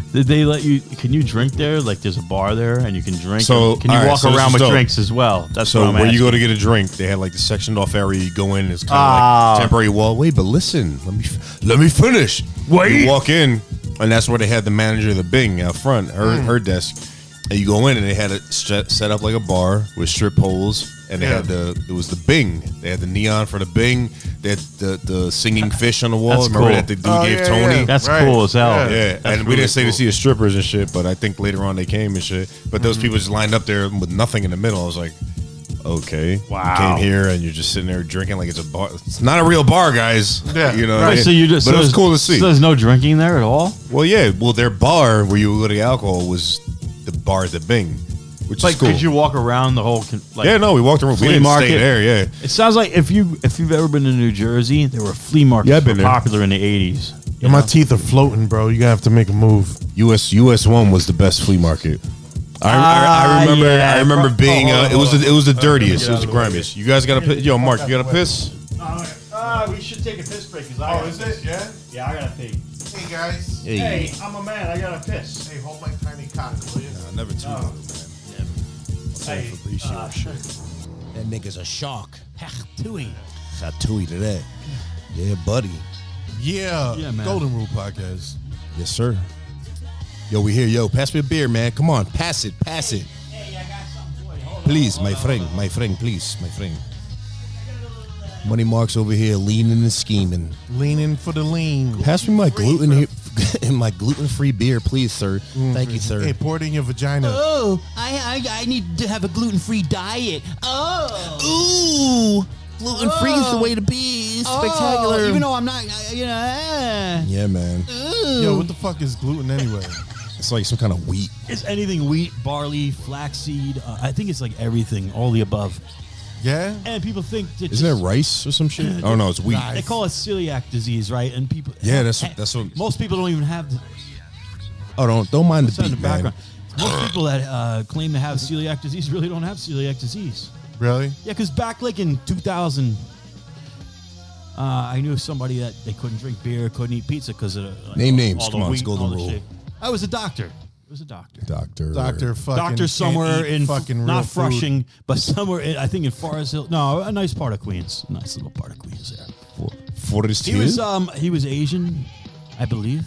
Speaker 1: <laughs> Did they let you? Can you drink there? Like, there's a bar there, and you can drink.
Speaker 3: So,
Speaker 1: can you
Speaker 3: all right,
Speaker 1: walk
Speaker 3: so this
Speaker 1: around
Speaker 3: is
Speaker 1: with
Speaker 3: dope.
Speaker 1: drinks as well? That's what
Speaker 3: So
Speaker 1: I'm
Speaker 3: where you
Speaker 1: asking.
Speaker 3: go to get a drink, they had like the sectioned off area. You go in, it's kind of
Speaker 1: Ah.
Speaker 3: like temporary wall. Wait, but listen, let me f- let me finish.
Speaker 1: Wait.
Speaker 3: you walk in, and that's where they had the manager of the Bing out front, her
Speaker 1: Hmm.
Speaker 3: her desk. And you go in, and they had it set, set up like a bar with strip poles, and they had the it was the Bing. They had the neon for the Bing. They had the the singing fish on the wall.
Speaker 1: That's
Speaker 3: Remember
Speaker 1: cool.
Speaker 3: that the dude
Speaker 6: Oh,
Speaker 3: gave
Speaker 6: yeah,
Speaker 3: Tony.
Speaker 6: yeah.
Speaker 1: That's
Speaker 6: Right.
Speaker 1: cool as hell.
Speaker 6: Yeah.
Speaker 3: Oh, Yeah,
Speaker 1: That's
Speaker 3: and we
Speaker 1: really
Speaker 3: didn't stay
Speaker 1: cool. Mm-hmm.
Speaker 3: to see the strippers and shit, but I think later on they came and shit. But those people just lined up there with nothing in the middle. I was like, okay,
Speaker 1: Wow.
Speaker 3: You came here and you're just sitting there drinking like it's a bar. It's not a real bar, guys.
Speaker 6: Yeah.
Speaker 3: <laughs> you know. what I
Speaker 1: Right,
Speaker 3: mean?
Speaker 1: so you just
Speaker 3: but
Speaker 1: so
Speaker 3: it was
Speaker 1: there's-
Speaker 3: cool to see.
Speaker 1: So there's no drinking there at all.
Speaker 3: well, yeah. Well, their bar where you would go to get alcohol was the bar at the Bing, which
Speaker 1: Like,
Speaker 3: is cool.
Speaker 1: could you walk around the whole? Con- like,
Speaker 3: yeah, no, we walked around. We
Speaker 1: flea
Speaker 3: didn't
Speaker 1: market?
Speaker 3: stay there. Yeah,
Speaker 1: It sounds like if you if you've ever been to New Jersey, there were flea markets
Speaker 3: Yeah, I've been
Speaker 1: were
Speaker 3: there.
Speaker 1: popular in the eighties.
Speaker 6: Yeah, my teeth are floating, bro. You gotta have to make a move.
Speaker 3: US US one was the best flea market. I, I,
Speaker 1: Ah,
Speaker 3: I remember
Speaker 1: yeah.
Speaker 3: I remember being
Speaker 1: Oh,
Speaker 3: uh,
Speaker 1: hold
Speaker 3: it
Speaker 1: on,
Speaker 3: was
Speaker 1: hold
Speaker 3: the, it was the dirtiest it was the grimiest. You guys got to yo Mark you got to piss.
Speaker 1: Uh, we should take a piss break. Cause
Speaker 3: Oh,
Speaker 1: I
Speaker 6: Yeah.
Speaker 1: Yeah, I gotta pee.
Speaker 6: Hey guys.
Speaker 1: Hey, I'm a man. I gotta piss.
Speaker 6: Hey, hold my tiny cock, will you?
Speaker 3: Never too man.
Speaker 4: That nigga's a shark. Tui. Got Tui today. Yeah, buddy.
Speaker 3: Yeah.
Speaker 1: Yeah, man.
Speaker 3: Golden Rule podcast. Yes, sir. Yo, we here. Yo, pass me a beer, man. Come on, pass it, pass it.
Speaker 4: Please, my friend, my friend, please, my friend. Money Mark's over here leaning and scheming.
Speaker 6: Leaning for the lean.
Speaker 4: Pass me my gluten here, <laughs> my gluten-free beer, please, sir. Thank you,
Speaker 6: Hey,
Speaker 4: sir.
Speaker 6: pour it in your vagina.
Speaker 4: Oh, I, I I need to have a gluten-free diet. Oh, ooh, gluten-free is the way to be. Spectacular. even though I'm not, oh, you know. Yeah, man.
Speaker 6: Yo, what the fuck is gluten anyway?
Speaker 4: It's like some kind of wheat.
Speaker 1: Is anything wheat, barley, flaxseed? Uh, I think it's like everything, all the above.
Speaker 6: Yeah.
Speaker 1: And people think that
Speaker 3: Isn't
Speaker 1: just-
Speaker 3: it rice or some shit? Oh no, it's wheat.
Speaker 1: They call it celiac disease, right? And people.
Speaker 3: Yeah, that's-
Speaker 1: and
Speaker 3: that's what-
Speaker 1: most people don't even have. The,
Speaker 3: Oh, don't don't mind the
Speaker 1: it's not in
Speaker 3: beat,
Speaker 1: the
Speaker 3: man.
Speaker 1: background. Most people that uh, claim to have celiac disease really don't have celiac disease.
Speaker 6: Really?
Speaker 1: Yeah, because back like in 2000, uh, I knew somebody that they couldn't drink beer, couldn't eat pizza because of the- like,
Speaker 3: Name
Speaker 1: all-
Speaker 3: names.
Speaker 1: all the
Speaker 3: Come on, it's
Speaker 1: wheat,
Speaker 3: golden
Speaker 1: all the
Speaker 3: rule.
Speaker 1: shit. I was a doctor. It was a doctor.
Speaker 3: Doctor.
Speaker 6: Doctor fucking
Speaker 1: Doctor
Speaker 6: can't
Speaker 1: somewhere
Speaker 6: eat
Speaker 1: in
Speaker 6: fucking real
Speaker 1: not
Speaker 6: food. <laughs>
Speaker 1: Flushing, but somewhere in, I think in Forest Hill. No, a nice part of Queens. Nice little part of Queens there.
Speaker 3: For this
Speaker 1: He was um he was Asian, I believe.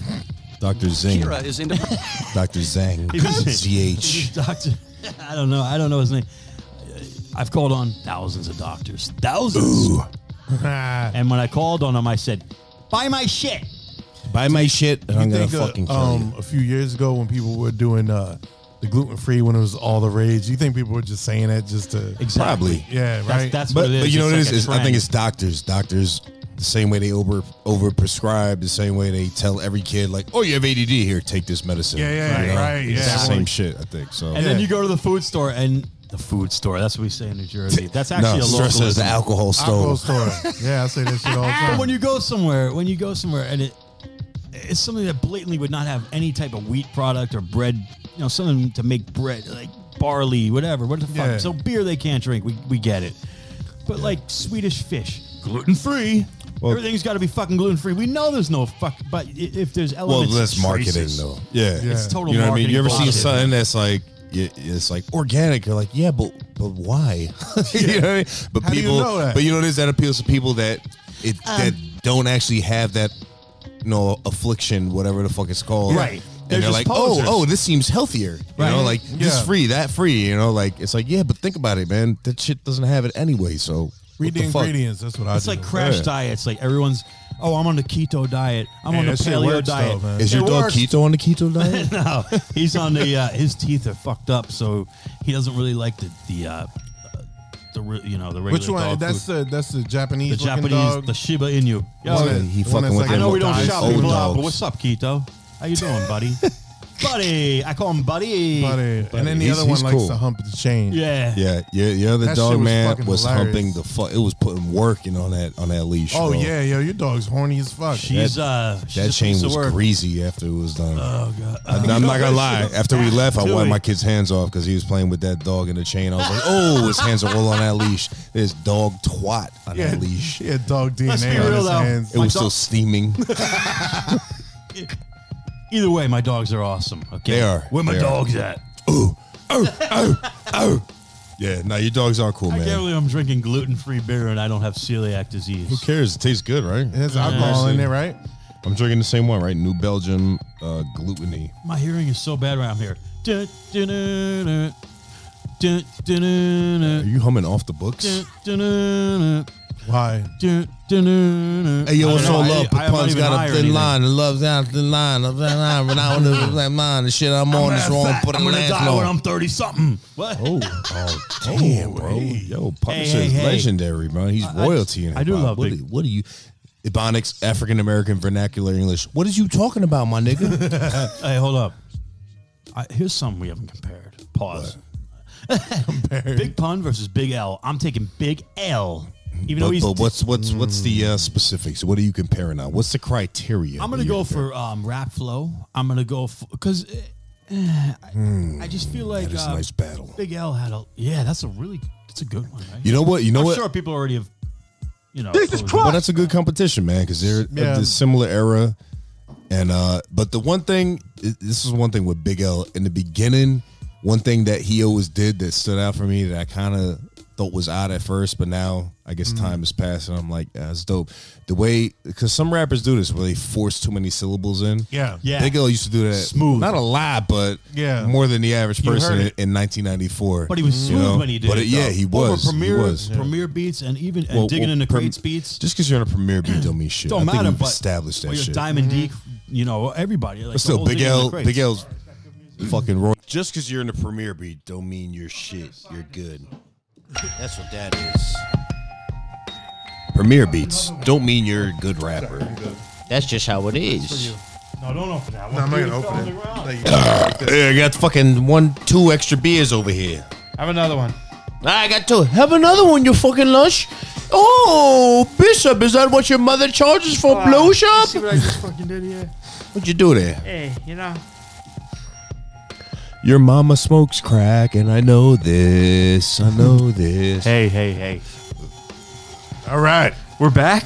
Speaker 3: Doctor Zing.
Speaker 4: <laughs>
Speaker 3: Doctor Zang.
Speaker 1: He was- He was
Speaker 3: ZH.
Speaker 1: Doctor. <laughs> I don't know. I don't know his name. I've called on thousands of doctors, thousands. And when I called on him, I said, "Buy my shit."
Speaker 4: Buy my shit, and I'm
Speaker 6: You
Speaker 4: gonna
Speaker 6: think uh,
Speaker 4: fucking kill you.
Speaker 6: um, a few years ago when people were doing uh, the gluten free when it was all the rage, you think people were just saying that just to
Speaker 1: Exactly.
Speaker 3: Probably.
Speaker 6: yeah
Speaker 1: That's,
Speaker 6: right?
Speaker 1: that's
Speaker 3: But,
Speaker 1: what it is.
Speaker 3: but you know what
Speaker 1: It's
Speaker 3: it
Speaker 1: like
Speaker 3: is?
Speaker 1: a
Speaker 3: It's- I
Speaker 1: trend.
Speaker 3: think it's doctors. Doctors, the same way they over over prescribe, the same way they tell every kid like, "Oh, you have ADD here, take this medicine."
Speaker 6: Yeah, yeah,
Speaker 3: You know?
Speaker 6: right,
Speaker 3: It's
Speaker 6: yeah.
Speaker 3: the same shit. I think so.
Speaker 1: And then you go to the food store and the food store. That's what we say in New Jersey. That's actually a
Speaker 3: stress
Speaker 1: local.
Speaker 3: is the alcohol
Speaker 6: Alcohol
Speaker 3: store.
Speaker 6: store.
Speaker 1: <laughs>
Speaker 6: yeah, I say that shit all the time.
Speaker 1: when you go somewhere, when you go somewhere, and it it's something that blatantly would not have any type of wheat product or bread, you know, something to make bread like barley, whatever. What the fuck?
Speaker 6: Yeah.
Speaker 1: So beer they can't drink. We we get it, but like Swedish fish, gluten free. Everything's got to be fucking gluten free. We know there's no fuck, but i- if there's
Speaker 3: Well,
Speaker 1: elements,
Speaker 3: that's marketing
Speaker 1: traces-
Speaker 3: though. Yeah.
Speaker 1: It's total
Speaker 3: You know what I mean? You ever
Speaker 1: marketing
Speaker 3: seen
Speaker 1: bullshit.
Speaker 3: something that's like y- it's like organic? You're like, yeah, but but why? <laughs> you know what I mean? But
Speaker 6: How do you
Speaker 3: people,
Speaker 6: know that?
Speaker 3: but you know, there's that appeals to people that it
Speaker 1: Um,
Speaker 3: that don't actually have that, you know, affliction, whatever the fuck it's called, And
Speaker 1: Right. They're
Speaker 3: they're,
Speaker 1: just
Speaker 3: like,
Speaker 1: posers.
Speaker 3: oh, oh, this seems healthier. You know,
Speaker 1: Right.
Speaker 3: like this
Speaker 6: Yeah.
Speaker 3: free, that free. You know, like it's like, yeah, but think about it, man. That shit doesn't have it anyway. So
Speaker 6: Read
Speaker 3: what
Speaker 6: the,
Speaker 3: the fuck?
Speaker 6: ingredients. That's what I
Speaker 1: It's
Speaker 6: do.
Speaker 1: like crash
Speaker 3: Yeah.
Speaker 1: diets. Like everyone's, oh, I'm on the keto diet. I'm
Speaker 6: Hey,
Speaker 1: on the
Speaker 6: that shit
Speaker 1: paleo
Speaker 6: works,
Speaker 1: diet.
Speaker 6: though, man.
Speaker 3: Is
Speaker 1: It
Speaker 3: your dog
Speaker 1: works.
Speaker 3: keto on the keto diet?
Speaker 1: <laughs> no, he's on the uh, his teeth are fucked up, so he doesn't really like the the uh, the re- you know the regular
Speaker 6: Which one?
Speaker 1: dog
Speaker 6: That's
Speaker 1: food.
Speaker 6: the that's the Japanese.
Speaker 1: the
Speaker 6: looking
Speaker 1: Japanese
Speaker 6: dog.
Speaker 1: the Shiba Inu. Yo,
Speaker 6: One
Speaker 3: he
Speaker 6: The one
Speaker 3: fucking
Speaker 6: that's
Speaker 3: with
Speaker 6: like-
Speaker 1: I know we don't
Speaker 6: Old
Speaker 1: shop people out,
Speaker 3: dogs.
Speaker 1: but what's up, keto? How you doing,
Speaker 3: <laughs>
Speaker 1: buddy? buddy, I call him buddy.
Speaker 6: Buddy. And then the
Speaker 3: He's-
Speaker 6: other one
Speaker 3: he's
Speaker 6: likes
Speaker 3: cool.
Speaker 6: to hump the chain.
Speaker 1: Yeah.
Speaker 3: Yeah, yeah, yeah. The other
Speaker 6: That shit
Speaker 3: dog
Speaker 6: was
Speaker 3: man
Speaker 6: fucking
Speaker 3: was
Speaker 6: hilarious.
Speaker 3: humping the fuck. It was putting work in on that on that leash.
Speaker 6: Oh
Speaker 3: bro.
Speaker 6: yeah, yo, your dog's horny as fuck.
Speaker 1: She's uh she's a
Speaker 3: that chain
Speaker 1: piece of
Speaker 3: was
Speaker 1: work.
Speaker 3: greasy after it was done.
Speaker 6: Uh,
Speaker 1: Oh god.
Speaker 3: I, am not gonna lie. After we left, I
Speaker 1: Dude.
Speaker 3: wiped my kid's hands off because he was playing with that dog in the chain. I was like, "Oh, his hands are all on that leash. This dog twat on
Speaker 6: yeah,
Speaker 3: that leash.
Speaker 6: yeah, dog DNA
Speaker 1: Let's
Speaker 6: on
Speaker 1: be real,
Speaker 6: his
Speaker 1: though.
Speaker 6: hands.
Speaker 3: It
Speaker 1: My
Speaker 3: was
Speaker 6: <laughs>
Speaker 3: still
Speaker 1: dog-
Speaker 3: steaming.
Speaker 1: Either way, my dogs are awesome. Okay.
Speaker 3: They are.
Speaker 1: Where my
Speaker 3: They are.
Speaker 1: dogs at?
Speaker 3: Ooh, oh, oh, oh. Yeah, no, your dogs are cool,
Speaker 1: I can't
Speaker 3: man.
Speaker 1: believe I'm drinking gluten free beer and I don't have celiac disease.
Speaker 3: Who cares? It tastes good, right?
Speaker 6: It has alcohol in it, right?
Speaker 3: I'm drinking the same one, right? New Belgium uh, gluteny.
Speaker 1: My hearing is so bad around here. Dun, dun, dun, dun. Dun, dun, dun,
Speaker 3: Are
Speaker 1: dun.
Speaker 3: you humming off the books?
Speaker 1: Dun, dun, dun, dun.
Speaker 6: Why?
Speaker 1: Dun, dun, dun, dun.
Speaker 3: Hey, yo,
Speaker 1: I
Speaker 3: what's
Speaker 1: don't
Speaker 3: on
Speaker 1: know. I-
Speaker 3: love?
Speaker 1: I- I'm not
Speaker 3: Papun's
Speaker 1: even high
Speaker 3: got
Speaker 1: or
Speaker 3: a thin
Speaker 1: anything.
Speaker 3: line. The love's out thin line. Up that line. But I don't know like mine. The shit I'm on is wrong. Put
Speaker 1: I'm
Speaker 3: on
Speaker 1: gonna
Speaker 3: last
Speaker 1: die when
Speaker 3: long.
Speaker 1: I'm 30 something. What?
Speaker 3: Oh, oh, damn, bro. Yo, Pun
Speaker 1: Hey,
Speaker 3: is
Speaker 1: hey, hey.
Speaker 3: legendary, man. He's royalty in
Speaker 1: I do
Speaker 3: hip-hop.
Speaker 1: love
Speaker 3: what,
Speaker 1: Big-
Speaker 3: do- what do you... Ebonics, African American vernacular English. What is you talking about, my nigga?
Speaker 1: Hey, hold up. I, here's something we haven't compared. Pause. <laughs> compared. Big Pun versus Big L. I'm taking Big L. Even though
Speaker 3: but,
Speaker 1: he's.
Speaker 3: but what's what's what's the uh, specifics? What are you comparing on? What's the criteria?
Speaker 1: I'm gonna
Speaker 3: that you
Speaker 1: go
Speaker 3: compare?
Speaker 1: for um, rap flow. I'm gonna go for because I, I just feel like
Speaker 3: Hmm. That is a
Speaker 1: uh,
Speaker 3: nice battle.
Speaker 1: Big L had a yeah. That's a really that's a good one, right?
Speaker 3: You know what? You know
Speaker 1: I'm
Speaker 3: what?
Speaker 1: sure people already have you know. This is
Speaker 3: But that's a good competition, man, because they're
Speaker 6: Yeah.
Speaker 3: of this similar era. And uh, but the one thing, i- this is one thing with Big L in the beginning. One thing that he always did that stood out for me that I kind of thought was odd at first, but now I guess
Speaker 1: Mm-hmm.
Speaker 3: time has passed, and I'm like, yeah, that's dope. The way because some rappers do this where they force too many syllables in.
Speaker 6: Yeah.
Speaker 1: Yeah.
Speaker 3: Big L used to do that
Speaker 1: Smooth.
Speaker 3: not a lot, but
Speaker 6: Yeah.
Speaker 3: more than the average
Speaker 1: You heard
Speaker 3: person in,
Speaker 1: it.
Speaker 3: in 1994.
Speaker 1: But he was
Speaker 3: you
Speaker 1: smooth
Speaker 3: know?
Speaker 1: when he did.
Speaker 3: But
Speaker 1: it,
Speaker 3: it- yeah,
Speaker 1: though.
Speaker 3: he was.
Speaker 1: Over premier,
Speaker 3: he was.
Speaker 1: premier beats and even and
Speaker 3: Well,
Speaker 1: digging
Speaker 3: well,
Speaker 1: into
Speaker 3: prem-
Speaker 1: Crate's beats.
Speaker 3: Just because you're on a premier beat don't mean shit.
Speaker 1: don't
Speaker 3: I
Speaker 1: matter.
Speaker 3: think we've
Speaker 1: but
Speaker 3: established that
Speaker 1: well, you're
Speaker 3: shit.
Speaker 1: Diamond D, you know everybody. Like,
Speaker 3: But
Speaker 1: the
Speaker 3: still,
Speaker 1: whole
Speaker 3: Big
Speaker 1: digging
Speaker 3: L,
Speaker 1: into Crates.
Speaker 3: Big L's fucking royal. Just because you're in the premier beat don't mean you're shit. You're good. That's what that is. Premier beats don't mean you're a good rapper.
Speaker 4: That's just how it is.
Speaker 1: No, don't open that one.
Speaker 6: No, I'm not gonna
Speaker 1: Dude, it fell
Speaker 6: open
Speaker 1: on the
Speaker 6: it.
Speaker 1: ground.
Speaker 6: There you go.
Speaker 3: Hey, I got fucking one, two extra beers over here.
Speaker 1: Have another one.
Speaker 3: I got two. Have another one, you fucking lush. Oh, Bishop, is that what your mother charges for blow shop?
Speaker 2: See what I just fucking did here?
Speaker 3: What'd you do there?
Speaker 2: Hey, you know.
Speaker 3: Your mama smokes crack, and I know this. I know this.
Speaker 1: Hey, hey, hey.
Speaker 6: <laughs> All right.
Speaker 1: We're back.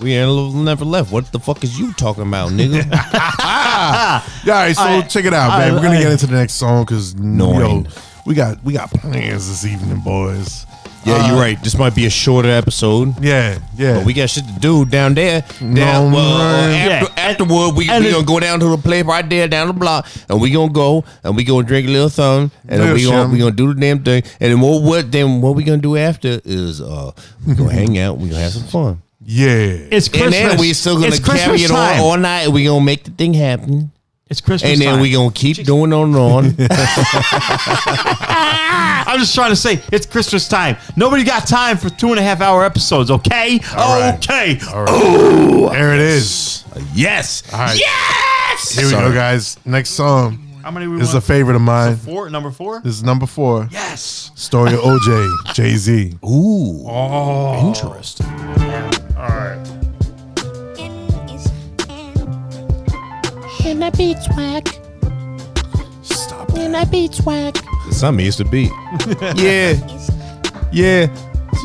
Speaker 3: We ain't never left. What the fuck is you talking about, nigga?
Speaker 6: Yeah, all right, so
Speaker 1: I-
Speaker 6: check it out, man. We're gonna get into the next song because yo,
Speaker 3: Nine.
Speaker 6: we got we got plans this evening, boys.
Speaker 3: <laughs> yeah, you're right. This might be a shorter episode.
Speaker 6: Yeah, yeah.
Speaker 3: But we got shit to do down there. Down,
Speaker 6: No,
Speaker 3: well, uh,
Speaker 6: man.
Speaker 3: after, afterward, we,
Speaker 1: and
Speaker 3: we
Speaker 1: it-
Speaker 3: gonna go down to the place right there down the block, and we gonna go and we gonna drink a little something, and then we
Speaker 6: Little
Speaker 3: gonna we
Speaker 6: something.
Speaker 3: gonna do the damn thing. And then what what then what we gonna do after is uh we gonna hang out, we gonna have some fun,
Speaker 6: yeah.
Speaker 1: It's Christmas.
Speaker 3: and then we still gonna
Speaker 1: it's
Speaker 3: carry
Speaker 1: Christmas
Speaker 3: it on
Speaker 1: time.
Speaker 3: all night. and We gonna make the thing happen.
Speaker 1: It's Christmas
Speaker 3: And then
Speaker 1: time.
Speaker 3: we gonna keep doing on and on.
Speaker 1: <laughs> I'm just trying to say it's Christmas time. Nobody got time for two and a half hour episodes. Okay. okay.
Speaker 6: there it is.
Speaker 3: yes.
Speaker 6: All right. Yes. Here we go, guys. Next song.
Speaker 1: How many we
Speaker 6: This is a
Speaker 1: want?
Speaker 6: favorite of mine.
Speaker 1: four. Number four.
Speaker 6: This is number four.
Speaker 1: Yes.
Speaker 6: Story of OJ, Jay Z.
Speaker 3: Ooh.
Speaker 1: Oh.
Speaker 3: Interesting.
Speaker 9: And I beat swag.
Speaker 6: Stop it.
Speaker 9: I beat swag.
Speaker 3: <laughs> Something used to be. yeah. Yeah.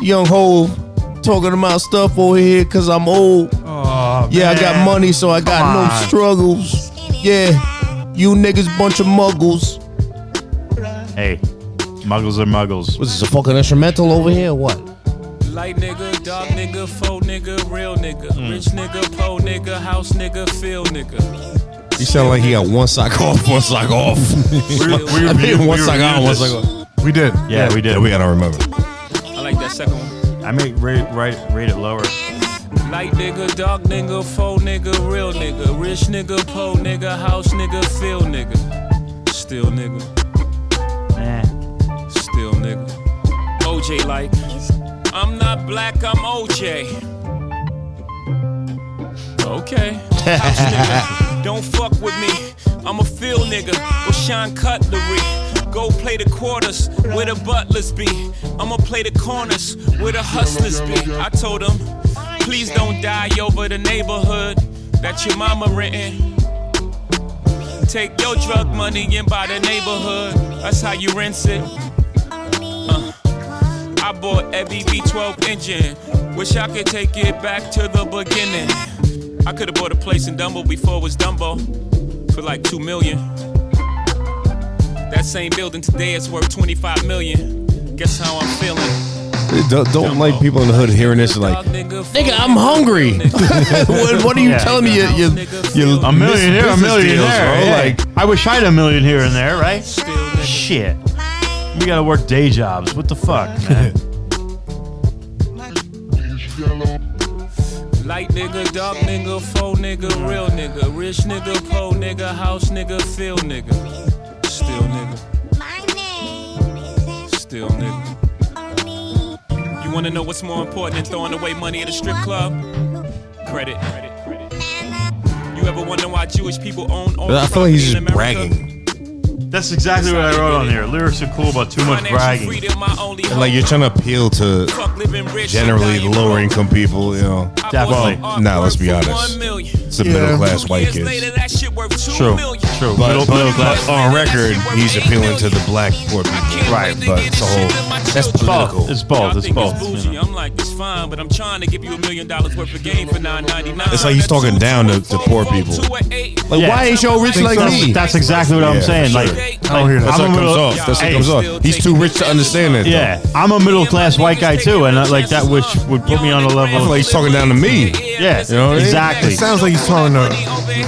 Speaker 3: Young Hove. talking about stuff over here because I'm old. yeah, I got
Speaker 6: man.
Speaker 3: money, so I got
Speaker 6: Come
Speaker 3: no
Speaker 6: on.
Speaker 3: struggles. Yeah, you niggas bunch of muggles.
Speaker 1: Hey, muggles are
Speaker 3: <laughs>
Speaker 1: muggles.
Speaker 3: Was this a fucking instrumental over here? Or what?
Speaker 11: Light nigga, dark nigga, faux nigga, real nigga,
Speaker 3: Hmm.
Speaker 11: rich nigga, po nigga, house nigga, feel nigga.
Speaker 3: You sound like he got one sock off, one sock off.
Speaker 6: we
Speaker 3: <laughs> I mean,
Speaker 6: reviewed-
Speaker 3: one
Speaker 6: we
Speaker 3: sock
Speaker 6: reviewed
Speaker 3: on, one
Speaker 6: this.
Speaker 3: sock off.
Speaker 6: We did.
Speaker 1: Yeah, we did.
Speaker 3: Yeah, we gotta remember.
Speaker 11: I like that second one.
Speaker 1: I make rate right rate it lower.
Speaker 11: Light nigga, dark nigga, faux nigga, real nigga, rich nigga, po nigga, house nigga, feel nigga, still nigga,
Speaker 1: Eh.
Speaker 11: still nigga. OJ like, I'm not black, I'm OJ. Okay. House nigga, don't fuck with me. I'm a field nigga with Sean Cutlery. Go play the quarters where the butlers be. I'ma play the corners where the hustlers be. I told him, please don't die over the neighborhood that your mama renting. Take your drug money and buy the neighborhood. That's how you rinse it. Uh, I bought a BB12 engine. Wish I could take it back to the beginning. I could have bought a place in Dumbo before it was Dumbo for like two million. That same building today is worth 25 million. Guess how I'm feeling?
Speaker 3: Don't, don't like people in the hood hearing this and like, nigga, I'm <laughs> hungry. what, what are you
Speaker 1: Yeah.
Speaker 3: telling me? You, you, you
Speaker 1: A million here, a
Speaker 3: business
Speaker 1: million
Speaker 3: deals,
Speaker 1: there.
Speaker 3: bro.
Speaker 1: yeah.
Speaker 3: Like,
Speaker 1: I wish I had a million here and there, right? Shit. We gotta work day jobs. What
Speaker 3: <laughs>
Speaker 1: the fuck, man?
Speaker 11: Light nigga, dark nigga, faux nigga, real nigga, rich nigga, po nigga, house nigga, feel nigga, still nigga, still nigga. You wanna know what's more important than throwing away money at a strip club? Credit. You ever wonder why Jewish people own all?
Speaker 3: I feel like
Speaker 11: property in
Speaker 3: he's just
Speaker 11: America?
Speaker 3: bragging.
Speaker 1: That's exactly what I wrote on here. Lyrics are cool, but too much
Speaker 11: Financial
Speaker 1: bragging.
Speaker 11: freedom, my only
Speaker 3: And like, you're
Speaker 11: hope.
Speaker 3: trying to appeal to
Speaker 11: Fuck living rich,
Speaker 3: generally
Speaker 11: so die
Speaker 3: lower
Speaker 11: broke.
Speaker 3: income people, you know.
Speaker 11: I bought
Speaker 1: Definitely.
Speaker 11: some
Speaker 3: Nah,
Speaker 11: artwork
Speaker 3: let's be
Speaker 11: for
Speaker 3: honest.
Speaker 11: one million.
Speaker 3: It's the middle class
Speaker 11: Two
Speaker 3: white
Speaker 11: years later,
Speaker 3: kids.
Speaker 11: that shit worth two
Speaker 1: True,
Speaker 11: million.
Speaker 1: true.
Speaker 3: But,
Speaker 1: middle, middle class.
Speaker 3: but on record, he's appealing to the black poor people.
Speaker 11: Right.
Speaker 3: But it's a whole, that's political.
Speaker 1: It's both.
Speaker 11: Y'all
Speaker 1: It's
Speaker 11: think
Speaker 1: both.
Speaker 11: bougie.
Speaker 1: you know.
Speaker 11: I'm like, it's fine, but I'm trying to give you a million dollars worth of game for nine ninety nine.
Speaker 3: It's like he's talking down to- to poor people. Like,
Speaker 1: Yeah.
Speaker 3: why ain't y'all rich like
Speaker 1: So
Speaker 3: me?
Speaker 1: That's exactly what
Speaker 3: Yeah,
Speaker 1: I'm
Speaker 3: for
Speaker 1: saying.
Speaker 3: sure.
Speaker 1: Like,
Speaker 11: I don't
Speaker 1: like,
Speaker 11: hear
Speaker 3: That's how it
Speaker 1: I'm a
Speaker 3: comes
Speaker 1: middle-
Speaker 3: off. That's how
Speaker 1: Hey,
Speaker 3: it comes off. He's too rich to understand that. though.
Speaker 1: Yeah, I'm a middle class white guy too, and uh, like that, which would put me on a level.
Speaker 3: feel
Speaker 1: Of,
Speaker 3: like he's talking down to me.
Speaker 1: yeah,
Speaker 3: You know what I mean?
Speaker 1: exactly.
Speaker 6: It sounds like he's talking to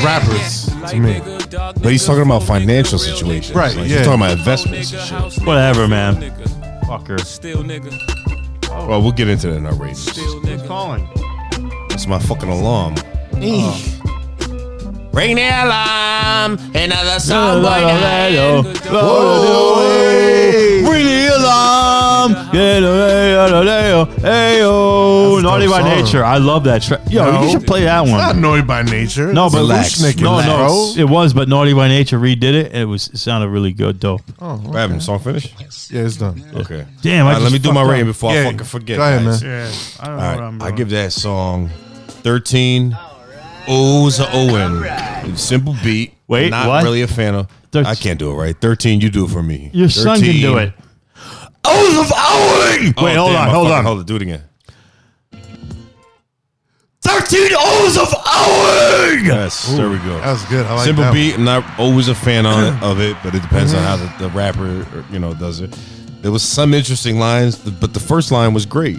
Speaker 6: rappers to me.
Speaker 3: But he's talking about financial situations.
Speaker 6: Right,
Speaker 3: Like,
Speaker 6: yeah.
Speaker 3: He's talking about investments and shit.
Speaker 1: Whatever, man. Fucker.
Speaker 11: Still nigga.
Speaker 3: Well, we'll get into that in our ratings.
Speaker 11: Still nigga.
Speaker 1: Calling.
Speaker 3: It's my fucking alarm. Uh.
Speaker 4: Ring the alarm. Another
Speaker 1: Whoa,
Speaker 4: song.
Speaker 1: whoa,
Speaker 3: hey.
Speaker 1: whoa. Ring the alarm. Yeah, yeah, yeah, yeah, yeah. Hey, oh.
Speaker 6: That's a
Speaker 1: Naughty
Speaker 6: dope
Speaker 1: by
Speaker 6: song.
Speaker 1: Nature. I love that track. Yo, you
Speaker 6: No.
Speaker 1: should play that
Speaker 6: Not
Speaker 1: one.
Speaker 6: annoyed by nature.
Speaker 1: No,
Speaker 6: It's
Speaker 1: but
Speaker 3: Relax,
Speaker 6: Looshnick,
Speaker 1: No,
Speaker 3: relax.
Speaker 1: no, it was, but Naughty by Nature redid it. and It was it sounded really good, though.
Speaker 3: What happened? Song finished?
Speaker 6: Yeah, it's done.
Speaker 3: Okay.
Speaker 1: Damn,
Speaker 3: All
Speaker 1: I
Speaker 3: right, let
Speaker 1: just
Speaker 3: me do my
Speaker 1: fucked
Speaker 3: rating
Speaker 1: up.
Speaker 3: before
Speaker 6: Yeah.
Speaker 3: I fucking forget.
Speaker 6: Go ahead,
Speaker 3: guys.
Speaker 6: man.
Speaker 1: Yeah, I don't
Speaker 3: All right, I give that song 13 O's a Owen. It's Simple beat.
Speaker 1: Wait,
Speaker 3: not
Speaker 1: what?
Speaker 3: really a fan of.
Speaker 1: Thir-
Speaker 3: I can't do it right. 13, you do it for me.
Speaker 1: Your son can do
Speaker 3: 13
Speaker 1: it.
Speaker 3: O's of Owen.
Speaker 1: Wait, hold on,
Speaker 3: I
Speaker 1: hold
Speaker 3: Oh, fucking-
Speaker 1: on.
Speaker 3: hold it. Do it again. 13 O's of Owen. Yes, there we go.
Speaker 6: That was good. I like
Speaker 3: Simple
Speaker 6: that one. Mm-hmm.
Speaker 3: beat, not always a fan
Speaker 6: <clears throat>
Speaker 3: on, of it, but it depends on how the, the rapper or, you know does it. There was some interesting lines, th- but the first line was great,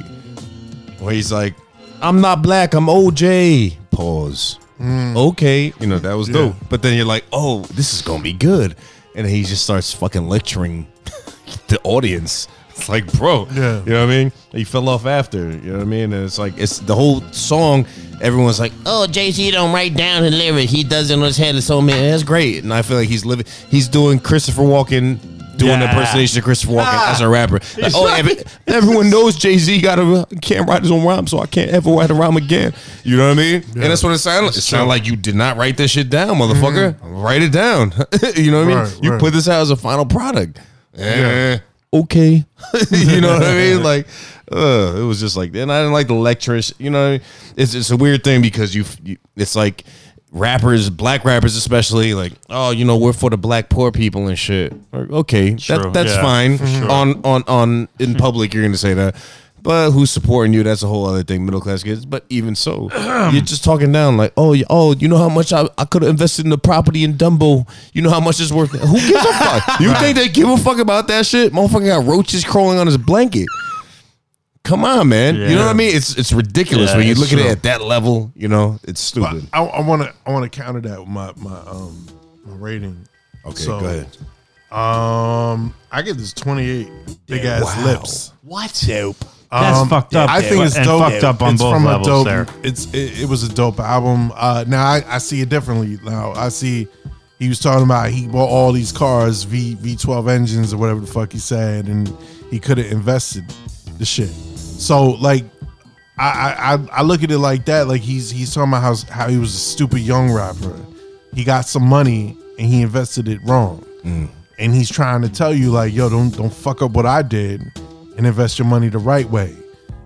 Speaker 3: where he's like, "I'm not black, I'm OJ." Pause. Okay, you know that was dope. But then you're like, "Oh, this is gonna be good," and he just starts fucking lecturing <laughs> the audience. It's like, bro,
Speaker 6: Yeah.
Speaker 3: you know what I mean? He fell off after, you know what I mean? And it's like, it's the whole song. Everyone's like,
Speaker 4: Oh, Jay Z don't write down his lyrics. He does it on his head. It's so
Speaker 3: man, that's great. And I feel like he's living. He's doing Christopher Walken, doing
Speaker 1: Yeah.
Speaker 3: the impersonation of Christopher Walken as a rapper. Like, oh, every- everyone knows Jay Z got to can't write his own rhyme, so I can't ever write a rhyme again. You know what I mean? And that's what it sounded like. It sounded like you did not write this shit down, motherfucker. Write it down. <laughs> you know what I mean?
Speaker 6: Mm-hmm. Right,
Speaker 3: You
Speaker 6: right.
Speaker 3: put this out as a final product. Eh,
Speaker 6: <laughs>
Speaker 3: Okay. <laughs> you know what I mean? Like, uh, it was just like, and I didn't like the lectures. You know, what I mean? it's it's a weird thing because you, you, it's like rappers, black rappers especially, like, oh, you know, we're for the black poor people and shit. Like, Okay,
Speaker 1: True,
Speaker 3: that, that's
Speaker 1: yeah,
Speaker 3: fine.
Speaker 1: for sure.
Speaker 3: On on on in public, you're gonna say that. But who's supporting you? That's a whole other thing. Middle class kids. But even so, you're just talking down like, oh, you- oh, you know how much I, I could have invested in the property in Dumbo. You know how much it's worth. Who gives a fuck? You think they give a fuck about that shit? Motherfucker got roaches crawling on his blanket. Come on, man. You know what I
Speaker 6: Yeah.
Speaker 3: mean? It's it's ridiculous
Speaker 6: Yeah,
Speaker 3: when you
Speaker 6: it's
Speaker 3: look at
Speaker 6: true.
Speaker 3: it at that level. You know, it's
Speaker 6: But
Speaker 3: stupid.
Speaker 6: I want to I want to counter that with my my um my rating.
Speaker 3: Okay, go ahead.
Speaker 6: Um, I give this twenty eight big ass lips.
Speaker 4: What?
Speaker 6: Dope.
Speaker 1: That's fucked up
Speaker 6: I think it's
Speaker 1: and
Speaker 6: dope.
Speaker 1: fucked up on
Speaker 6: it's
Speaker 1: both
Speaker 6: from
Speaker 1: levels
Speaker 6: a dope,
Speaker 1: there.
Speaker 6: It's it, it was a dope album. Uh, now I, I see it differently. Now I see he was talking about he bought all these cars, V V twelve engines or whatever the fuck he said, and he could have invested the shit. So like I, I I- I look at it like that. Like he's he's talking about how how he was a stupid young rapper. He got some money and he invested it wrong. And he's trying to tell you like, yo, don't don't fuck up what I did, and invest your money the right way.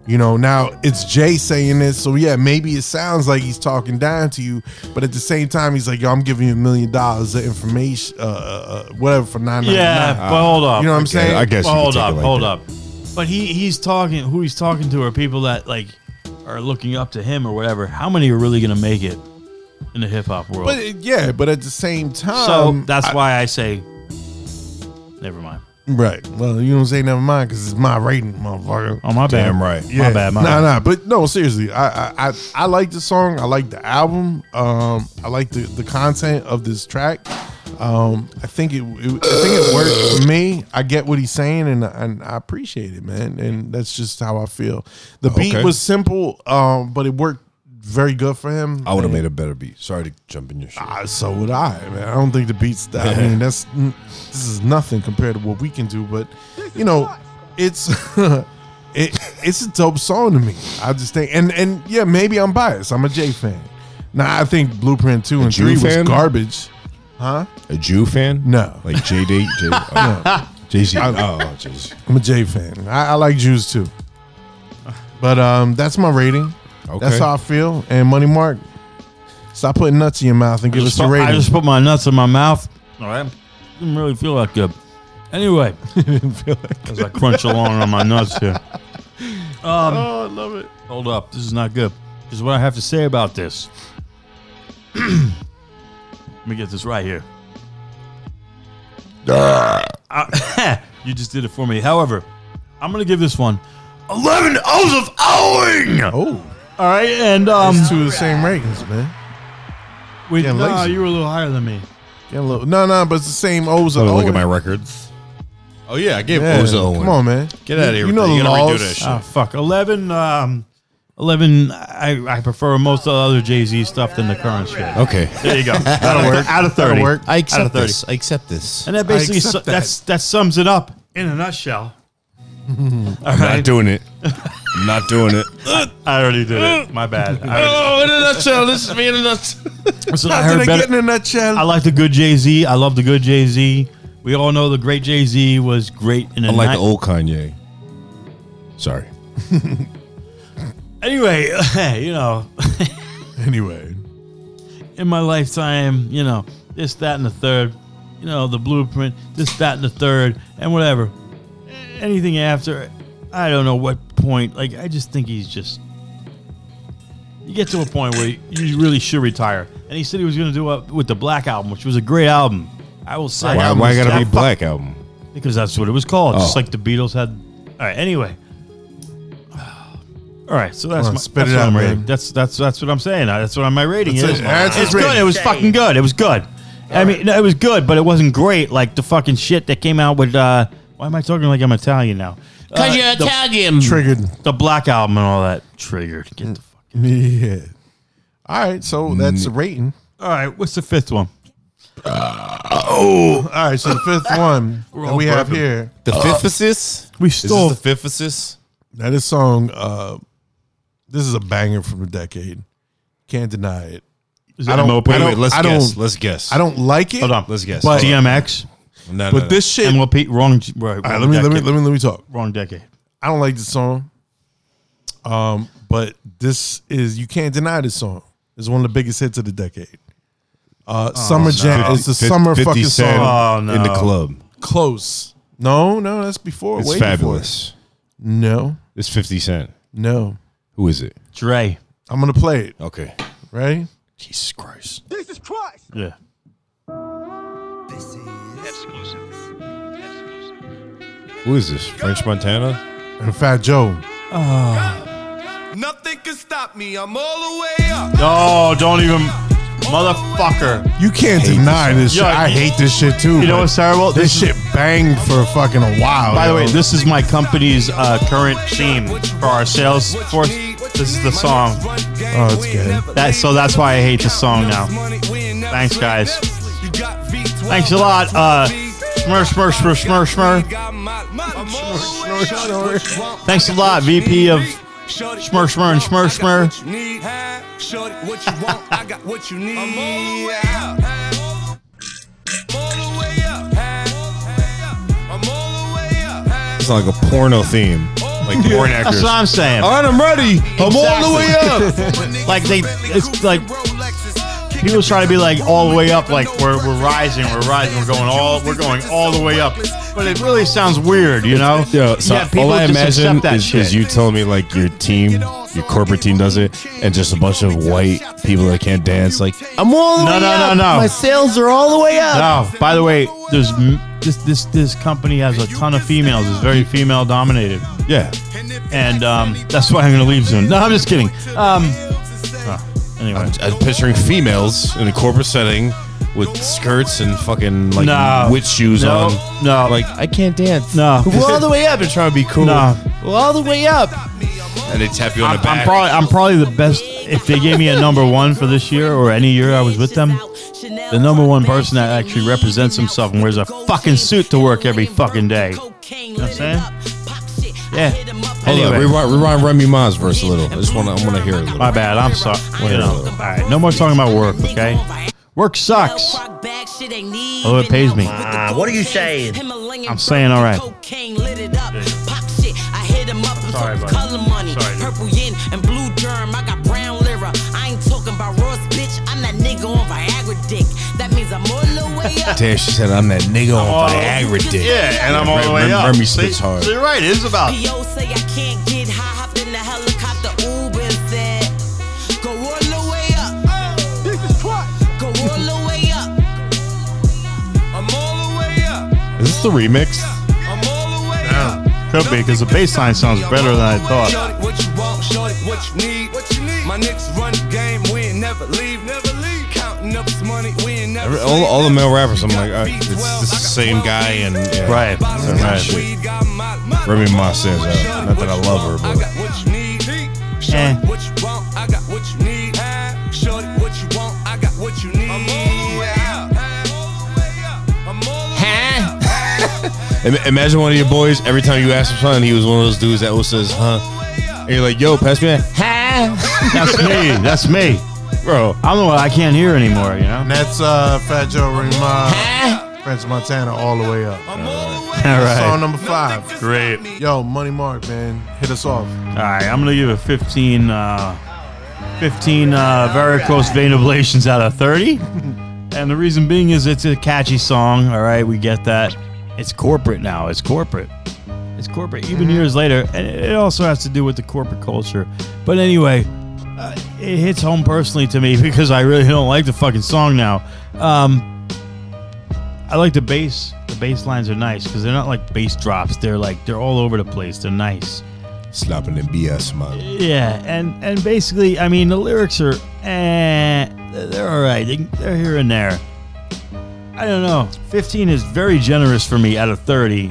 Speaker 6: You know, now it's Jay saying this, so yeah, maybe it sounds like he's talking down to you, but at the same time, he's like, "Yo, I'm giving you a million dollars of information, uh, uh, uh, whatever for nine ninety nine.
Speaker 1: Yeah, but hold up.
Speaker 6: You know what I'm saying?
Speaker 1: But hold up, hold up. But he he's talking. Who he's talking to are people that like are looking up to him or whatever. How many are really gonna make it in the hip hop world?
Speaker 6: But um, uh, yeah, but at the same time,
Speaker 1: so that's why I say, never mind.
Speaker 6: Right. Well, you don't say never mind because it's my rating, motherfucker.
Speaker 1: Oh, my bad. Damn right. My bad, my
Speaker 6: nah,
Speaker 1: bad.
Speaker 6: nah. But no, seriously, I, I, I, I like the song. I like the album. Um, I like the, the content of this track. Um, I think it, it- I think it worked for me. I get what he's saying, and and I appreciate it, man. And that's just how I feel. The beat
Speaker 3: Okay.
Speaker 6: was simple, um, but it worked very good for him.
Speaker 3: I would have
Speaker 6: And-
Speaker 3: made a better beat. Sorry to jump in your shit.
Speaker 6: Ah, so would I, man. I don't think the beats that. I mean, that's this is nothing compared to what we can do. But you know, it's <laughs> it it's a dope song to me. I just think, and and yeah, maybe I'm biased. I'm a J fan. Now I think Blueprint Two and
Speaker 3: Jew
Speaker 6: Three
Speaker 3: fan?
Speaker 6: was garbage, huh?
Speaker 3: A Jew fan?
Speaker 6: No.
Speaker 3: Like JD? <laughs> J-
Speaker 6: No.
Speaker 3: oh, Jay-Z.
Speaker 6: I-
Speaker 3: Oh, Jay-Z.
Speaker 6: I'm a J fan. I, I like Jews too. But um, that's my rating.
Speaker 3: Okay.
Speaker 6: That's how I feel. And Money Mark, stop putting nuts in your mouth and give us
Speaker 1: just
Speaker 6: the
Speaker 1: put-
Speaker 6: rating.
Speaker 1: I just put my nuts in my mouth. All right, didn't really feel that good.
Speaker 6: <laughs>
Speaker 1: Anyway, as I crunch along on my nuts here. Um,
Speaker 6: oh, I love it.
Speaker 1: Hold up, this is not good. This is what I have to say about this. <clears throat> Let me get this right here.
Speaker 6: Ah.
Speaker 1: I- Ah. <laughs> you just did it for me. However, I'm gonna give this one 11 O's of owing.
Speaker 6: Oh,
Speaker 1: all right, and um,
Speaker 6: It's two of the same ratings, man.
Speaker 1: wait,
Speaker 6: Getting
Speaker 1: no,
Speaker 6: lazy.
Speaker 1: you were a little higher than me.
Speaker 6: Get a little, no, no, but it's the same O's.
Speaker 3: Let
Speaker 6: and
Speaker 3: me look at
Speaker 6: O's.
Speaker 3: my records. Oh, yeah. I gave
Speaker 6: Yeah,
Speaker 3: O's to Owen.
Speaker 6: Come on, man.
Speaker 3: Get out of here.
Speaker 6: You
Speaker 3: with
Speaker 6: know
Speaker 3: that.
Speaker 6: the
Speaker 3: you gotta redo
Speaker 6: laws.
Speaker 3: that shit.
Speaker 1: Ah, fuck. 11. Um, 11. I, I prefer most of the other Jay Z stuff than the current shit.
Speaker 3: Okay.
Speaker 1: There you go. That'll work. Out of 30.
Speaker 6: That'll work.
Speaker 1: Out
Speaker 4: I
Speaker 1: of
Speaker 4: accept
Speaker 1: 30.
Speaker 4: this. I accept this.
Speaker 1: And that basically
Speaker 6: accept
Speaker 1: su-
Speaker 6: that.
Speaker 1: That's, that sums it up in a nutshell. All
Speaker 3: I'm
Speaker 1: right.
Speaker 3: not doing it. I'm not doing it.
Speaker 1: I already did it. My <laughs> bad. I already-
Speaker 3: oh, in a nutshell. This is me in a nutshell.
Speaker 1: Listen, I
Speaker 6: How did
Speaker 1: heard
Speaker 6: I
Speaker 1: better.
Speaker 6: get in a nutshell?
Speaker 1: I like the good Jay Z. I love the good Jay Z. We all know the great Jay Z was great in the
Speaker 3: I like
Speaker 1: ni-
Speaker 3: the old Kanye. Sorry.
Speaker 1: Anyway, <laughs> you know,
Speaker 6: anyway,
Speaker 1: in my lifetime, you know, this, that, and the third, you know, the blueprint, this, that, and the third, and whatever. Anything after, I don't know what point. Like, I just think he's just. You get to a point where you really should retire. And he said he was going to do it with the Black album, which was a great album. I will say.
Speaker 3: Why, why gotta be black album?
Speaker 1: Because that's what it was called. Just
Speaker 3: Oh.
Speaker 1: like the Beatles had. All right. Anyway. All right. So that's
Speaker 6: on,
Speaker 1: my,
Speaker 6: spit
Speaker 1: that's
Speaker 6: it
Speaker 1: what
Speaker 6: out,
Speaker 1: I'm
Speaker 6: man.
Speaker 1: rating. That's that's that's what I'm saying. That's what my rating
Speaker 6: That's
Speaker 1: is.
Speaker 6: it. That's
Speaker 1: it's
Speaker 6: his
Speaker 1: good.
Speaker 6: rating.
Speaker 1: It was fucking good. It was good. I mean, no, it was good, but it wasn't great. Like the fucking shit that came out with. uh Why am I talking like I'm Italian now?
Speaker 4: Cause
Speaker 1: Uh,
Speaker 4: you're
Speaker 1: the,
Speaker 4: Italian.
Speaker 6: triggered.
Speaker 1: the Black album and all that triggered. Get the fuck.
Speaker 6: Yeah. All right, so
Speaker 3: Mm.
Speaker 6: that's a rating.
Speaker 1: All right. What's the fifth one?
Speaker 6: Oh, all right. So the fifth
Speaker 3: <laughs>
Speaker 6: one that
Speaker 1: all
Speaker 6: we have
Speaker 1: burping.
Speaker 6: here
Speaker 3: The fifth assist?
Speaker 1: We
Speaker 3: Uh, Is this
Speaker 1: stole.
Speaker 3: the fifth assist?
Speaker 6: now this song. Uh, this is a banger from the decade. Can't deny it.
Speaker 1: is
Speaker 6: I
Speaker 1: it
Speaker 6: don't-
Speaker 1: MOP?
Speaker 6: I
Speaker 3: Wait,
Speaker 6: don't-
Speaker 3: wait, let's
Speaker 6: I
Speaker 3: guess.
Speaker 6: don't-
Speaker 3: Let's guess.
Speaker 6: I don't like it.
Speaker 1: Hold on.
Speaker 3: Let's guess.
Speaker 6: But-
Speaker 1: DMX.
Speaker 3: No, no,
Speaker 6: But
Speaker 3: no.
Speaker 6: this shit. All
Speaker 1: MOP. Wrong. Right,
Speaker 6: right,
Speaker 1: wrong
Speaker 6: let me let me
Speaker 1: decade.
Speaker 6: let me let me talk.
Speaker 1: Wrong decade.
Speaker 6: I don't like this song. Um, but this is you can't deny this song. It's one of the biggest hits of the decade. Uh, summer jam. It's a
Speaker 3: Fif-
Speaker 6: summer
Speaker 3: 50
Speaker 6: fucking
Speaker 3: Oh, Cent
Speaker 6: song.
Speaker 1: Oh,
Speaker 3: in the
Speaker 1: no.
Speaker 3: club.
Speaker 6: Close. No, no, that's before.
Speaker 3: It's
Speaker 6: Waiting for it.
Speaker 3: fabulous.
Speaker 6: No,
Speaker 3: It's 50 Cent.
Speaker 6: No.
Speaker 3: Who is it?
Speaker 1: Dre.
Speaker 6: I'm gonna play it.
Speaker 3: Okay.
Speaker 6: Ready?
Speaker 1: Jesus Christ.
Speaker 12: Jesus Christ.
Speaker 1: Yeah.
Speaker 3: Who is this? French Montana?
Speaker 6: And Fat Joe.
Speaker 12: Nothing can stop me. I'm all the way up.
Speaker 1: No, don't even, motherfucker.
Speaker 6: You can't deny this,
Speaker 1: Yo,
Speaker 6: shit. I
Speaker 1: you-
Speaker 6: hate this shit too.
Speaker 1: you know
Speaker 6: but
Speaker 1: what's terrible?
Speaker 6: This,
Speaker 1: This is-
Speaker 6: shit banged for fucking a while.
Speaker 1: By the
Speaker 6: yo.
Speaker 1: way, this is my company's uh, current theme for our sales force. This is the song.
Speaker 6: oh, it's good.
Speaker 1: That so that's why I hate the song now. Thanks, guys. Thanks a lot. Uh, smur, smur, smur, smur, smur. Thanks a lot, VP of Smur, smur, and smur, smur.
Speaker 3: It's like a porno theme. Like porn
Speaker 1: That's
Speaker 3: actors.
Speaker 1: what I'm saying.
Speaker 3: All right, I'm ready. I'm all the way up. <laughs>
Speaker 1: up. like they, it's like people try to be like all the way up. Like we're we're rising, we're rising, we're going all, we're going all the way up. But it really sounds weird, you know?
Speaker 3: Yo, so
Speaker 1: Yet people
Speaker 3: all I
Speaker 1: just
Speaker 3: imagine
Speaker 1: accept that
Speaker 3: is,
Speaker 1: shit.
Speaker 3: is you telling me like your team, your corporate team does it, and just a bunch of white people that can't dance. Like I'm all the
Speaker 1: No,
Speaker 3: way
Speaker 1: no, no,
Speaker 3: up.
Speaker 1: no.
Speaker 3: My sales are all the way up.
Speaker 1: No. By the way, there's m- this this this company has a ton of females. It's very female dominated,
Speaker 3: Yeah,
Speaker 1: and um, that's why I'm gonna leave soon. No, I'm just kidding. Um, oh, anyway,
Speaker 3: I'm, I'm picturing females in a corporate setting with skirts and fucking like
Speaker 1: No.
Speaker 3: witch shoes
Speaker 1: No,
Speaker 3: on.
Speaker 1: no.
Speaker 3: um, like I can't dance.
Speaker 1: No.
Speaker 3: we're all the way up and trying to be cool.
Speaker 1: No.
Speaker 3: we're all the way up. And they tap you on
Speaker 1: I'm,
Speaker 3: the back.
Speaker 1: I'm probably I'm probably the best. If they gave me a number one for this year or any year I was with them, the number one person that actually represents himself and wears a fucking suit to work every fucking day.
Speaker 8: You
Speaker 1: know what I'm saying? Yeah.
Speaker 3: Hold
Speaker 1: Anyway.
Speaker 3: on, rewind, rewind Remy Ma's verse a little. I just want to, I want to hear it a little.
Speaker 1: My bad. I'm sorry. You know. All right. No more talking about work. Okay. Work sucks.
Speaker 8: Oh, it pays me.
Speaker 1: Ah,
Speaker 8: what are you saying?
Speaker 1: I'm saying all right.
Speaker 8: Sorry,
Speaker 1: Sorry, buddy.
Speaker 8: money.
Speaker 1: Sorry, dude.
Speaker 8: Purple yin and blue germ. I got brown lira. I ain't talking about Ross, bitch. I'm that nigga on Viagra dick. That means I'm all the way <laughs> up.
Speaker 3: Damn, she said I'm that nigga on
Speaker 1: Oh,
Speaker 3: Viagra dick.
Speaker 1: Yeah, and I'm all the way
Speaker 3: Remy-
Speaker 1: up.
Speaker 3: Remy
Speaker 1: See?
Speaker 3: spits hard.
Speaker 1: So you're right. It is about.
Speaker 8: P.O. say I can't get high. Hopped in the helicopter. Uber said, go all the way up.
Speaker 12: Jesus Christ.
Speaker 8: Go all the way up.
Speaker 12: I'm all the way up.
Speaker 3: Is this the remix?
Speaker 12: I'm all the way up.
Speaker 1: Could be because the bass line sounds better than I thought.
Speaker 12: Shorty, what you want, shorty, what you need. What you need. My Knicks run the game, we ain't never leave, never leave. Counting up this money, we ain't never
Speaker 3: Every- all,
Speaker 12: sleep.
Speaker 3: all the male rappers, I'm like, uh, it's, it's the same guy and yeah.
Speaker 1: Right.
Speaker 3: It's the same shit. Remy Ma says that. Not that I love her,
Speaker 12: I got
Speaker 3: but
Speaker 12: what you need.
Speaker 1: Eh.
Speaker 12: Shorty, what you want, I got what you need. Shorty, what you want, I got what you need. I'm all the way up. I'm all the way up.
Speaker 3: Im- imagine one of your boys. Every time you ask him something, he was one of those dudes that always says, "Huh," and you're like, "Yo, pass me that,
Speaker 1: That's me. That's me.
Speaker 3: bro."
Speaker 1: I don't know. I can't hear anymore. You know.
Speaker 6: And that's uh, Fat Joe Rima, French Montana, all the way up.
Speaker 1: All
Speaker 6: Song
Speaker 1: right.
Speaker 6: number five.
Speaker 1: Great.
Speaker 6: Yo, Money Mark, man, hit us off.
Speaker 1: All right. I'm gonna give it 15. Uh, 15 uh, varicose vein ablations out of 30. And the reason being is it's a catchy song. All right, we get that. It's corporate now. It's corporate. It's corporate. Even years later, and it also has to do with the corporate culture. But anyway, uh, it hits home personally to me <laughs> because I really don't like the fucking song now. Um, I like the bass. The bass lines are nice because they're not like bass drops. They're like they're all over the place. They're nice.
Speaker 3: Slapping the BS, man.
Speaker 1: Yeah, and and basically, I mean, the lyrics are eh, they're all right. They, they're here and there. I don't know. Fifteen is very generous for me out of thirty.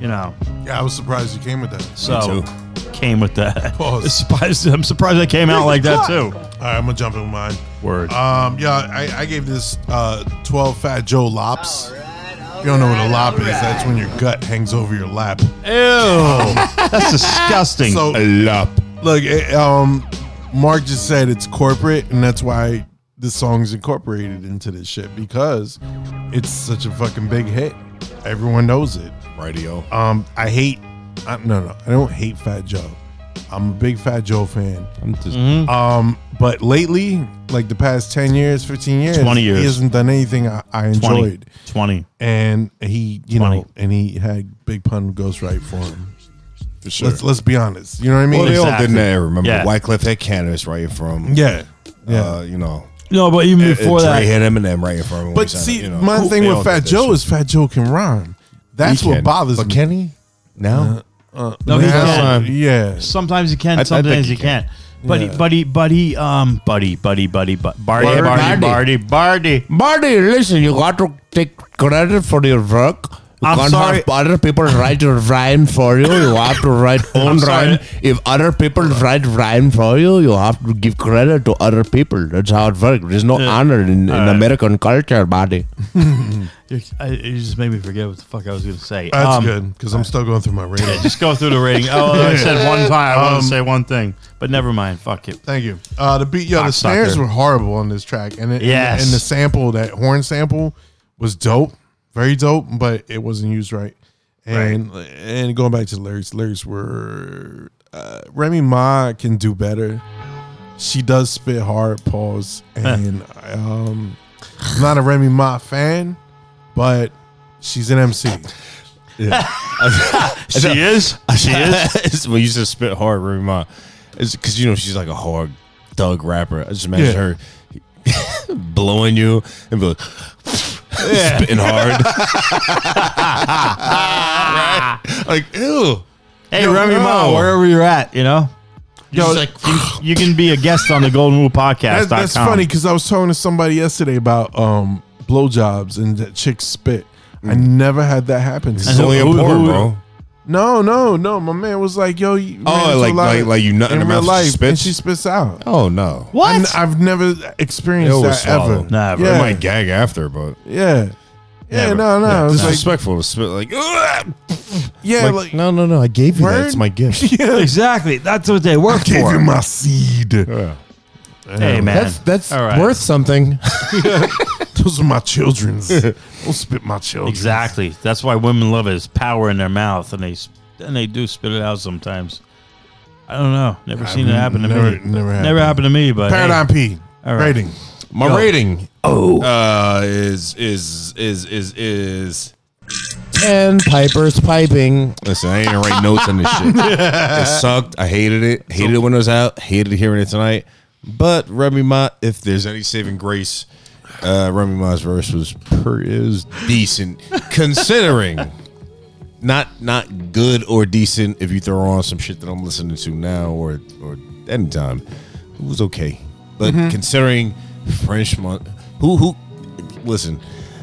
Speaker 1: You know,
Speaker 6: Yeah, I was surprised you came with that.
Speaker 1: so came with that.
Speaker 6: Pause.
Speaker 1: Surprised- <laughs> I'm surprised I came out like <laughs> that too.
Speaker 6: All right, I'm gonna jump in with mine.
Speaker 1: Word.
Speaker 6: Um, yeah, I, I gave this uh 12 Fat Joe lops. If you don't know what a lop is, that's when your gut hangs over your lap.
Speaker 1: Ew, that's disgusting.
Speaker 6: So
Speaker 3: Lop.
Speaker 6: look, it, um, Mark just said it's corporate, and that's why the song's incorporated into this shit because it's such a fucking big hit. Everyone knows it.
Speaker 3: Radio.
Speaker 6: Um, I hate. I, no, no, I don't hate Fat Joe. I'm a big Fat Joe fan.
Speaker 3: I'm just
Speaker 1: Mm-hmm.
Speaker 6: Um, but lately, like the past ten years, fifteen years,
Speaker 1: 20 years.
Speaker 6: he hasn't done anything I, I
Speaker 1: Twenty.
Speaker 6: enjoyed.
Speaker 1: Twenty.
Speaker 6: And he, you
Speaker 1: 20.
Speaker 6: know, and he had Big Pun Ghost right for him.
Speaker 3: For sure.
Speaker 6: Let's let's be honest. You know what I mean?
Speaker 3: Well, they all did in that era. Remember,
Speaker 6: Yeah.
Speaker 3: Wyclef had cannabis right in front of him.
Speaker 6: Yeah. Yeah.
Speaker 3: Uh, you know.
Speaker 1: No, but even
Speaker 3: and-
Speaker 1: before
Speaker 3: and
Speaker 1: that-
Speaker 3: Dre had Eminem right in front of him. when
Speaker 6: But
Speaker 3: he signed
Speaker 6: see,
Speaker 3: him, you know.
Speaker 6: my
Speaker 3: Who-
Speaker 6: thing
Speaker 3: they
Speaker 6: with
Speaker 3: all
Speaker 6: Fat
Speaker 3: did that
Speaker 6: Joe
Speaker 3: shit.
Speaker 6: is Fat Joe can rhyme. That's
Speaker 3: He
Speaker 6: what
Speaker 3: can.
Speaker 6: bothers
Speaker 3: But
Speaker 6: me.
Speaker 3: can he? Now?
Speaker 6: Uh, uh,
Speaker 1: No, he
Speaker 6: now?
Speaker 1: can.
Speaker 6: Yeah.
Speaker 1: Sometimes he
Speaker 6: I- I
Speaker 1: can.
Speaker 6: think
Speaker 1: Sometimes
Speaker 6: he
Speaker 1: he
Speaker 6: can.
Speaker 1: can't. But he,
Speaker 6: Yeah.
Speaker 1: but he, but he, um, buddy, buddy, buddy, buddy, Barty,
Speaker 3: Barty,
Speaker 1: Barty,
Speaker 3: Barty.
Speaker 1: Barty, Barty.
Speaker 3: Marty, listen, you got to take credit for your work. You
Speaker 1: I'm
Speaker 3: can't
Speaker 1: sorry.
Speaker 3: have other people write your rhyme for you. You have
Speaker 1: <laughs>
Speaker 3: to write own
Speaker 1: sorry.
Speaker 3: rhyme. If other people write rhyme for you, you have to give credit to other people. That's how it works. There's no honor in, in
Speaker 1: All right.
Speaker 3: American culture, buddy.
Speaker 1: You you just made me forget what the fuck I was going to say.
Speaker 6: That's
Speaker 1: Um,
Speaker 6: good because I'm still going through my rating.
Speaker 3: <laughs>
Speaker 1: Yeah, just go through the rating. Oh, I said one time. I want
Speaker 6: Um,
Speaker 1: to say one thing, but never mind. Fuck it.
Speaker 6: Thank you. Uh, the beat, yo, the
Speaker 1: Cocksucker.
Speaker 6: snares were horrible on this track, and it,
Speaker 1: Yes.
Speaker 6: and, the sample, that horn sample, was dope, very dope, but it wasn't used right. And and going back to the lyrics, lyrics were uh, Remy Ma can do better. She does spit hard, pause, and um, I'm not a Remy Ma fan, but she's an MC.
Speaker 1: She is.
Speaker 3: <laughs>
Speaker 1: She is.
Speaker 3: is. well, you just spit hard, Remy Ma. It's because you know she's like a hard thug rapper. I just
Speaker 6: Yeah.
Speaker 3: imagine her <laughs> blowing you and be like, <laughs> spitting hard. Right? Like ew.
Speaker 1: Hey,
Speaker 3: Yo,
Speaker 1: Remy
Speaker 3: no.
Speaker 1: Ma, wherever you're at, you know, Just like,
Speaker 6: <sighs>
Speaker 1: you, you can be a guest on the Golden Rule
Speaker 6: That-
Speaker 1: Podcast.
Speaker 6: that's funny because I was talking to somebody yesterday about um, blowjobs and that chick spit. I
Speaker 3: Mm.
Speaker 6: never had that happen. to
Speaker 3: It's
Speaker 6: me.
Speaker 3: only
Speaker 1: who-
Speaker 3: important,
Speaker 1: who-
Speaker 3: bro.
Speaker 6: No, no, no. My man was like, "Yo, you
Speaker 3: Oh,
Speaker 6: ran into
Speaker 3: like-
Speaker 6: a lot
Speaker 3: like-
Speaker 6: of-
Speaker 3: like you nut in her
Speaker 6: real
Speaker 3: mouth, she
Speaker 6: life, and
Speaker 3: spits?
Speaker 6: she spits out."
Speaker 3: Oh no.
Speaker 6: I n- I've never
Speaker 3: It
Speaker 6: experienced
Speaker 3: was
Speaker 6: that ever.
Speaker 3: swallow. Nah, bro.
Speaker 6: yeah,
Speaker 3: It might gag after, but
Speaker 6: yeah, yeah,
Speaker 3: Never.
Speaker 6: no, no.
Speaker 3: Yeah,
Speaker 6: it was like,
Speaker 3: disrespectful to spit like, "Ugh."
Speaker 6: yeah,
Speaker 3: Like,
Speaker 6: like,
Speaker 3: no, no, no. I gave you that.
Speaker 6: Word?
Speaker 3: It's my gift.
Speaker 6: yeah.
Speaker 1: Exactly. That's what they work
Speaker 6: Gave you
Speaker 1: for.
Speaker 6: my seed.
Speaker 1: Hey, man.
Speaker 3: That's that's
Speaker 1: All right.
Speaker 3: worth
Speaker 6: <laughs>
Speaker 3: something. <laughs>
Speaker 6: Those are my children's. Don't spit my children.
Speaker 1: Exactly. That's why women love it. Is power in their mouth, and they s- and they do spit it out sometimes. I don't know. Never seen it happen to
Speaker 6: never-
Speaker 1: me.
Speaker 6: never happened.
Speaker 1: Never happened to me. But hey.
Speaker 6: Paradigm P
Speaker 1: All right.
Speaker 6: rating.
Speaker 3: My
Speaker 1: Go.
Speaker 3: rating oh uh, is is is is is ten pipers piping. Listen, I ain't even write notes on this shit. <laughs> It sucked. I hated it. Hated it when it was out. Hated hearing it tonight. But Remy Ma, if there's any saving grace, uh, Remy Ma's verse was per- is decent considering. Not not good or decent if you throw on some shit that I'm listening to now or or anytime. It was okay. But considering French Mon who who listen,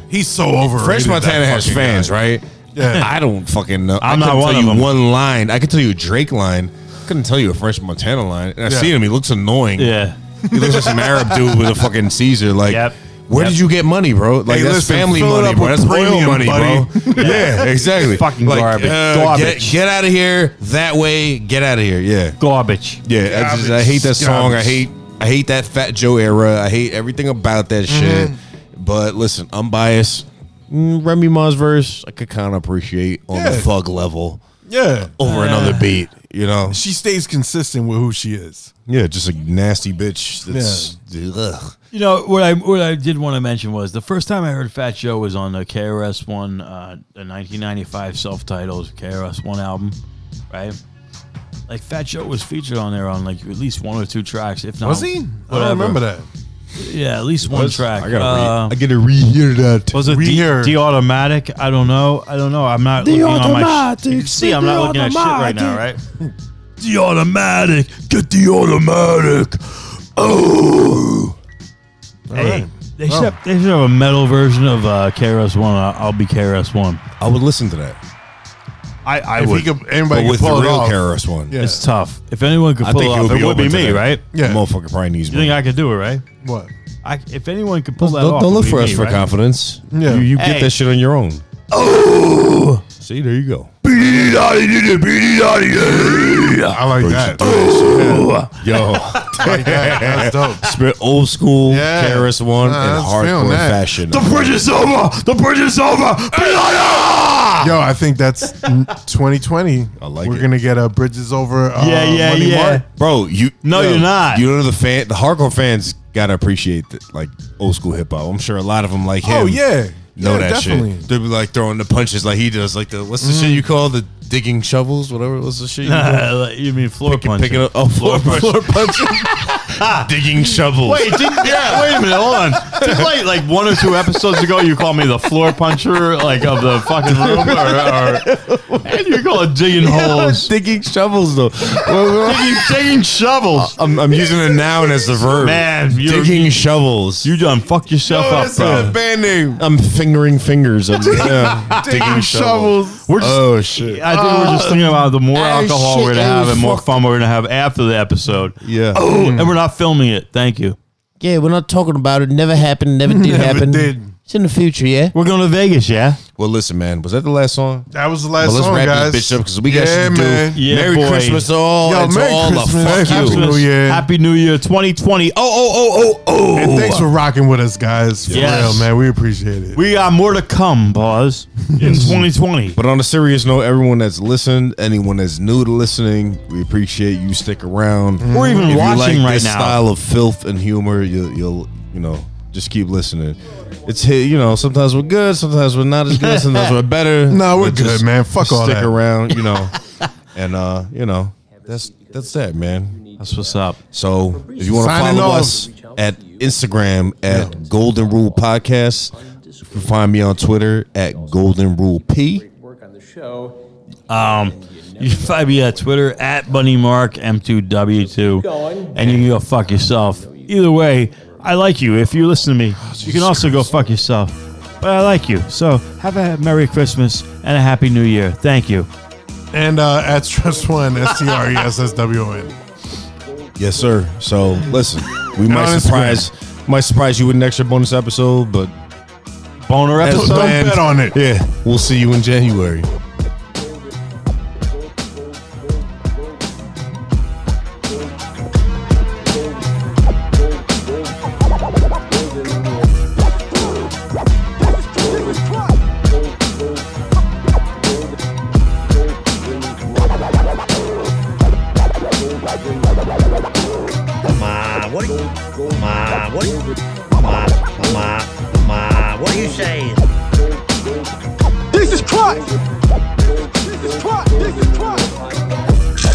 Speaker 6: He's so overrated.
Speaker 3: French
Speaker 6: that
Speaker 3: Montana has
Speaker 6: fucking
Speaker 3: fans,
Speaker 6: guy.
Speaker 3: right?
Speaker 6: Yeah.
Speaker 3: I don't fucking know.
Speaker 1: I'm
Speaker 3: I couldn't
Speaker 1: not one
Speaker 3: tell
Speaker 1: of
Speaker 3: you
Speaker 1: them.
Speaker 3: one line. I could tell you a Drake line. I couldn't tell you a French Montana line. And I
Speaker 6: Yeah.
Speaker 3: seen him. He looks annoying.
Speaker 1: Yeah.
Speaker 3: He looks like some Arab dude with a fucking Caesar. Like,
Speaker 1: Yep.
Speaker 3: where
Speaker 1: Yep.
Speaker 3: did you get money, bro? Like,
Speaker 6: Hey,
Speaker 3: that's
Speaker 6: listen,
Speaker 3: family
Speaker 6: fill it
Speaker 3: money,
Speaker 6: up
Speaker 3: bro.
Speaker 6: with
Speaker 3: That's royal
Speaker 6: premium,
Speaker 3: money, bro.
Speaker 6: buddy.
Speaker 3: <laughs> yeah, exactly.
Speaker 1: Fucking
Speaker 3: Like,
Speaker 1: garbage.
Speaker 3: uh, get-
Speaker 1: Garbage.
Speaker 3: Get, out of here that way. Get out of here. Yeah.
Speaker 1: Garbage.
Speaker 3: Yeah. I, just, I hate that song.
Speaker 6: Garbage.
Speaker 3: I hate I hate that Fat Joe era. I hate everything about that
Speaker 6: Mm-hmm.
Speaker 3: shit. But listen, I'm biased. Mm, Remy Ma's verse, I could kind of appreciate on the
Speaker 6: Yeah.
Speaker 3: thug level
Speaker 6: Yeah.
Speaker 3: over another beat, you know?
Speaker 6: She stays consistent with who she is.
Speaker 3: Yeah, just a nasty bitch. That's, ugh.
Speaker 1: You know what I what I did want to mention was the first time I heard Fat Joe was on the KRS One, uh, the 1995 self-titled KRS One album, right? Like Fat Joe was featured on there on like at least one or two tracks, if not.
Speaker 6: Was he? I
Speaker 1: Whatever.
Speaker 6: don't remember that.
Speaker 1: Yeah, at least one track.
Speaker 3: I gotta,
Speaker 1: Uh,
Speaker 3: re- I gotta rehear that.
Speaker 1: was it the,
Speaker 6: Rehear.
Speaker 1: the automatic? I don't know. I don't know. I'm not looking on my. Sh- you can see, I'm not looking at shit right now, right? The automatic. Get the automatic. Oh. Hey, they
Speaker 3: Oh.
Speaker 1: should have, they should have a metal version of uh, KRS One. I'll, I'll be KRS One.
Speaker 3: I would listen to that.
Speaker 1: I, I
Speaker 6: If
Speaker 1: would.
Speaker 6: he could,
Speaker 3: But,
Speaker 6: anybody could
Speaker 3: with the
Speaker 6: pull it
Speaker 3: real
Speaker 6: off.
Speaker 3: KRS one.
Speaker 6: Yeah.
Speaker 1: It's tough. If anyone could pull it off, it would be
Speaker 3: open to
Speaker 1: me,
Speaker 3: that.
Speaker 1: right?
Speaker 6: Yeah.
Speaker 3: Motherfucker probably needs
Speaker 1: You think
Speaker 3: money.
Speaker 1: I could do it, right?
Speaker 6: What?
Speaker 1: I, if anyone could pull that
Speaker 3: don't,
Speaker 1: off,
Speaker 3: don't
Speaker 1: it
Speaker 3: look
Speaker 1: would
Speaker 3: for
Speaker 1: be
Speaker 3: us
Speaker 1: me,
Speaker 3: for
Speaker 1: right?
Speaker 3: confidence.
Speaker 6: Yeah.
Speaker 3: You, you
Speaker 1: Hey.
Speaker 3: get that shit on your own. Oh, see, there you go.
Speaker 6: I like that.
Speaker 1: Oh!
Speaker 3: Yo,
Speaker 6: That's dope.
Speaker 3: spit old school
Speaker 6: Yeah.
Speaker 3: KRS One
Speaker 6: Nah, I
Speaker 3: in
Speaker 6: was feeling
Speaker 3: hardcore
Speaker 6: that.
Speaker 3: fashion.
Speaker 6: is over. The bridge is over. Yo, I think that's <laughs> 2020.
Speaker 3: I like
Speaker 6: We're
Speaker 3: it.
Speaker 6: gonna get a bridges over. Uh,
Speaker 1: Yeah, yeah,
Speaker 6: Money
Speaker 1: yeah.
Speaker 6: Mark.
Speaker 3: bro. You
Speaker 1: No,
Speaker 3: yo,
Speaker 1: you're not.
Speaker 3: You know the fan, the hardcore fans gotta appreciate the, like old school hip hop. I'm sure a lot of them like him.
Speaker 6: Oh yeah.
Speaker 3: know
Speaker 6: yeah,
Speaker 3: that
Speaker 6: definitely.
Speaker 3: shit. They be like throwing the punches like he does, like the what's the shit you call the digging shovels, whatever was the shit.
Speaker 1: Mm. <laughs> Nah, you mean floor
Speaker 3: picking,
Speaker 1: punching.
Speaker 3: Picking up,
Speaker 1: <laughs>
Speaker 3: oh, floor,
Speaker 1: Floor
Speaker 3: floor punching.
Speaker 1: <laughs>
Speaker 3: digging shovels.
Speaker 1: Wait, didn't, yeah, wait a minute, hold on. Didn't like, like one or two episodes ago, you called me the floor puncher, like of the fucking room, or, or and you call it digging holes,
Speaker 3: digging shovels though,
Speaker 1: digging, digging shovels.
Speaker 3: I'm, I'm using a noun as the verb.
Speaker 1: Man, you-
Speaker 3: Uh, digging shovels.
Speaker 1: You done fuck yourself up, bro.
Speaker 3: band name. I'm fingering fingers. I'm, yeah,
Speaker 1: <laughs>
Speaker 3: digging shovels.
Speaker 1: We're just-
Speaker 3: oh shit.
Speaker 1: I think we're just thinking about the more
Speaker 3: Ah,
Speaker 1: alcohol we're
Speaker 3: shit,
Speaker 1: gonna
Speaker 3: oh,
Speaker 1: have and more
Speaker 3: fuck.
Speaker 1: fun we're gonna have after the episode.
Speaker 3: yeah.
Speaker 1: Oh, and we're not filming it. Thank you.
Speaker 4: Yeah, we're not talking about it. Never happened. Never did happen. It's in the future, yeah.
Speaker 1: We're going to Vegas, yeah.
Speaker 3: Well, listen, man. Was that the last song?
Speaker 6: That was the
Speaker 3: Well,
Speaker 6: last
Speaker 3: let's
Speaker 6: song,
Speaker 3: wrap
Speaker 6: guys.
Speaker 3: this bitch up because we got
Speaker 6: yeah,
Speaker 3: shit to
Speaker 6: man.
Speaker 3: do.
Speaker 1: Yeah,
Speaker 3: Merry
Speaker 1: boy.
Speaker 3: Christmas to all.
Speaker 6: Yo,
Speaker 3: and to
Speaker 6: Merry
Speaker 3: all
Speaker 6: Christmas.
Speaker 3: the fuck
Speaker 6: Happy
Speaker 3: you.
Speaker 6: New Year.
Speaker 1: Happy New Year 2020. Oh, oh, oh, oh, oh.
Speaker 6: And thanks for rocking with us, guys. For
Speaker 1: Yes.
Speaker 6: real, man. We appreciate it.
Speaker 1: We got more to come, boss, in 2020.
Speaker 3: But on a serious note, everyone that's listened, anyone that's new to listening, we appreciate you stick around.
Speaker 1: Or even
Speaker 3: If you
Speaker 1: watching
Speaker 3: like
Speaker 1: right
Speaker 3: this
Speaker 1: now.
Speaker 3: style of filth and humor, you, you'll you know just keep listening. It's hit, you know. Sometimes we're good, sometimes we're not as good, sometimes we're
Speaker 1: <laughs>
Speaker 3: better.
Speaker 6: No, we're
Speaker 3: But
Speaker 6: good, man. Fuck
Speaker 3: just
Speaker 6: all
Speaker 3: stick
Speaker 6: that.
Speaker 3: around, you know, and uh, you know that's that's that, man.
Speaker 1: That's what's up.
Speaker 3: So if you want to
Speaker 6: Signing
Speaker 3: follow
Speaker 6: off.
Speaker 3: us at Instagram at Golden Rule Podcast, you can find me on Twitter at Golden Rule P.
Speaker 1: Um, you can find me at Twitter at BunnyMarkM2W2. And you can go fuck yourself. Either way, I like you. If you listen to me, you can also go fuck yourself. But I like you. So have a Merry Christmas and a Happy New Year. Thank you.
Speaker 6: and uh, at Stress One, S T R E S S W O N.
Speaker 3: Yes, sir. So listen, we might
Speaker 6: on Instagram.
Speaker 3: surprise might surprise you with an extra bonus episode, but
Speaker 1: Boner
Speaker 3: as
Speaker 1: episode.
Speaker 6: don't
Speaker 3: planned,
Speaker 6: bet on it.
Speaker 3: Yeah, we'll see you in January.
Speaker 13: Ma, what? Ma, what? Ma, ma, ma, what are you saying?
Speaker 12: This is Christ. This is Christ. This is Christ.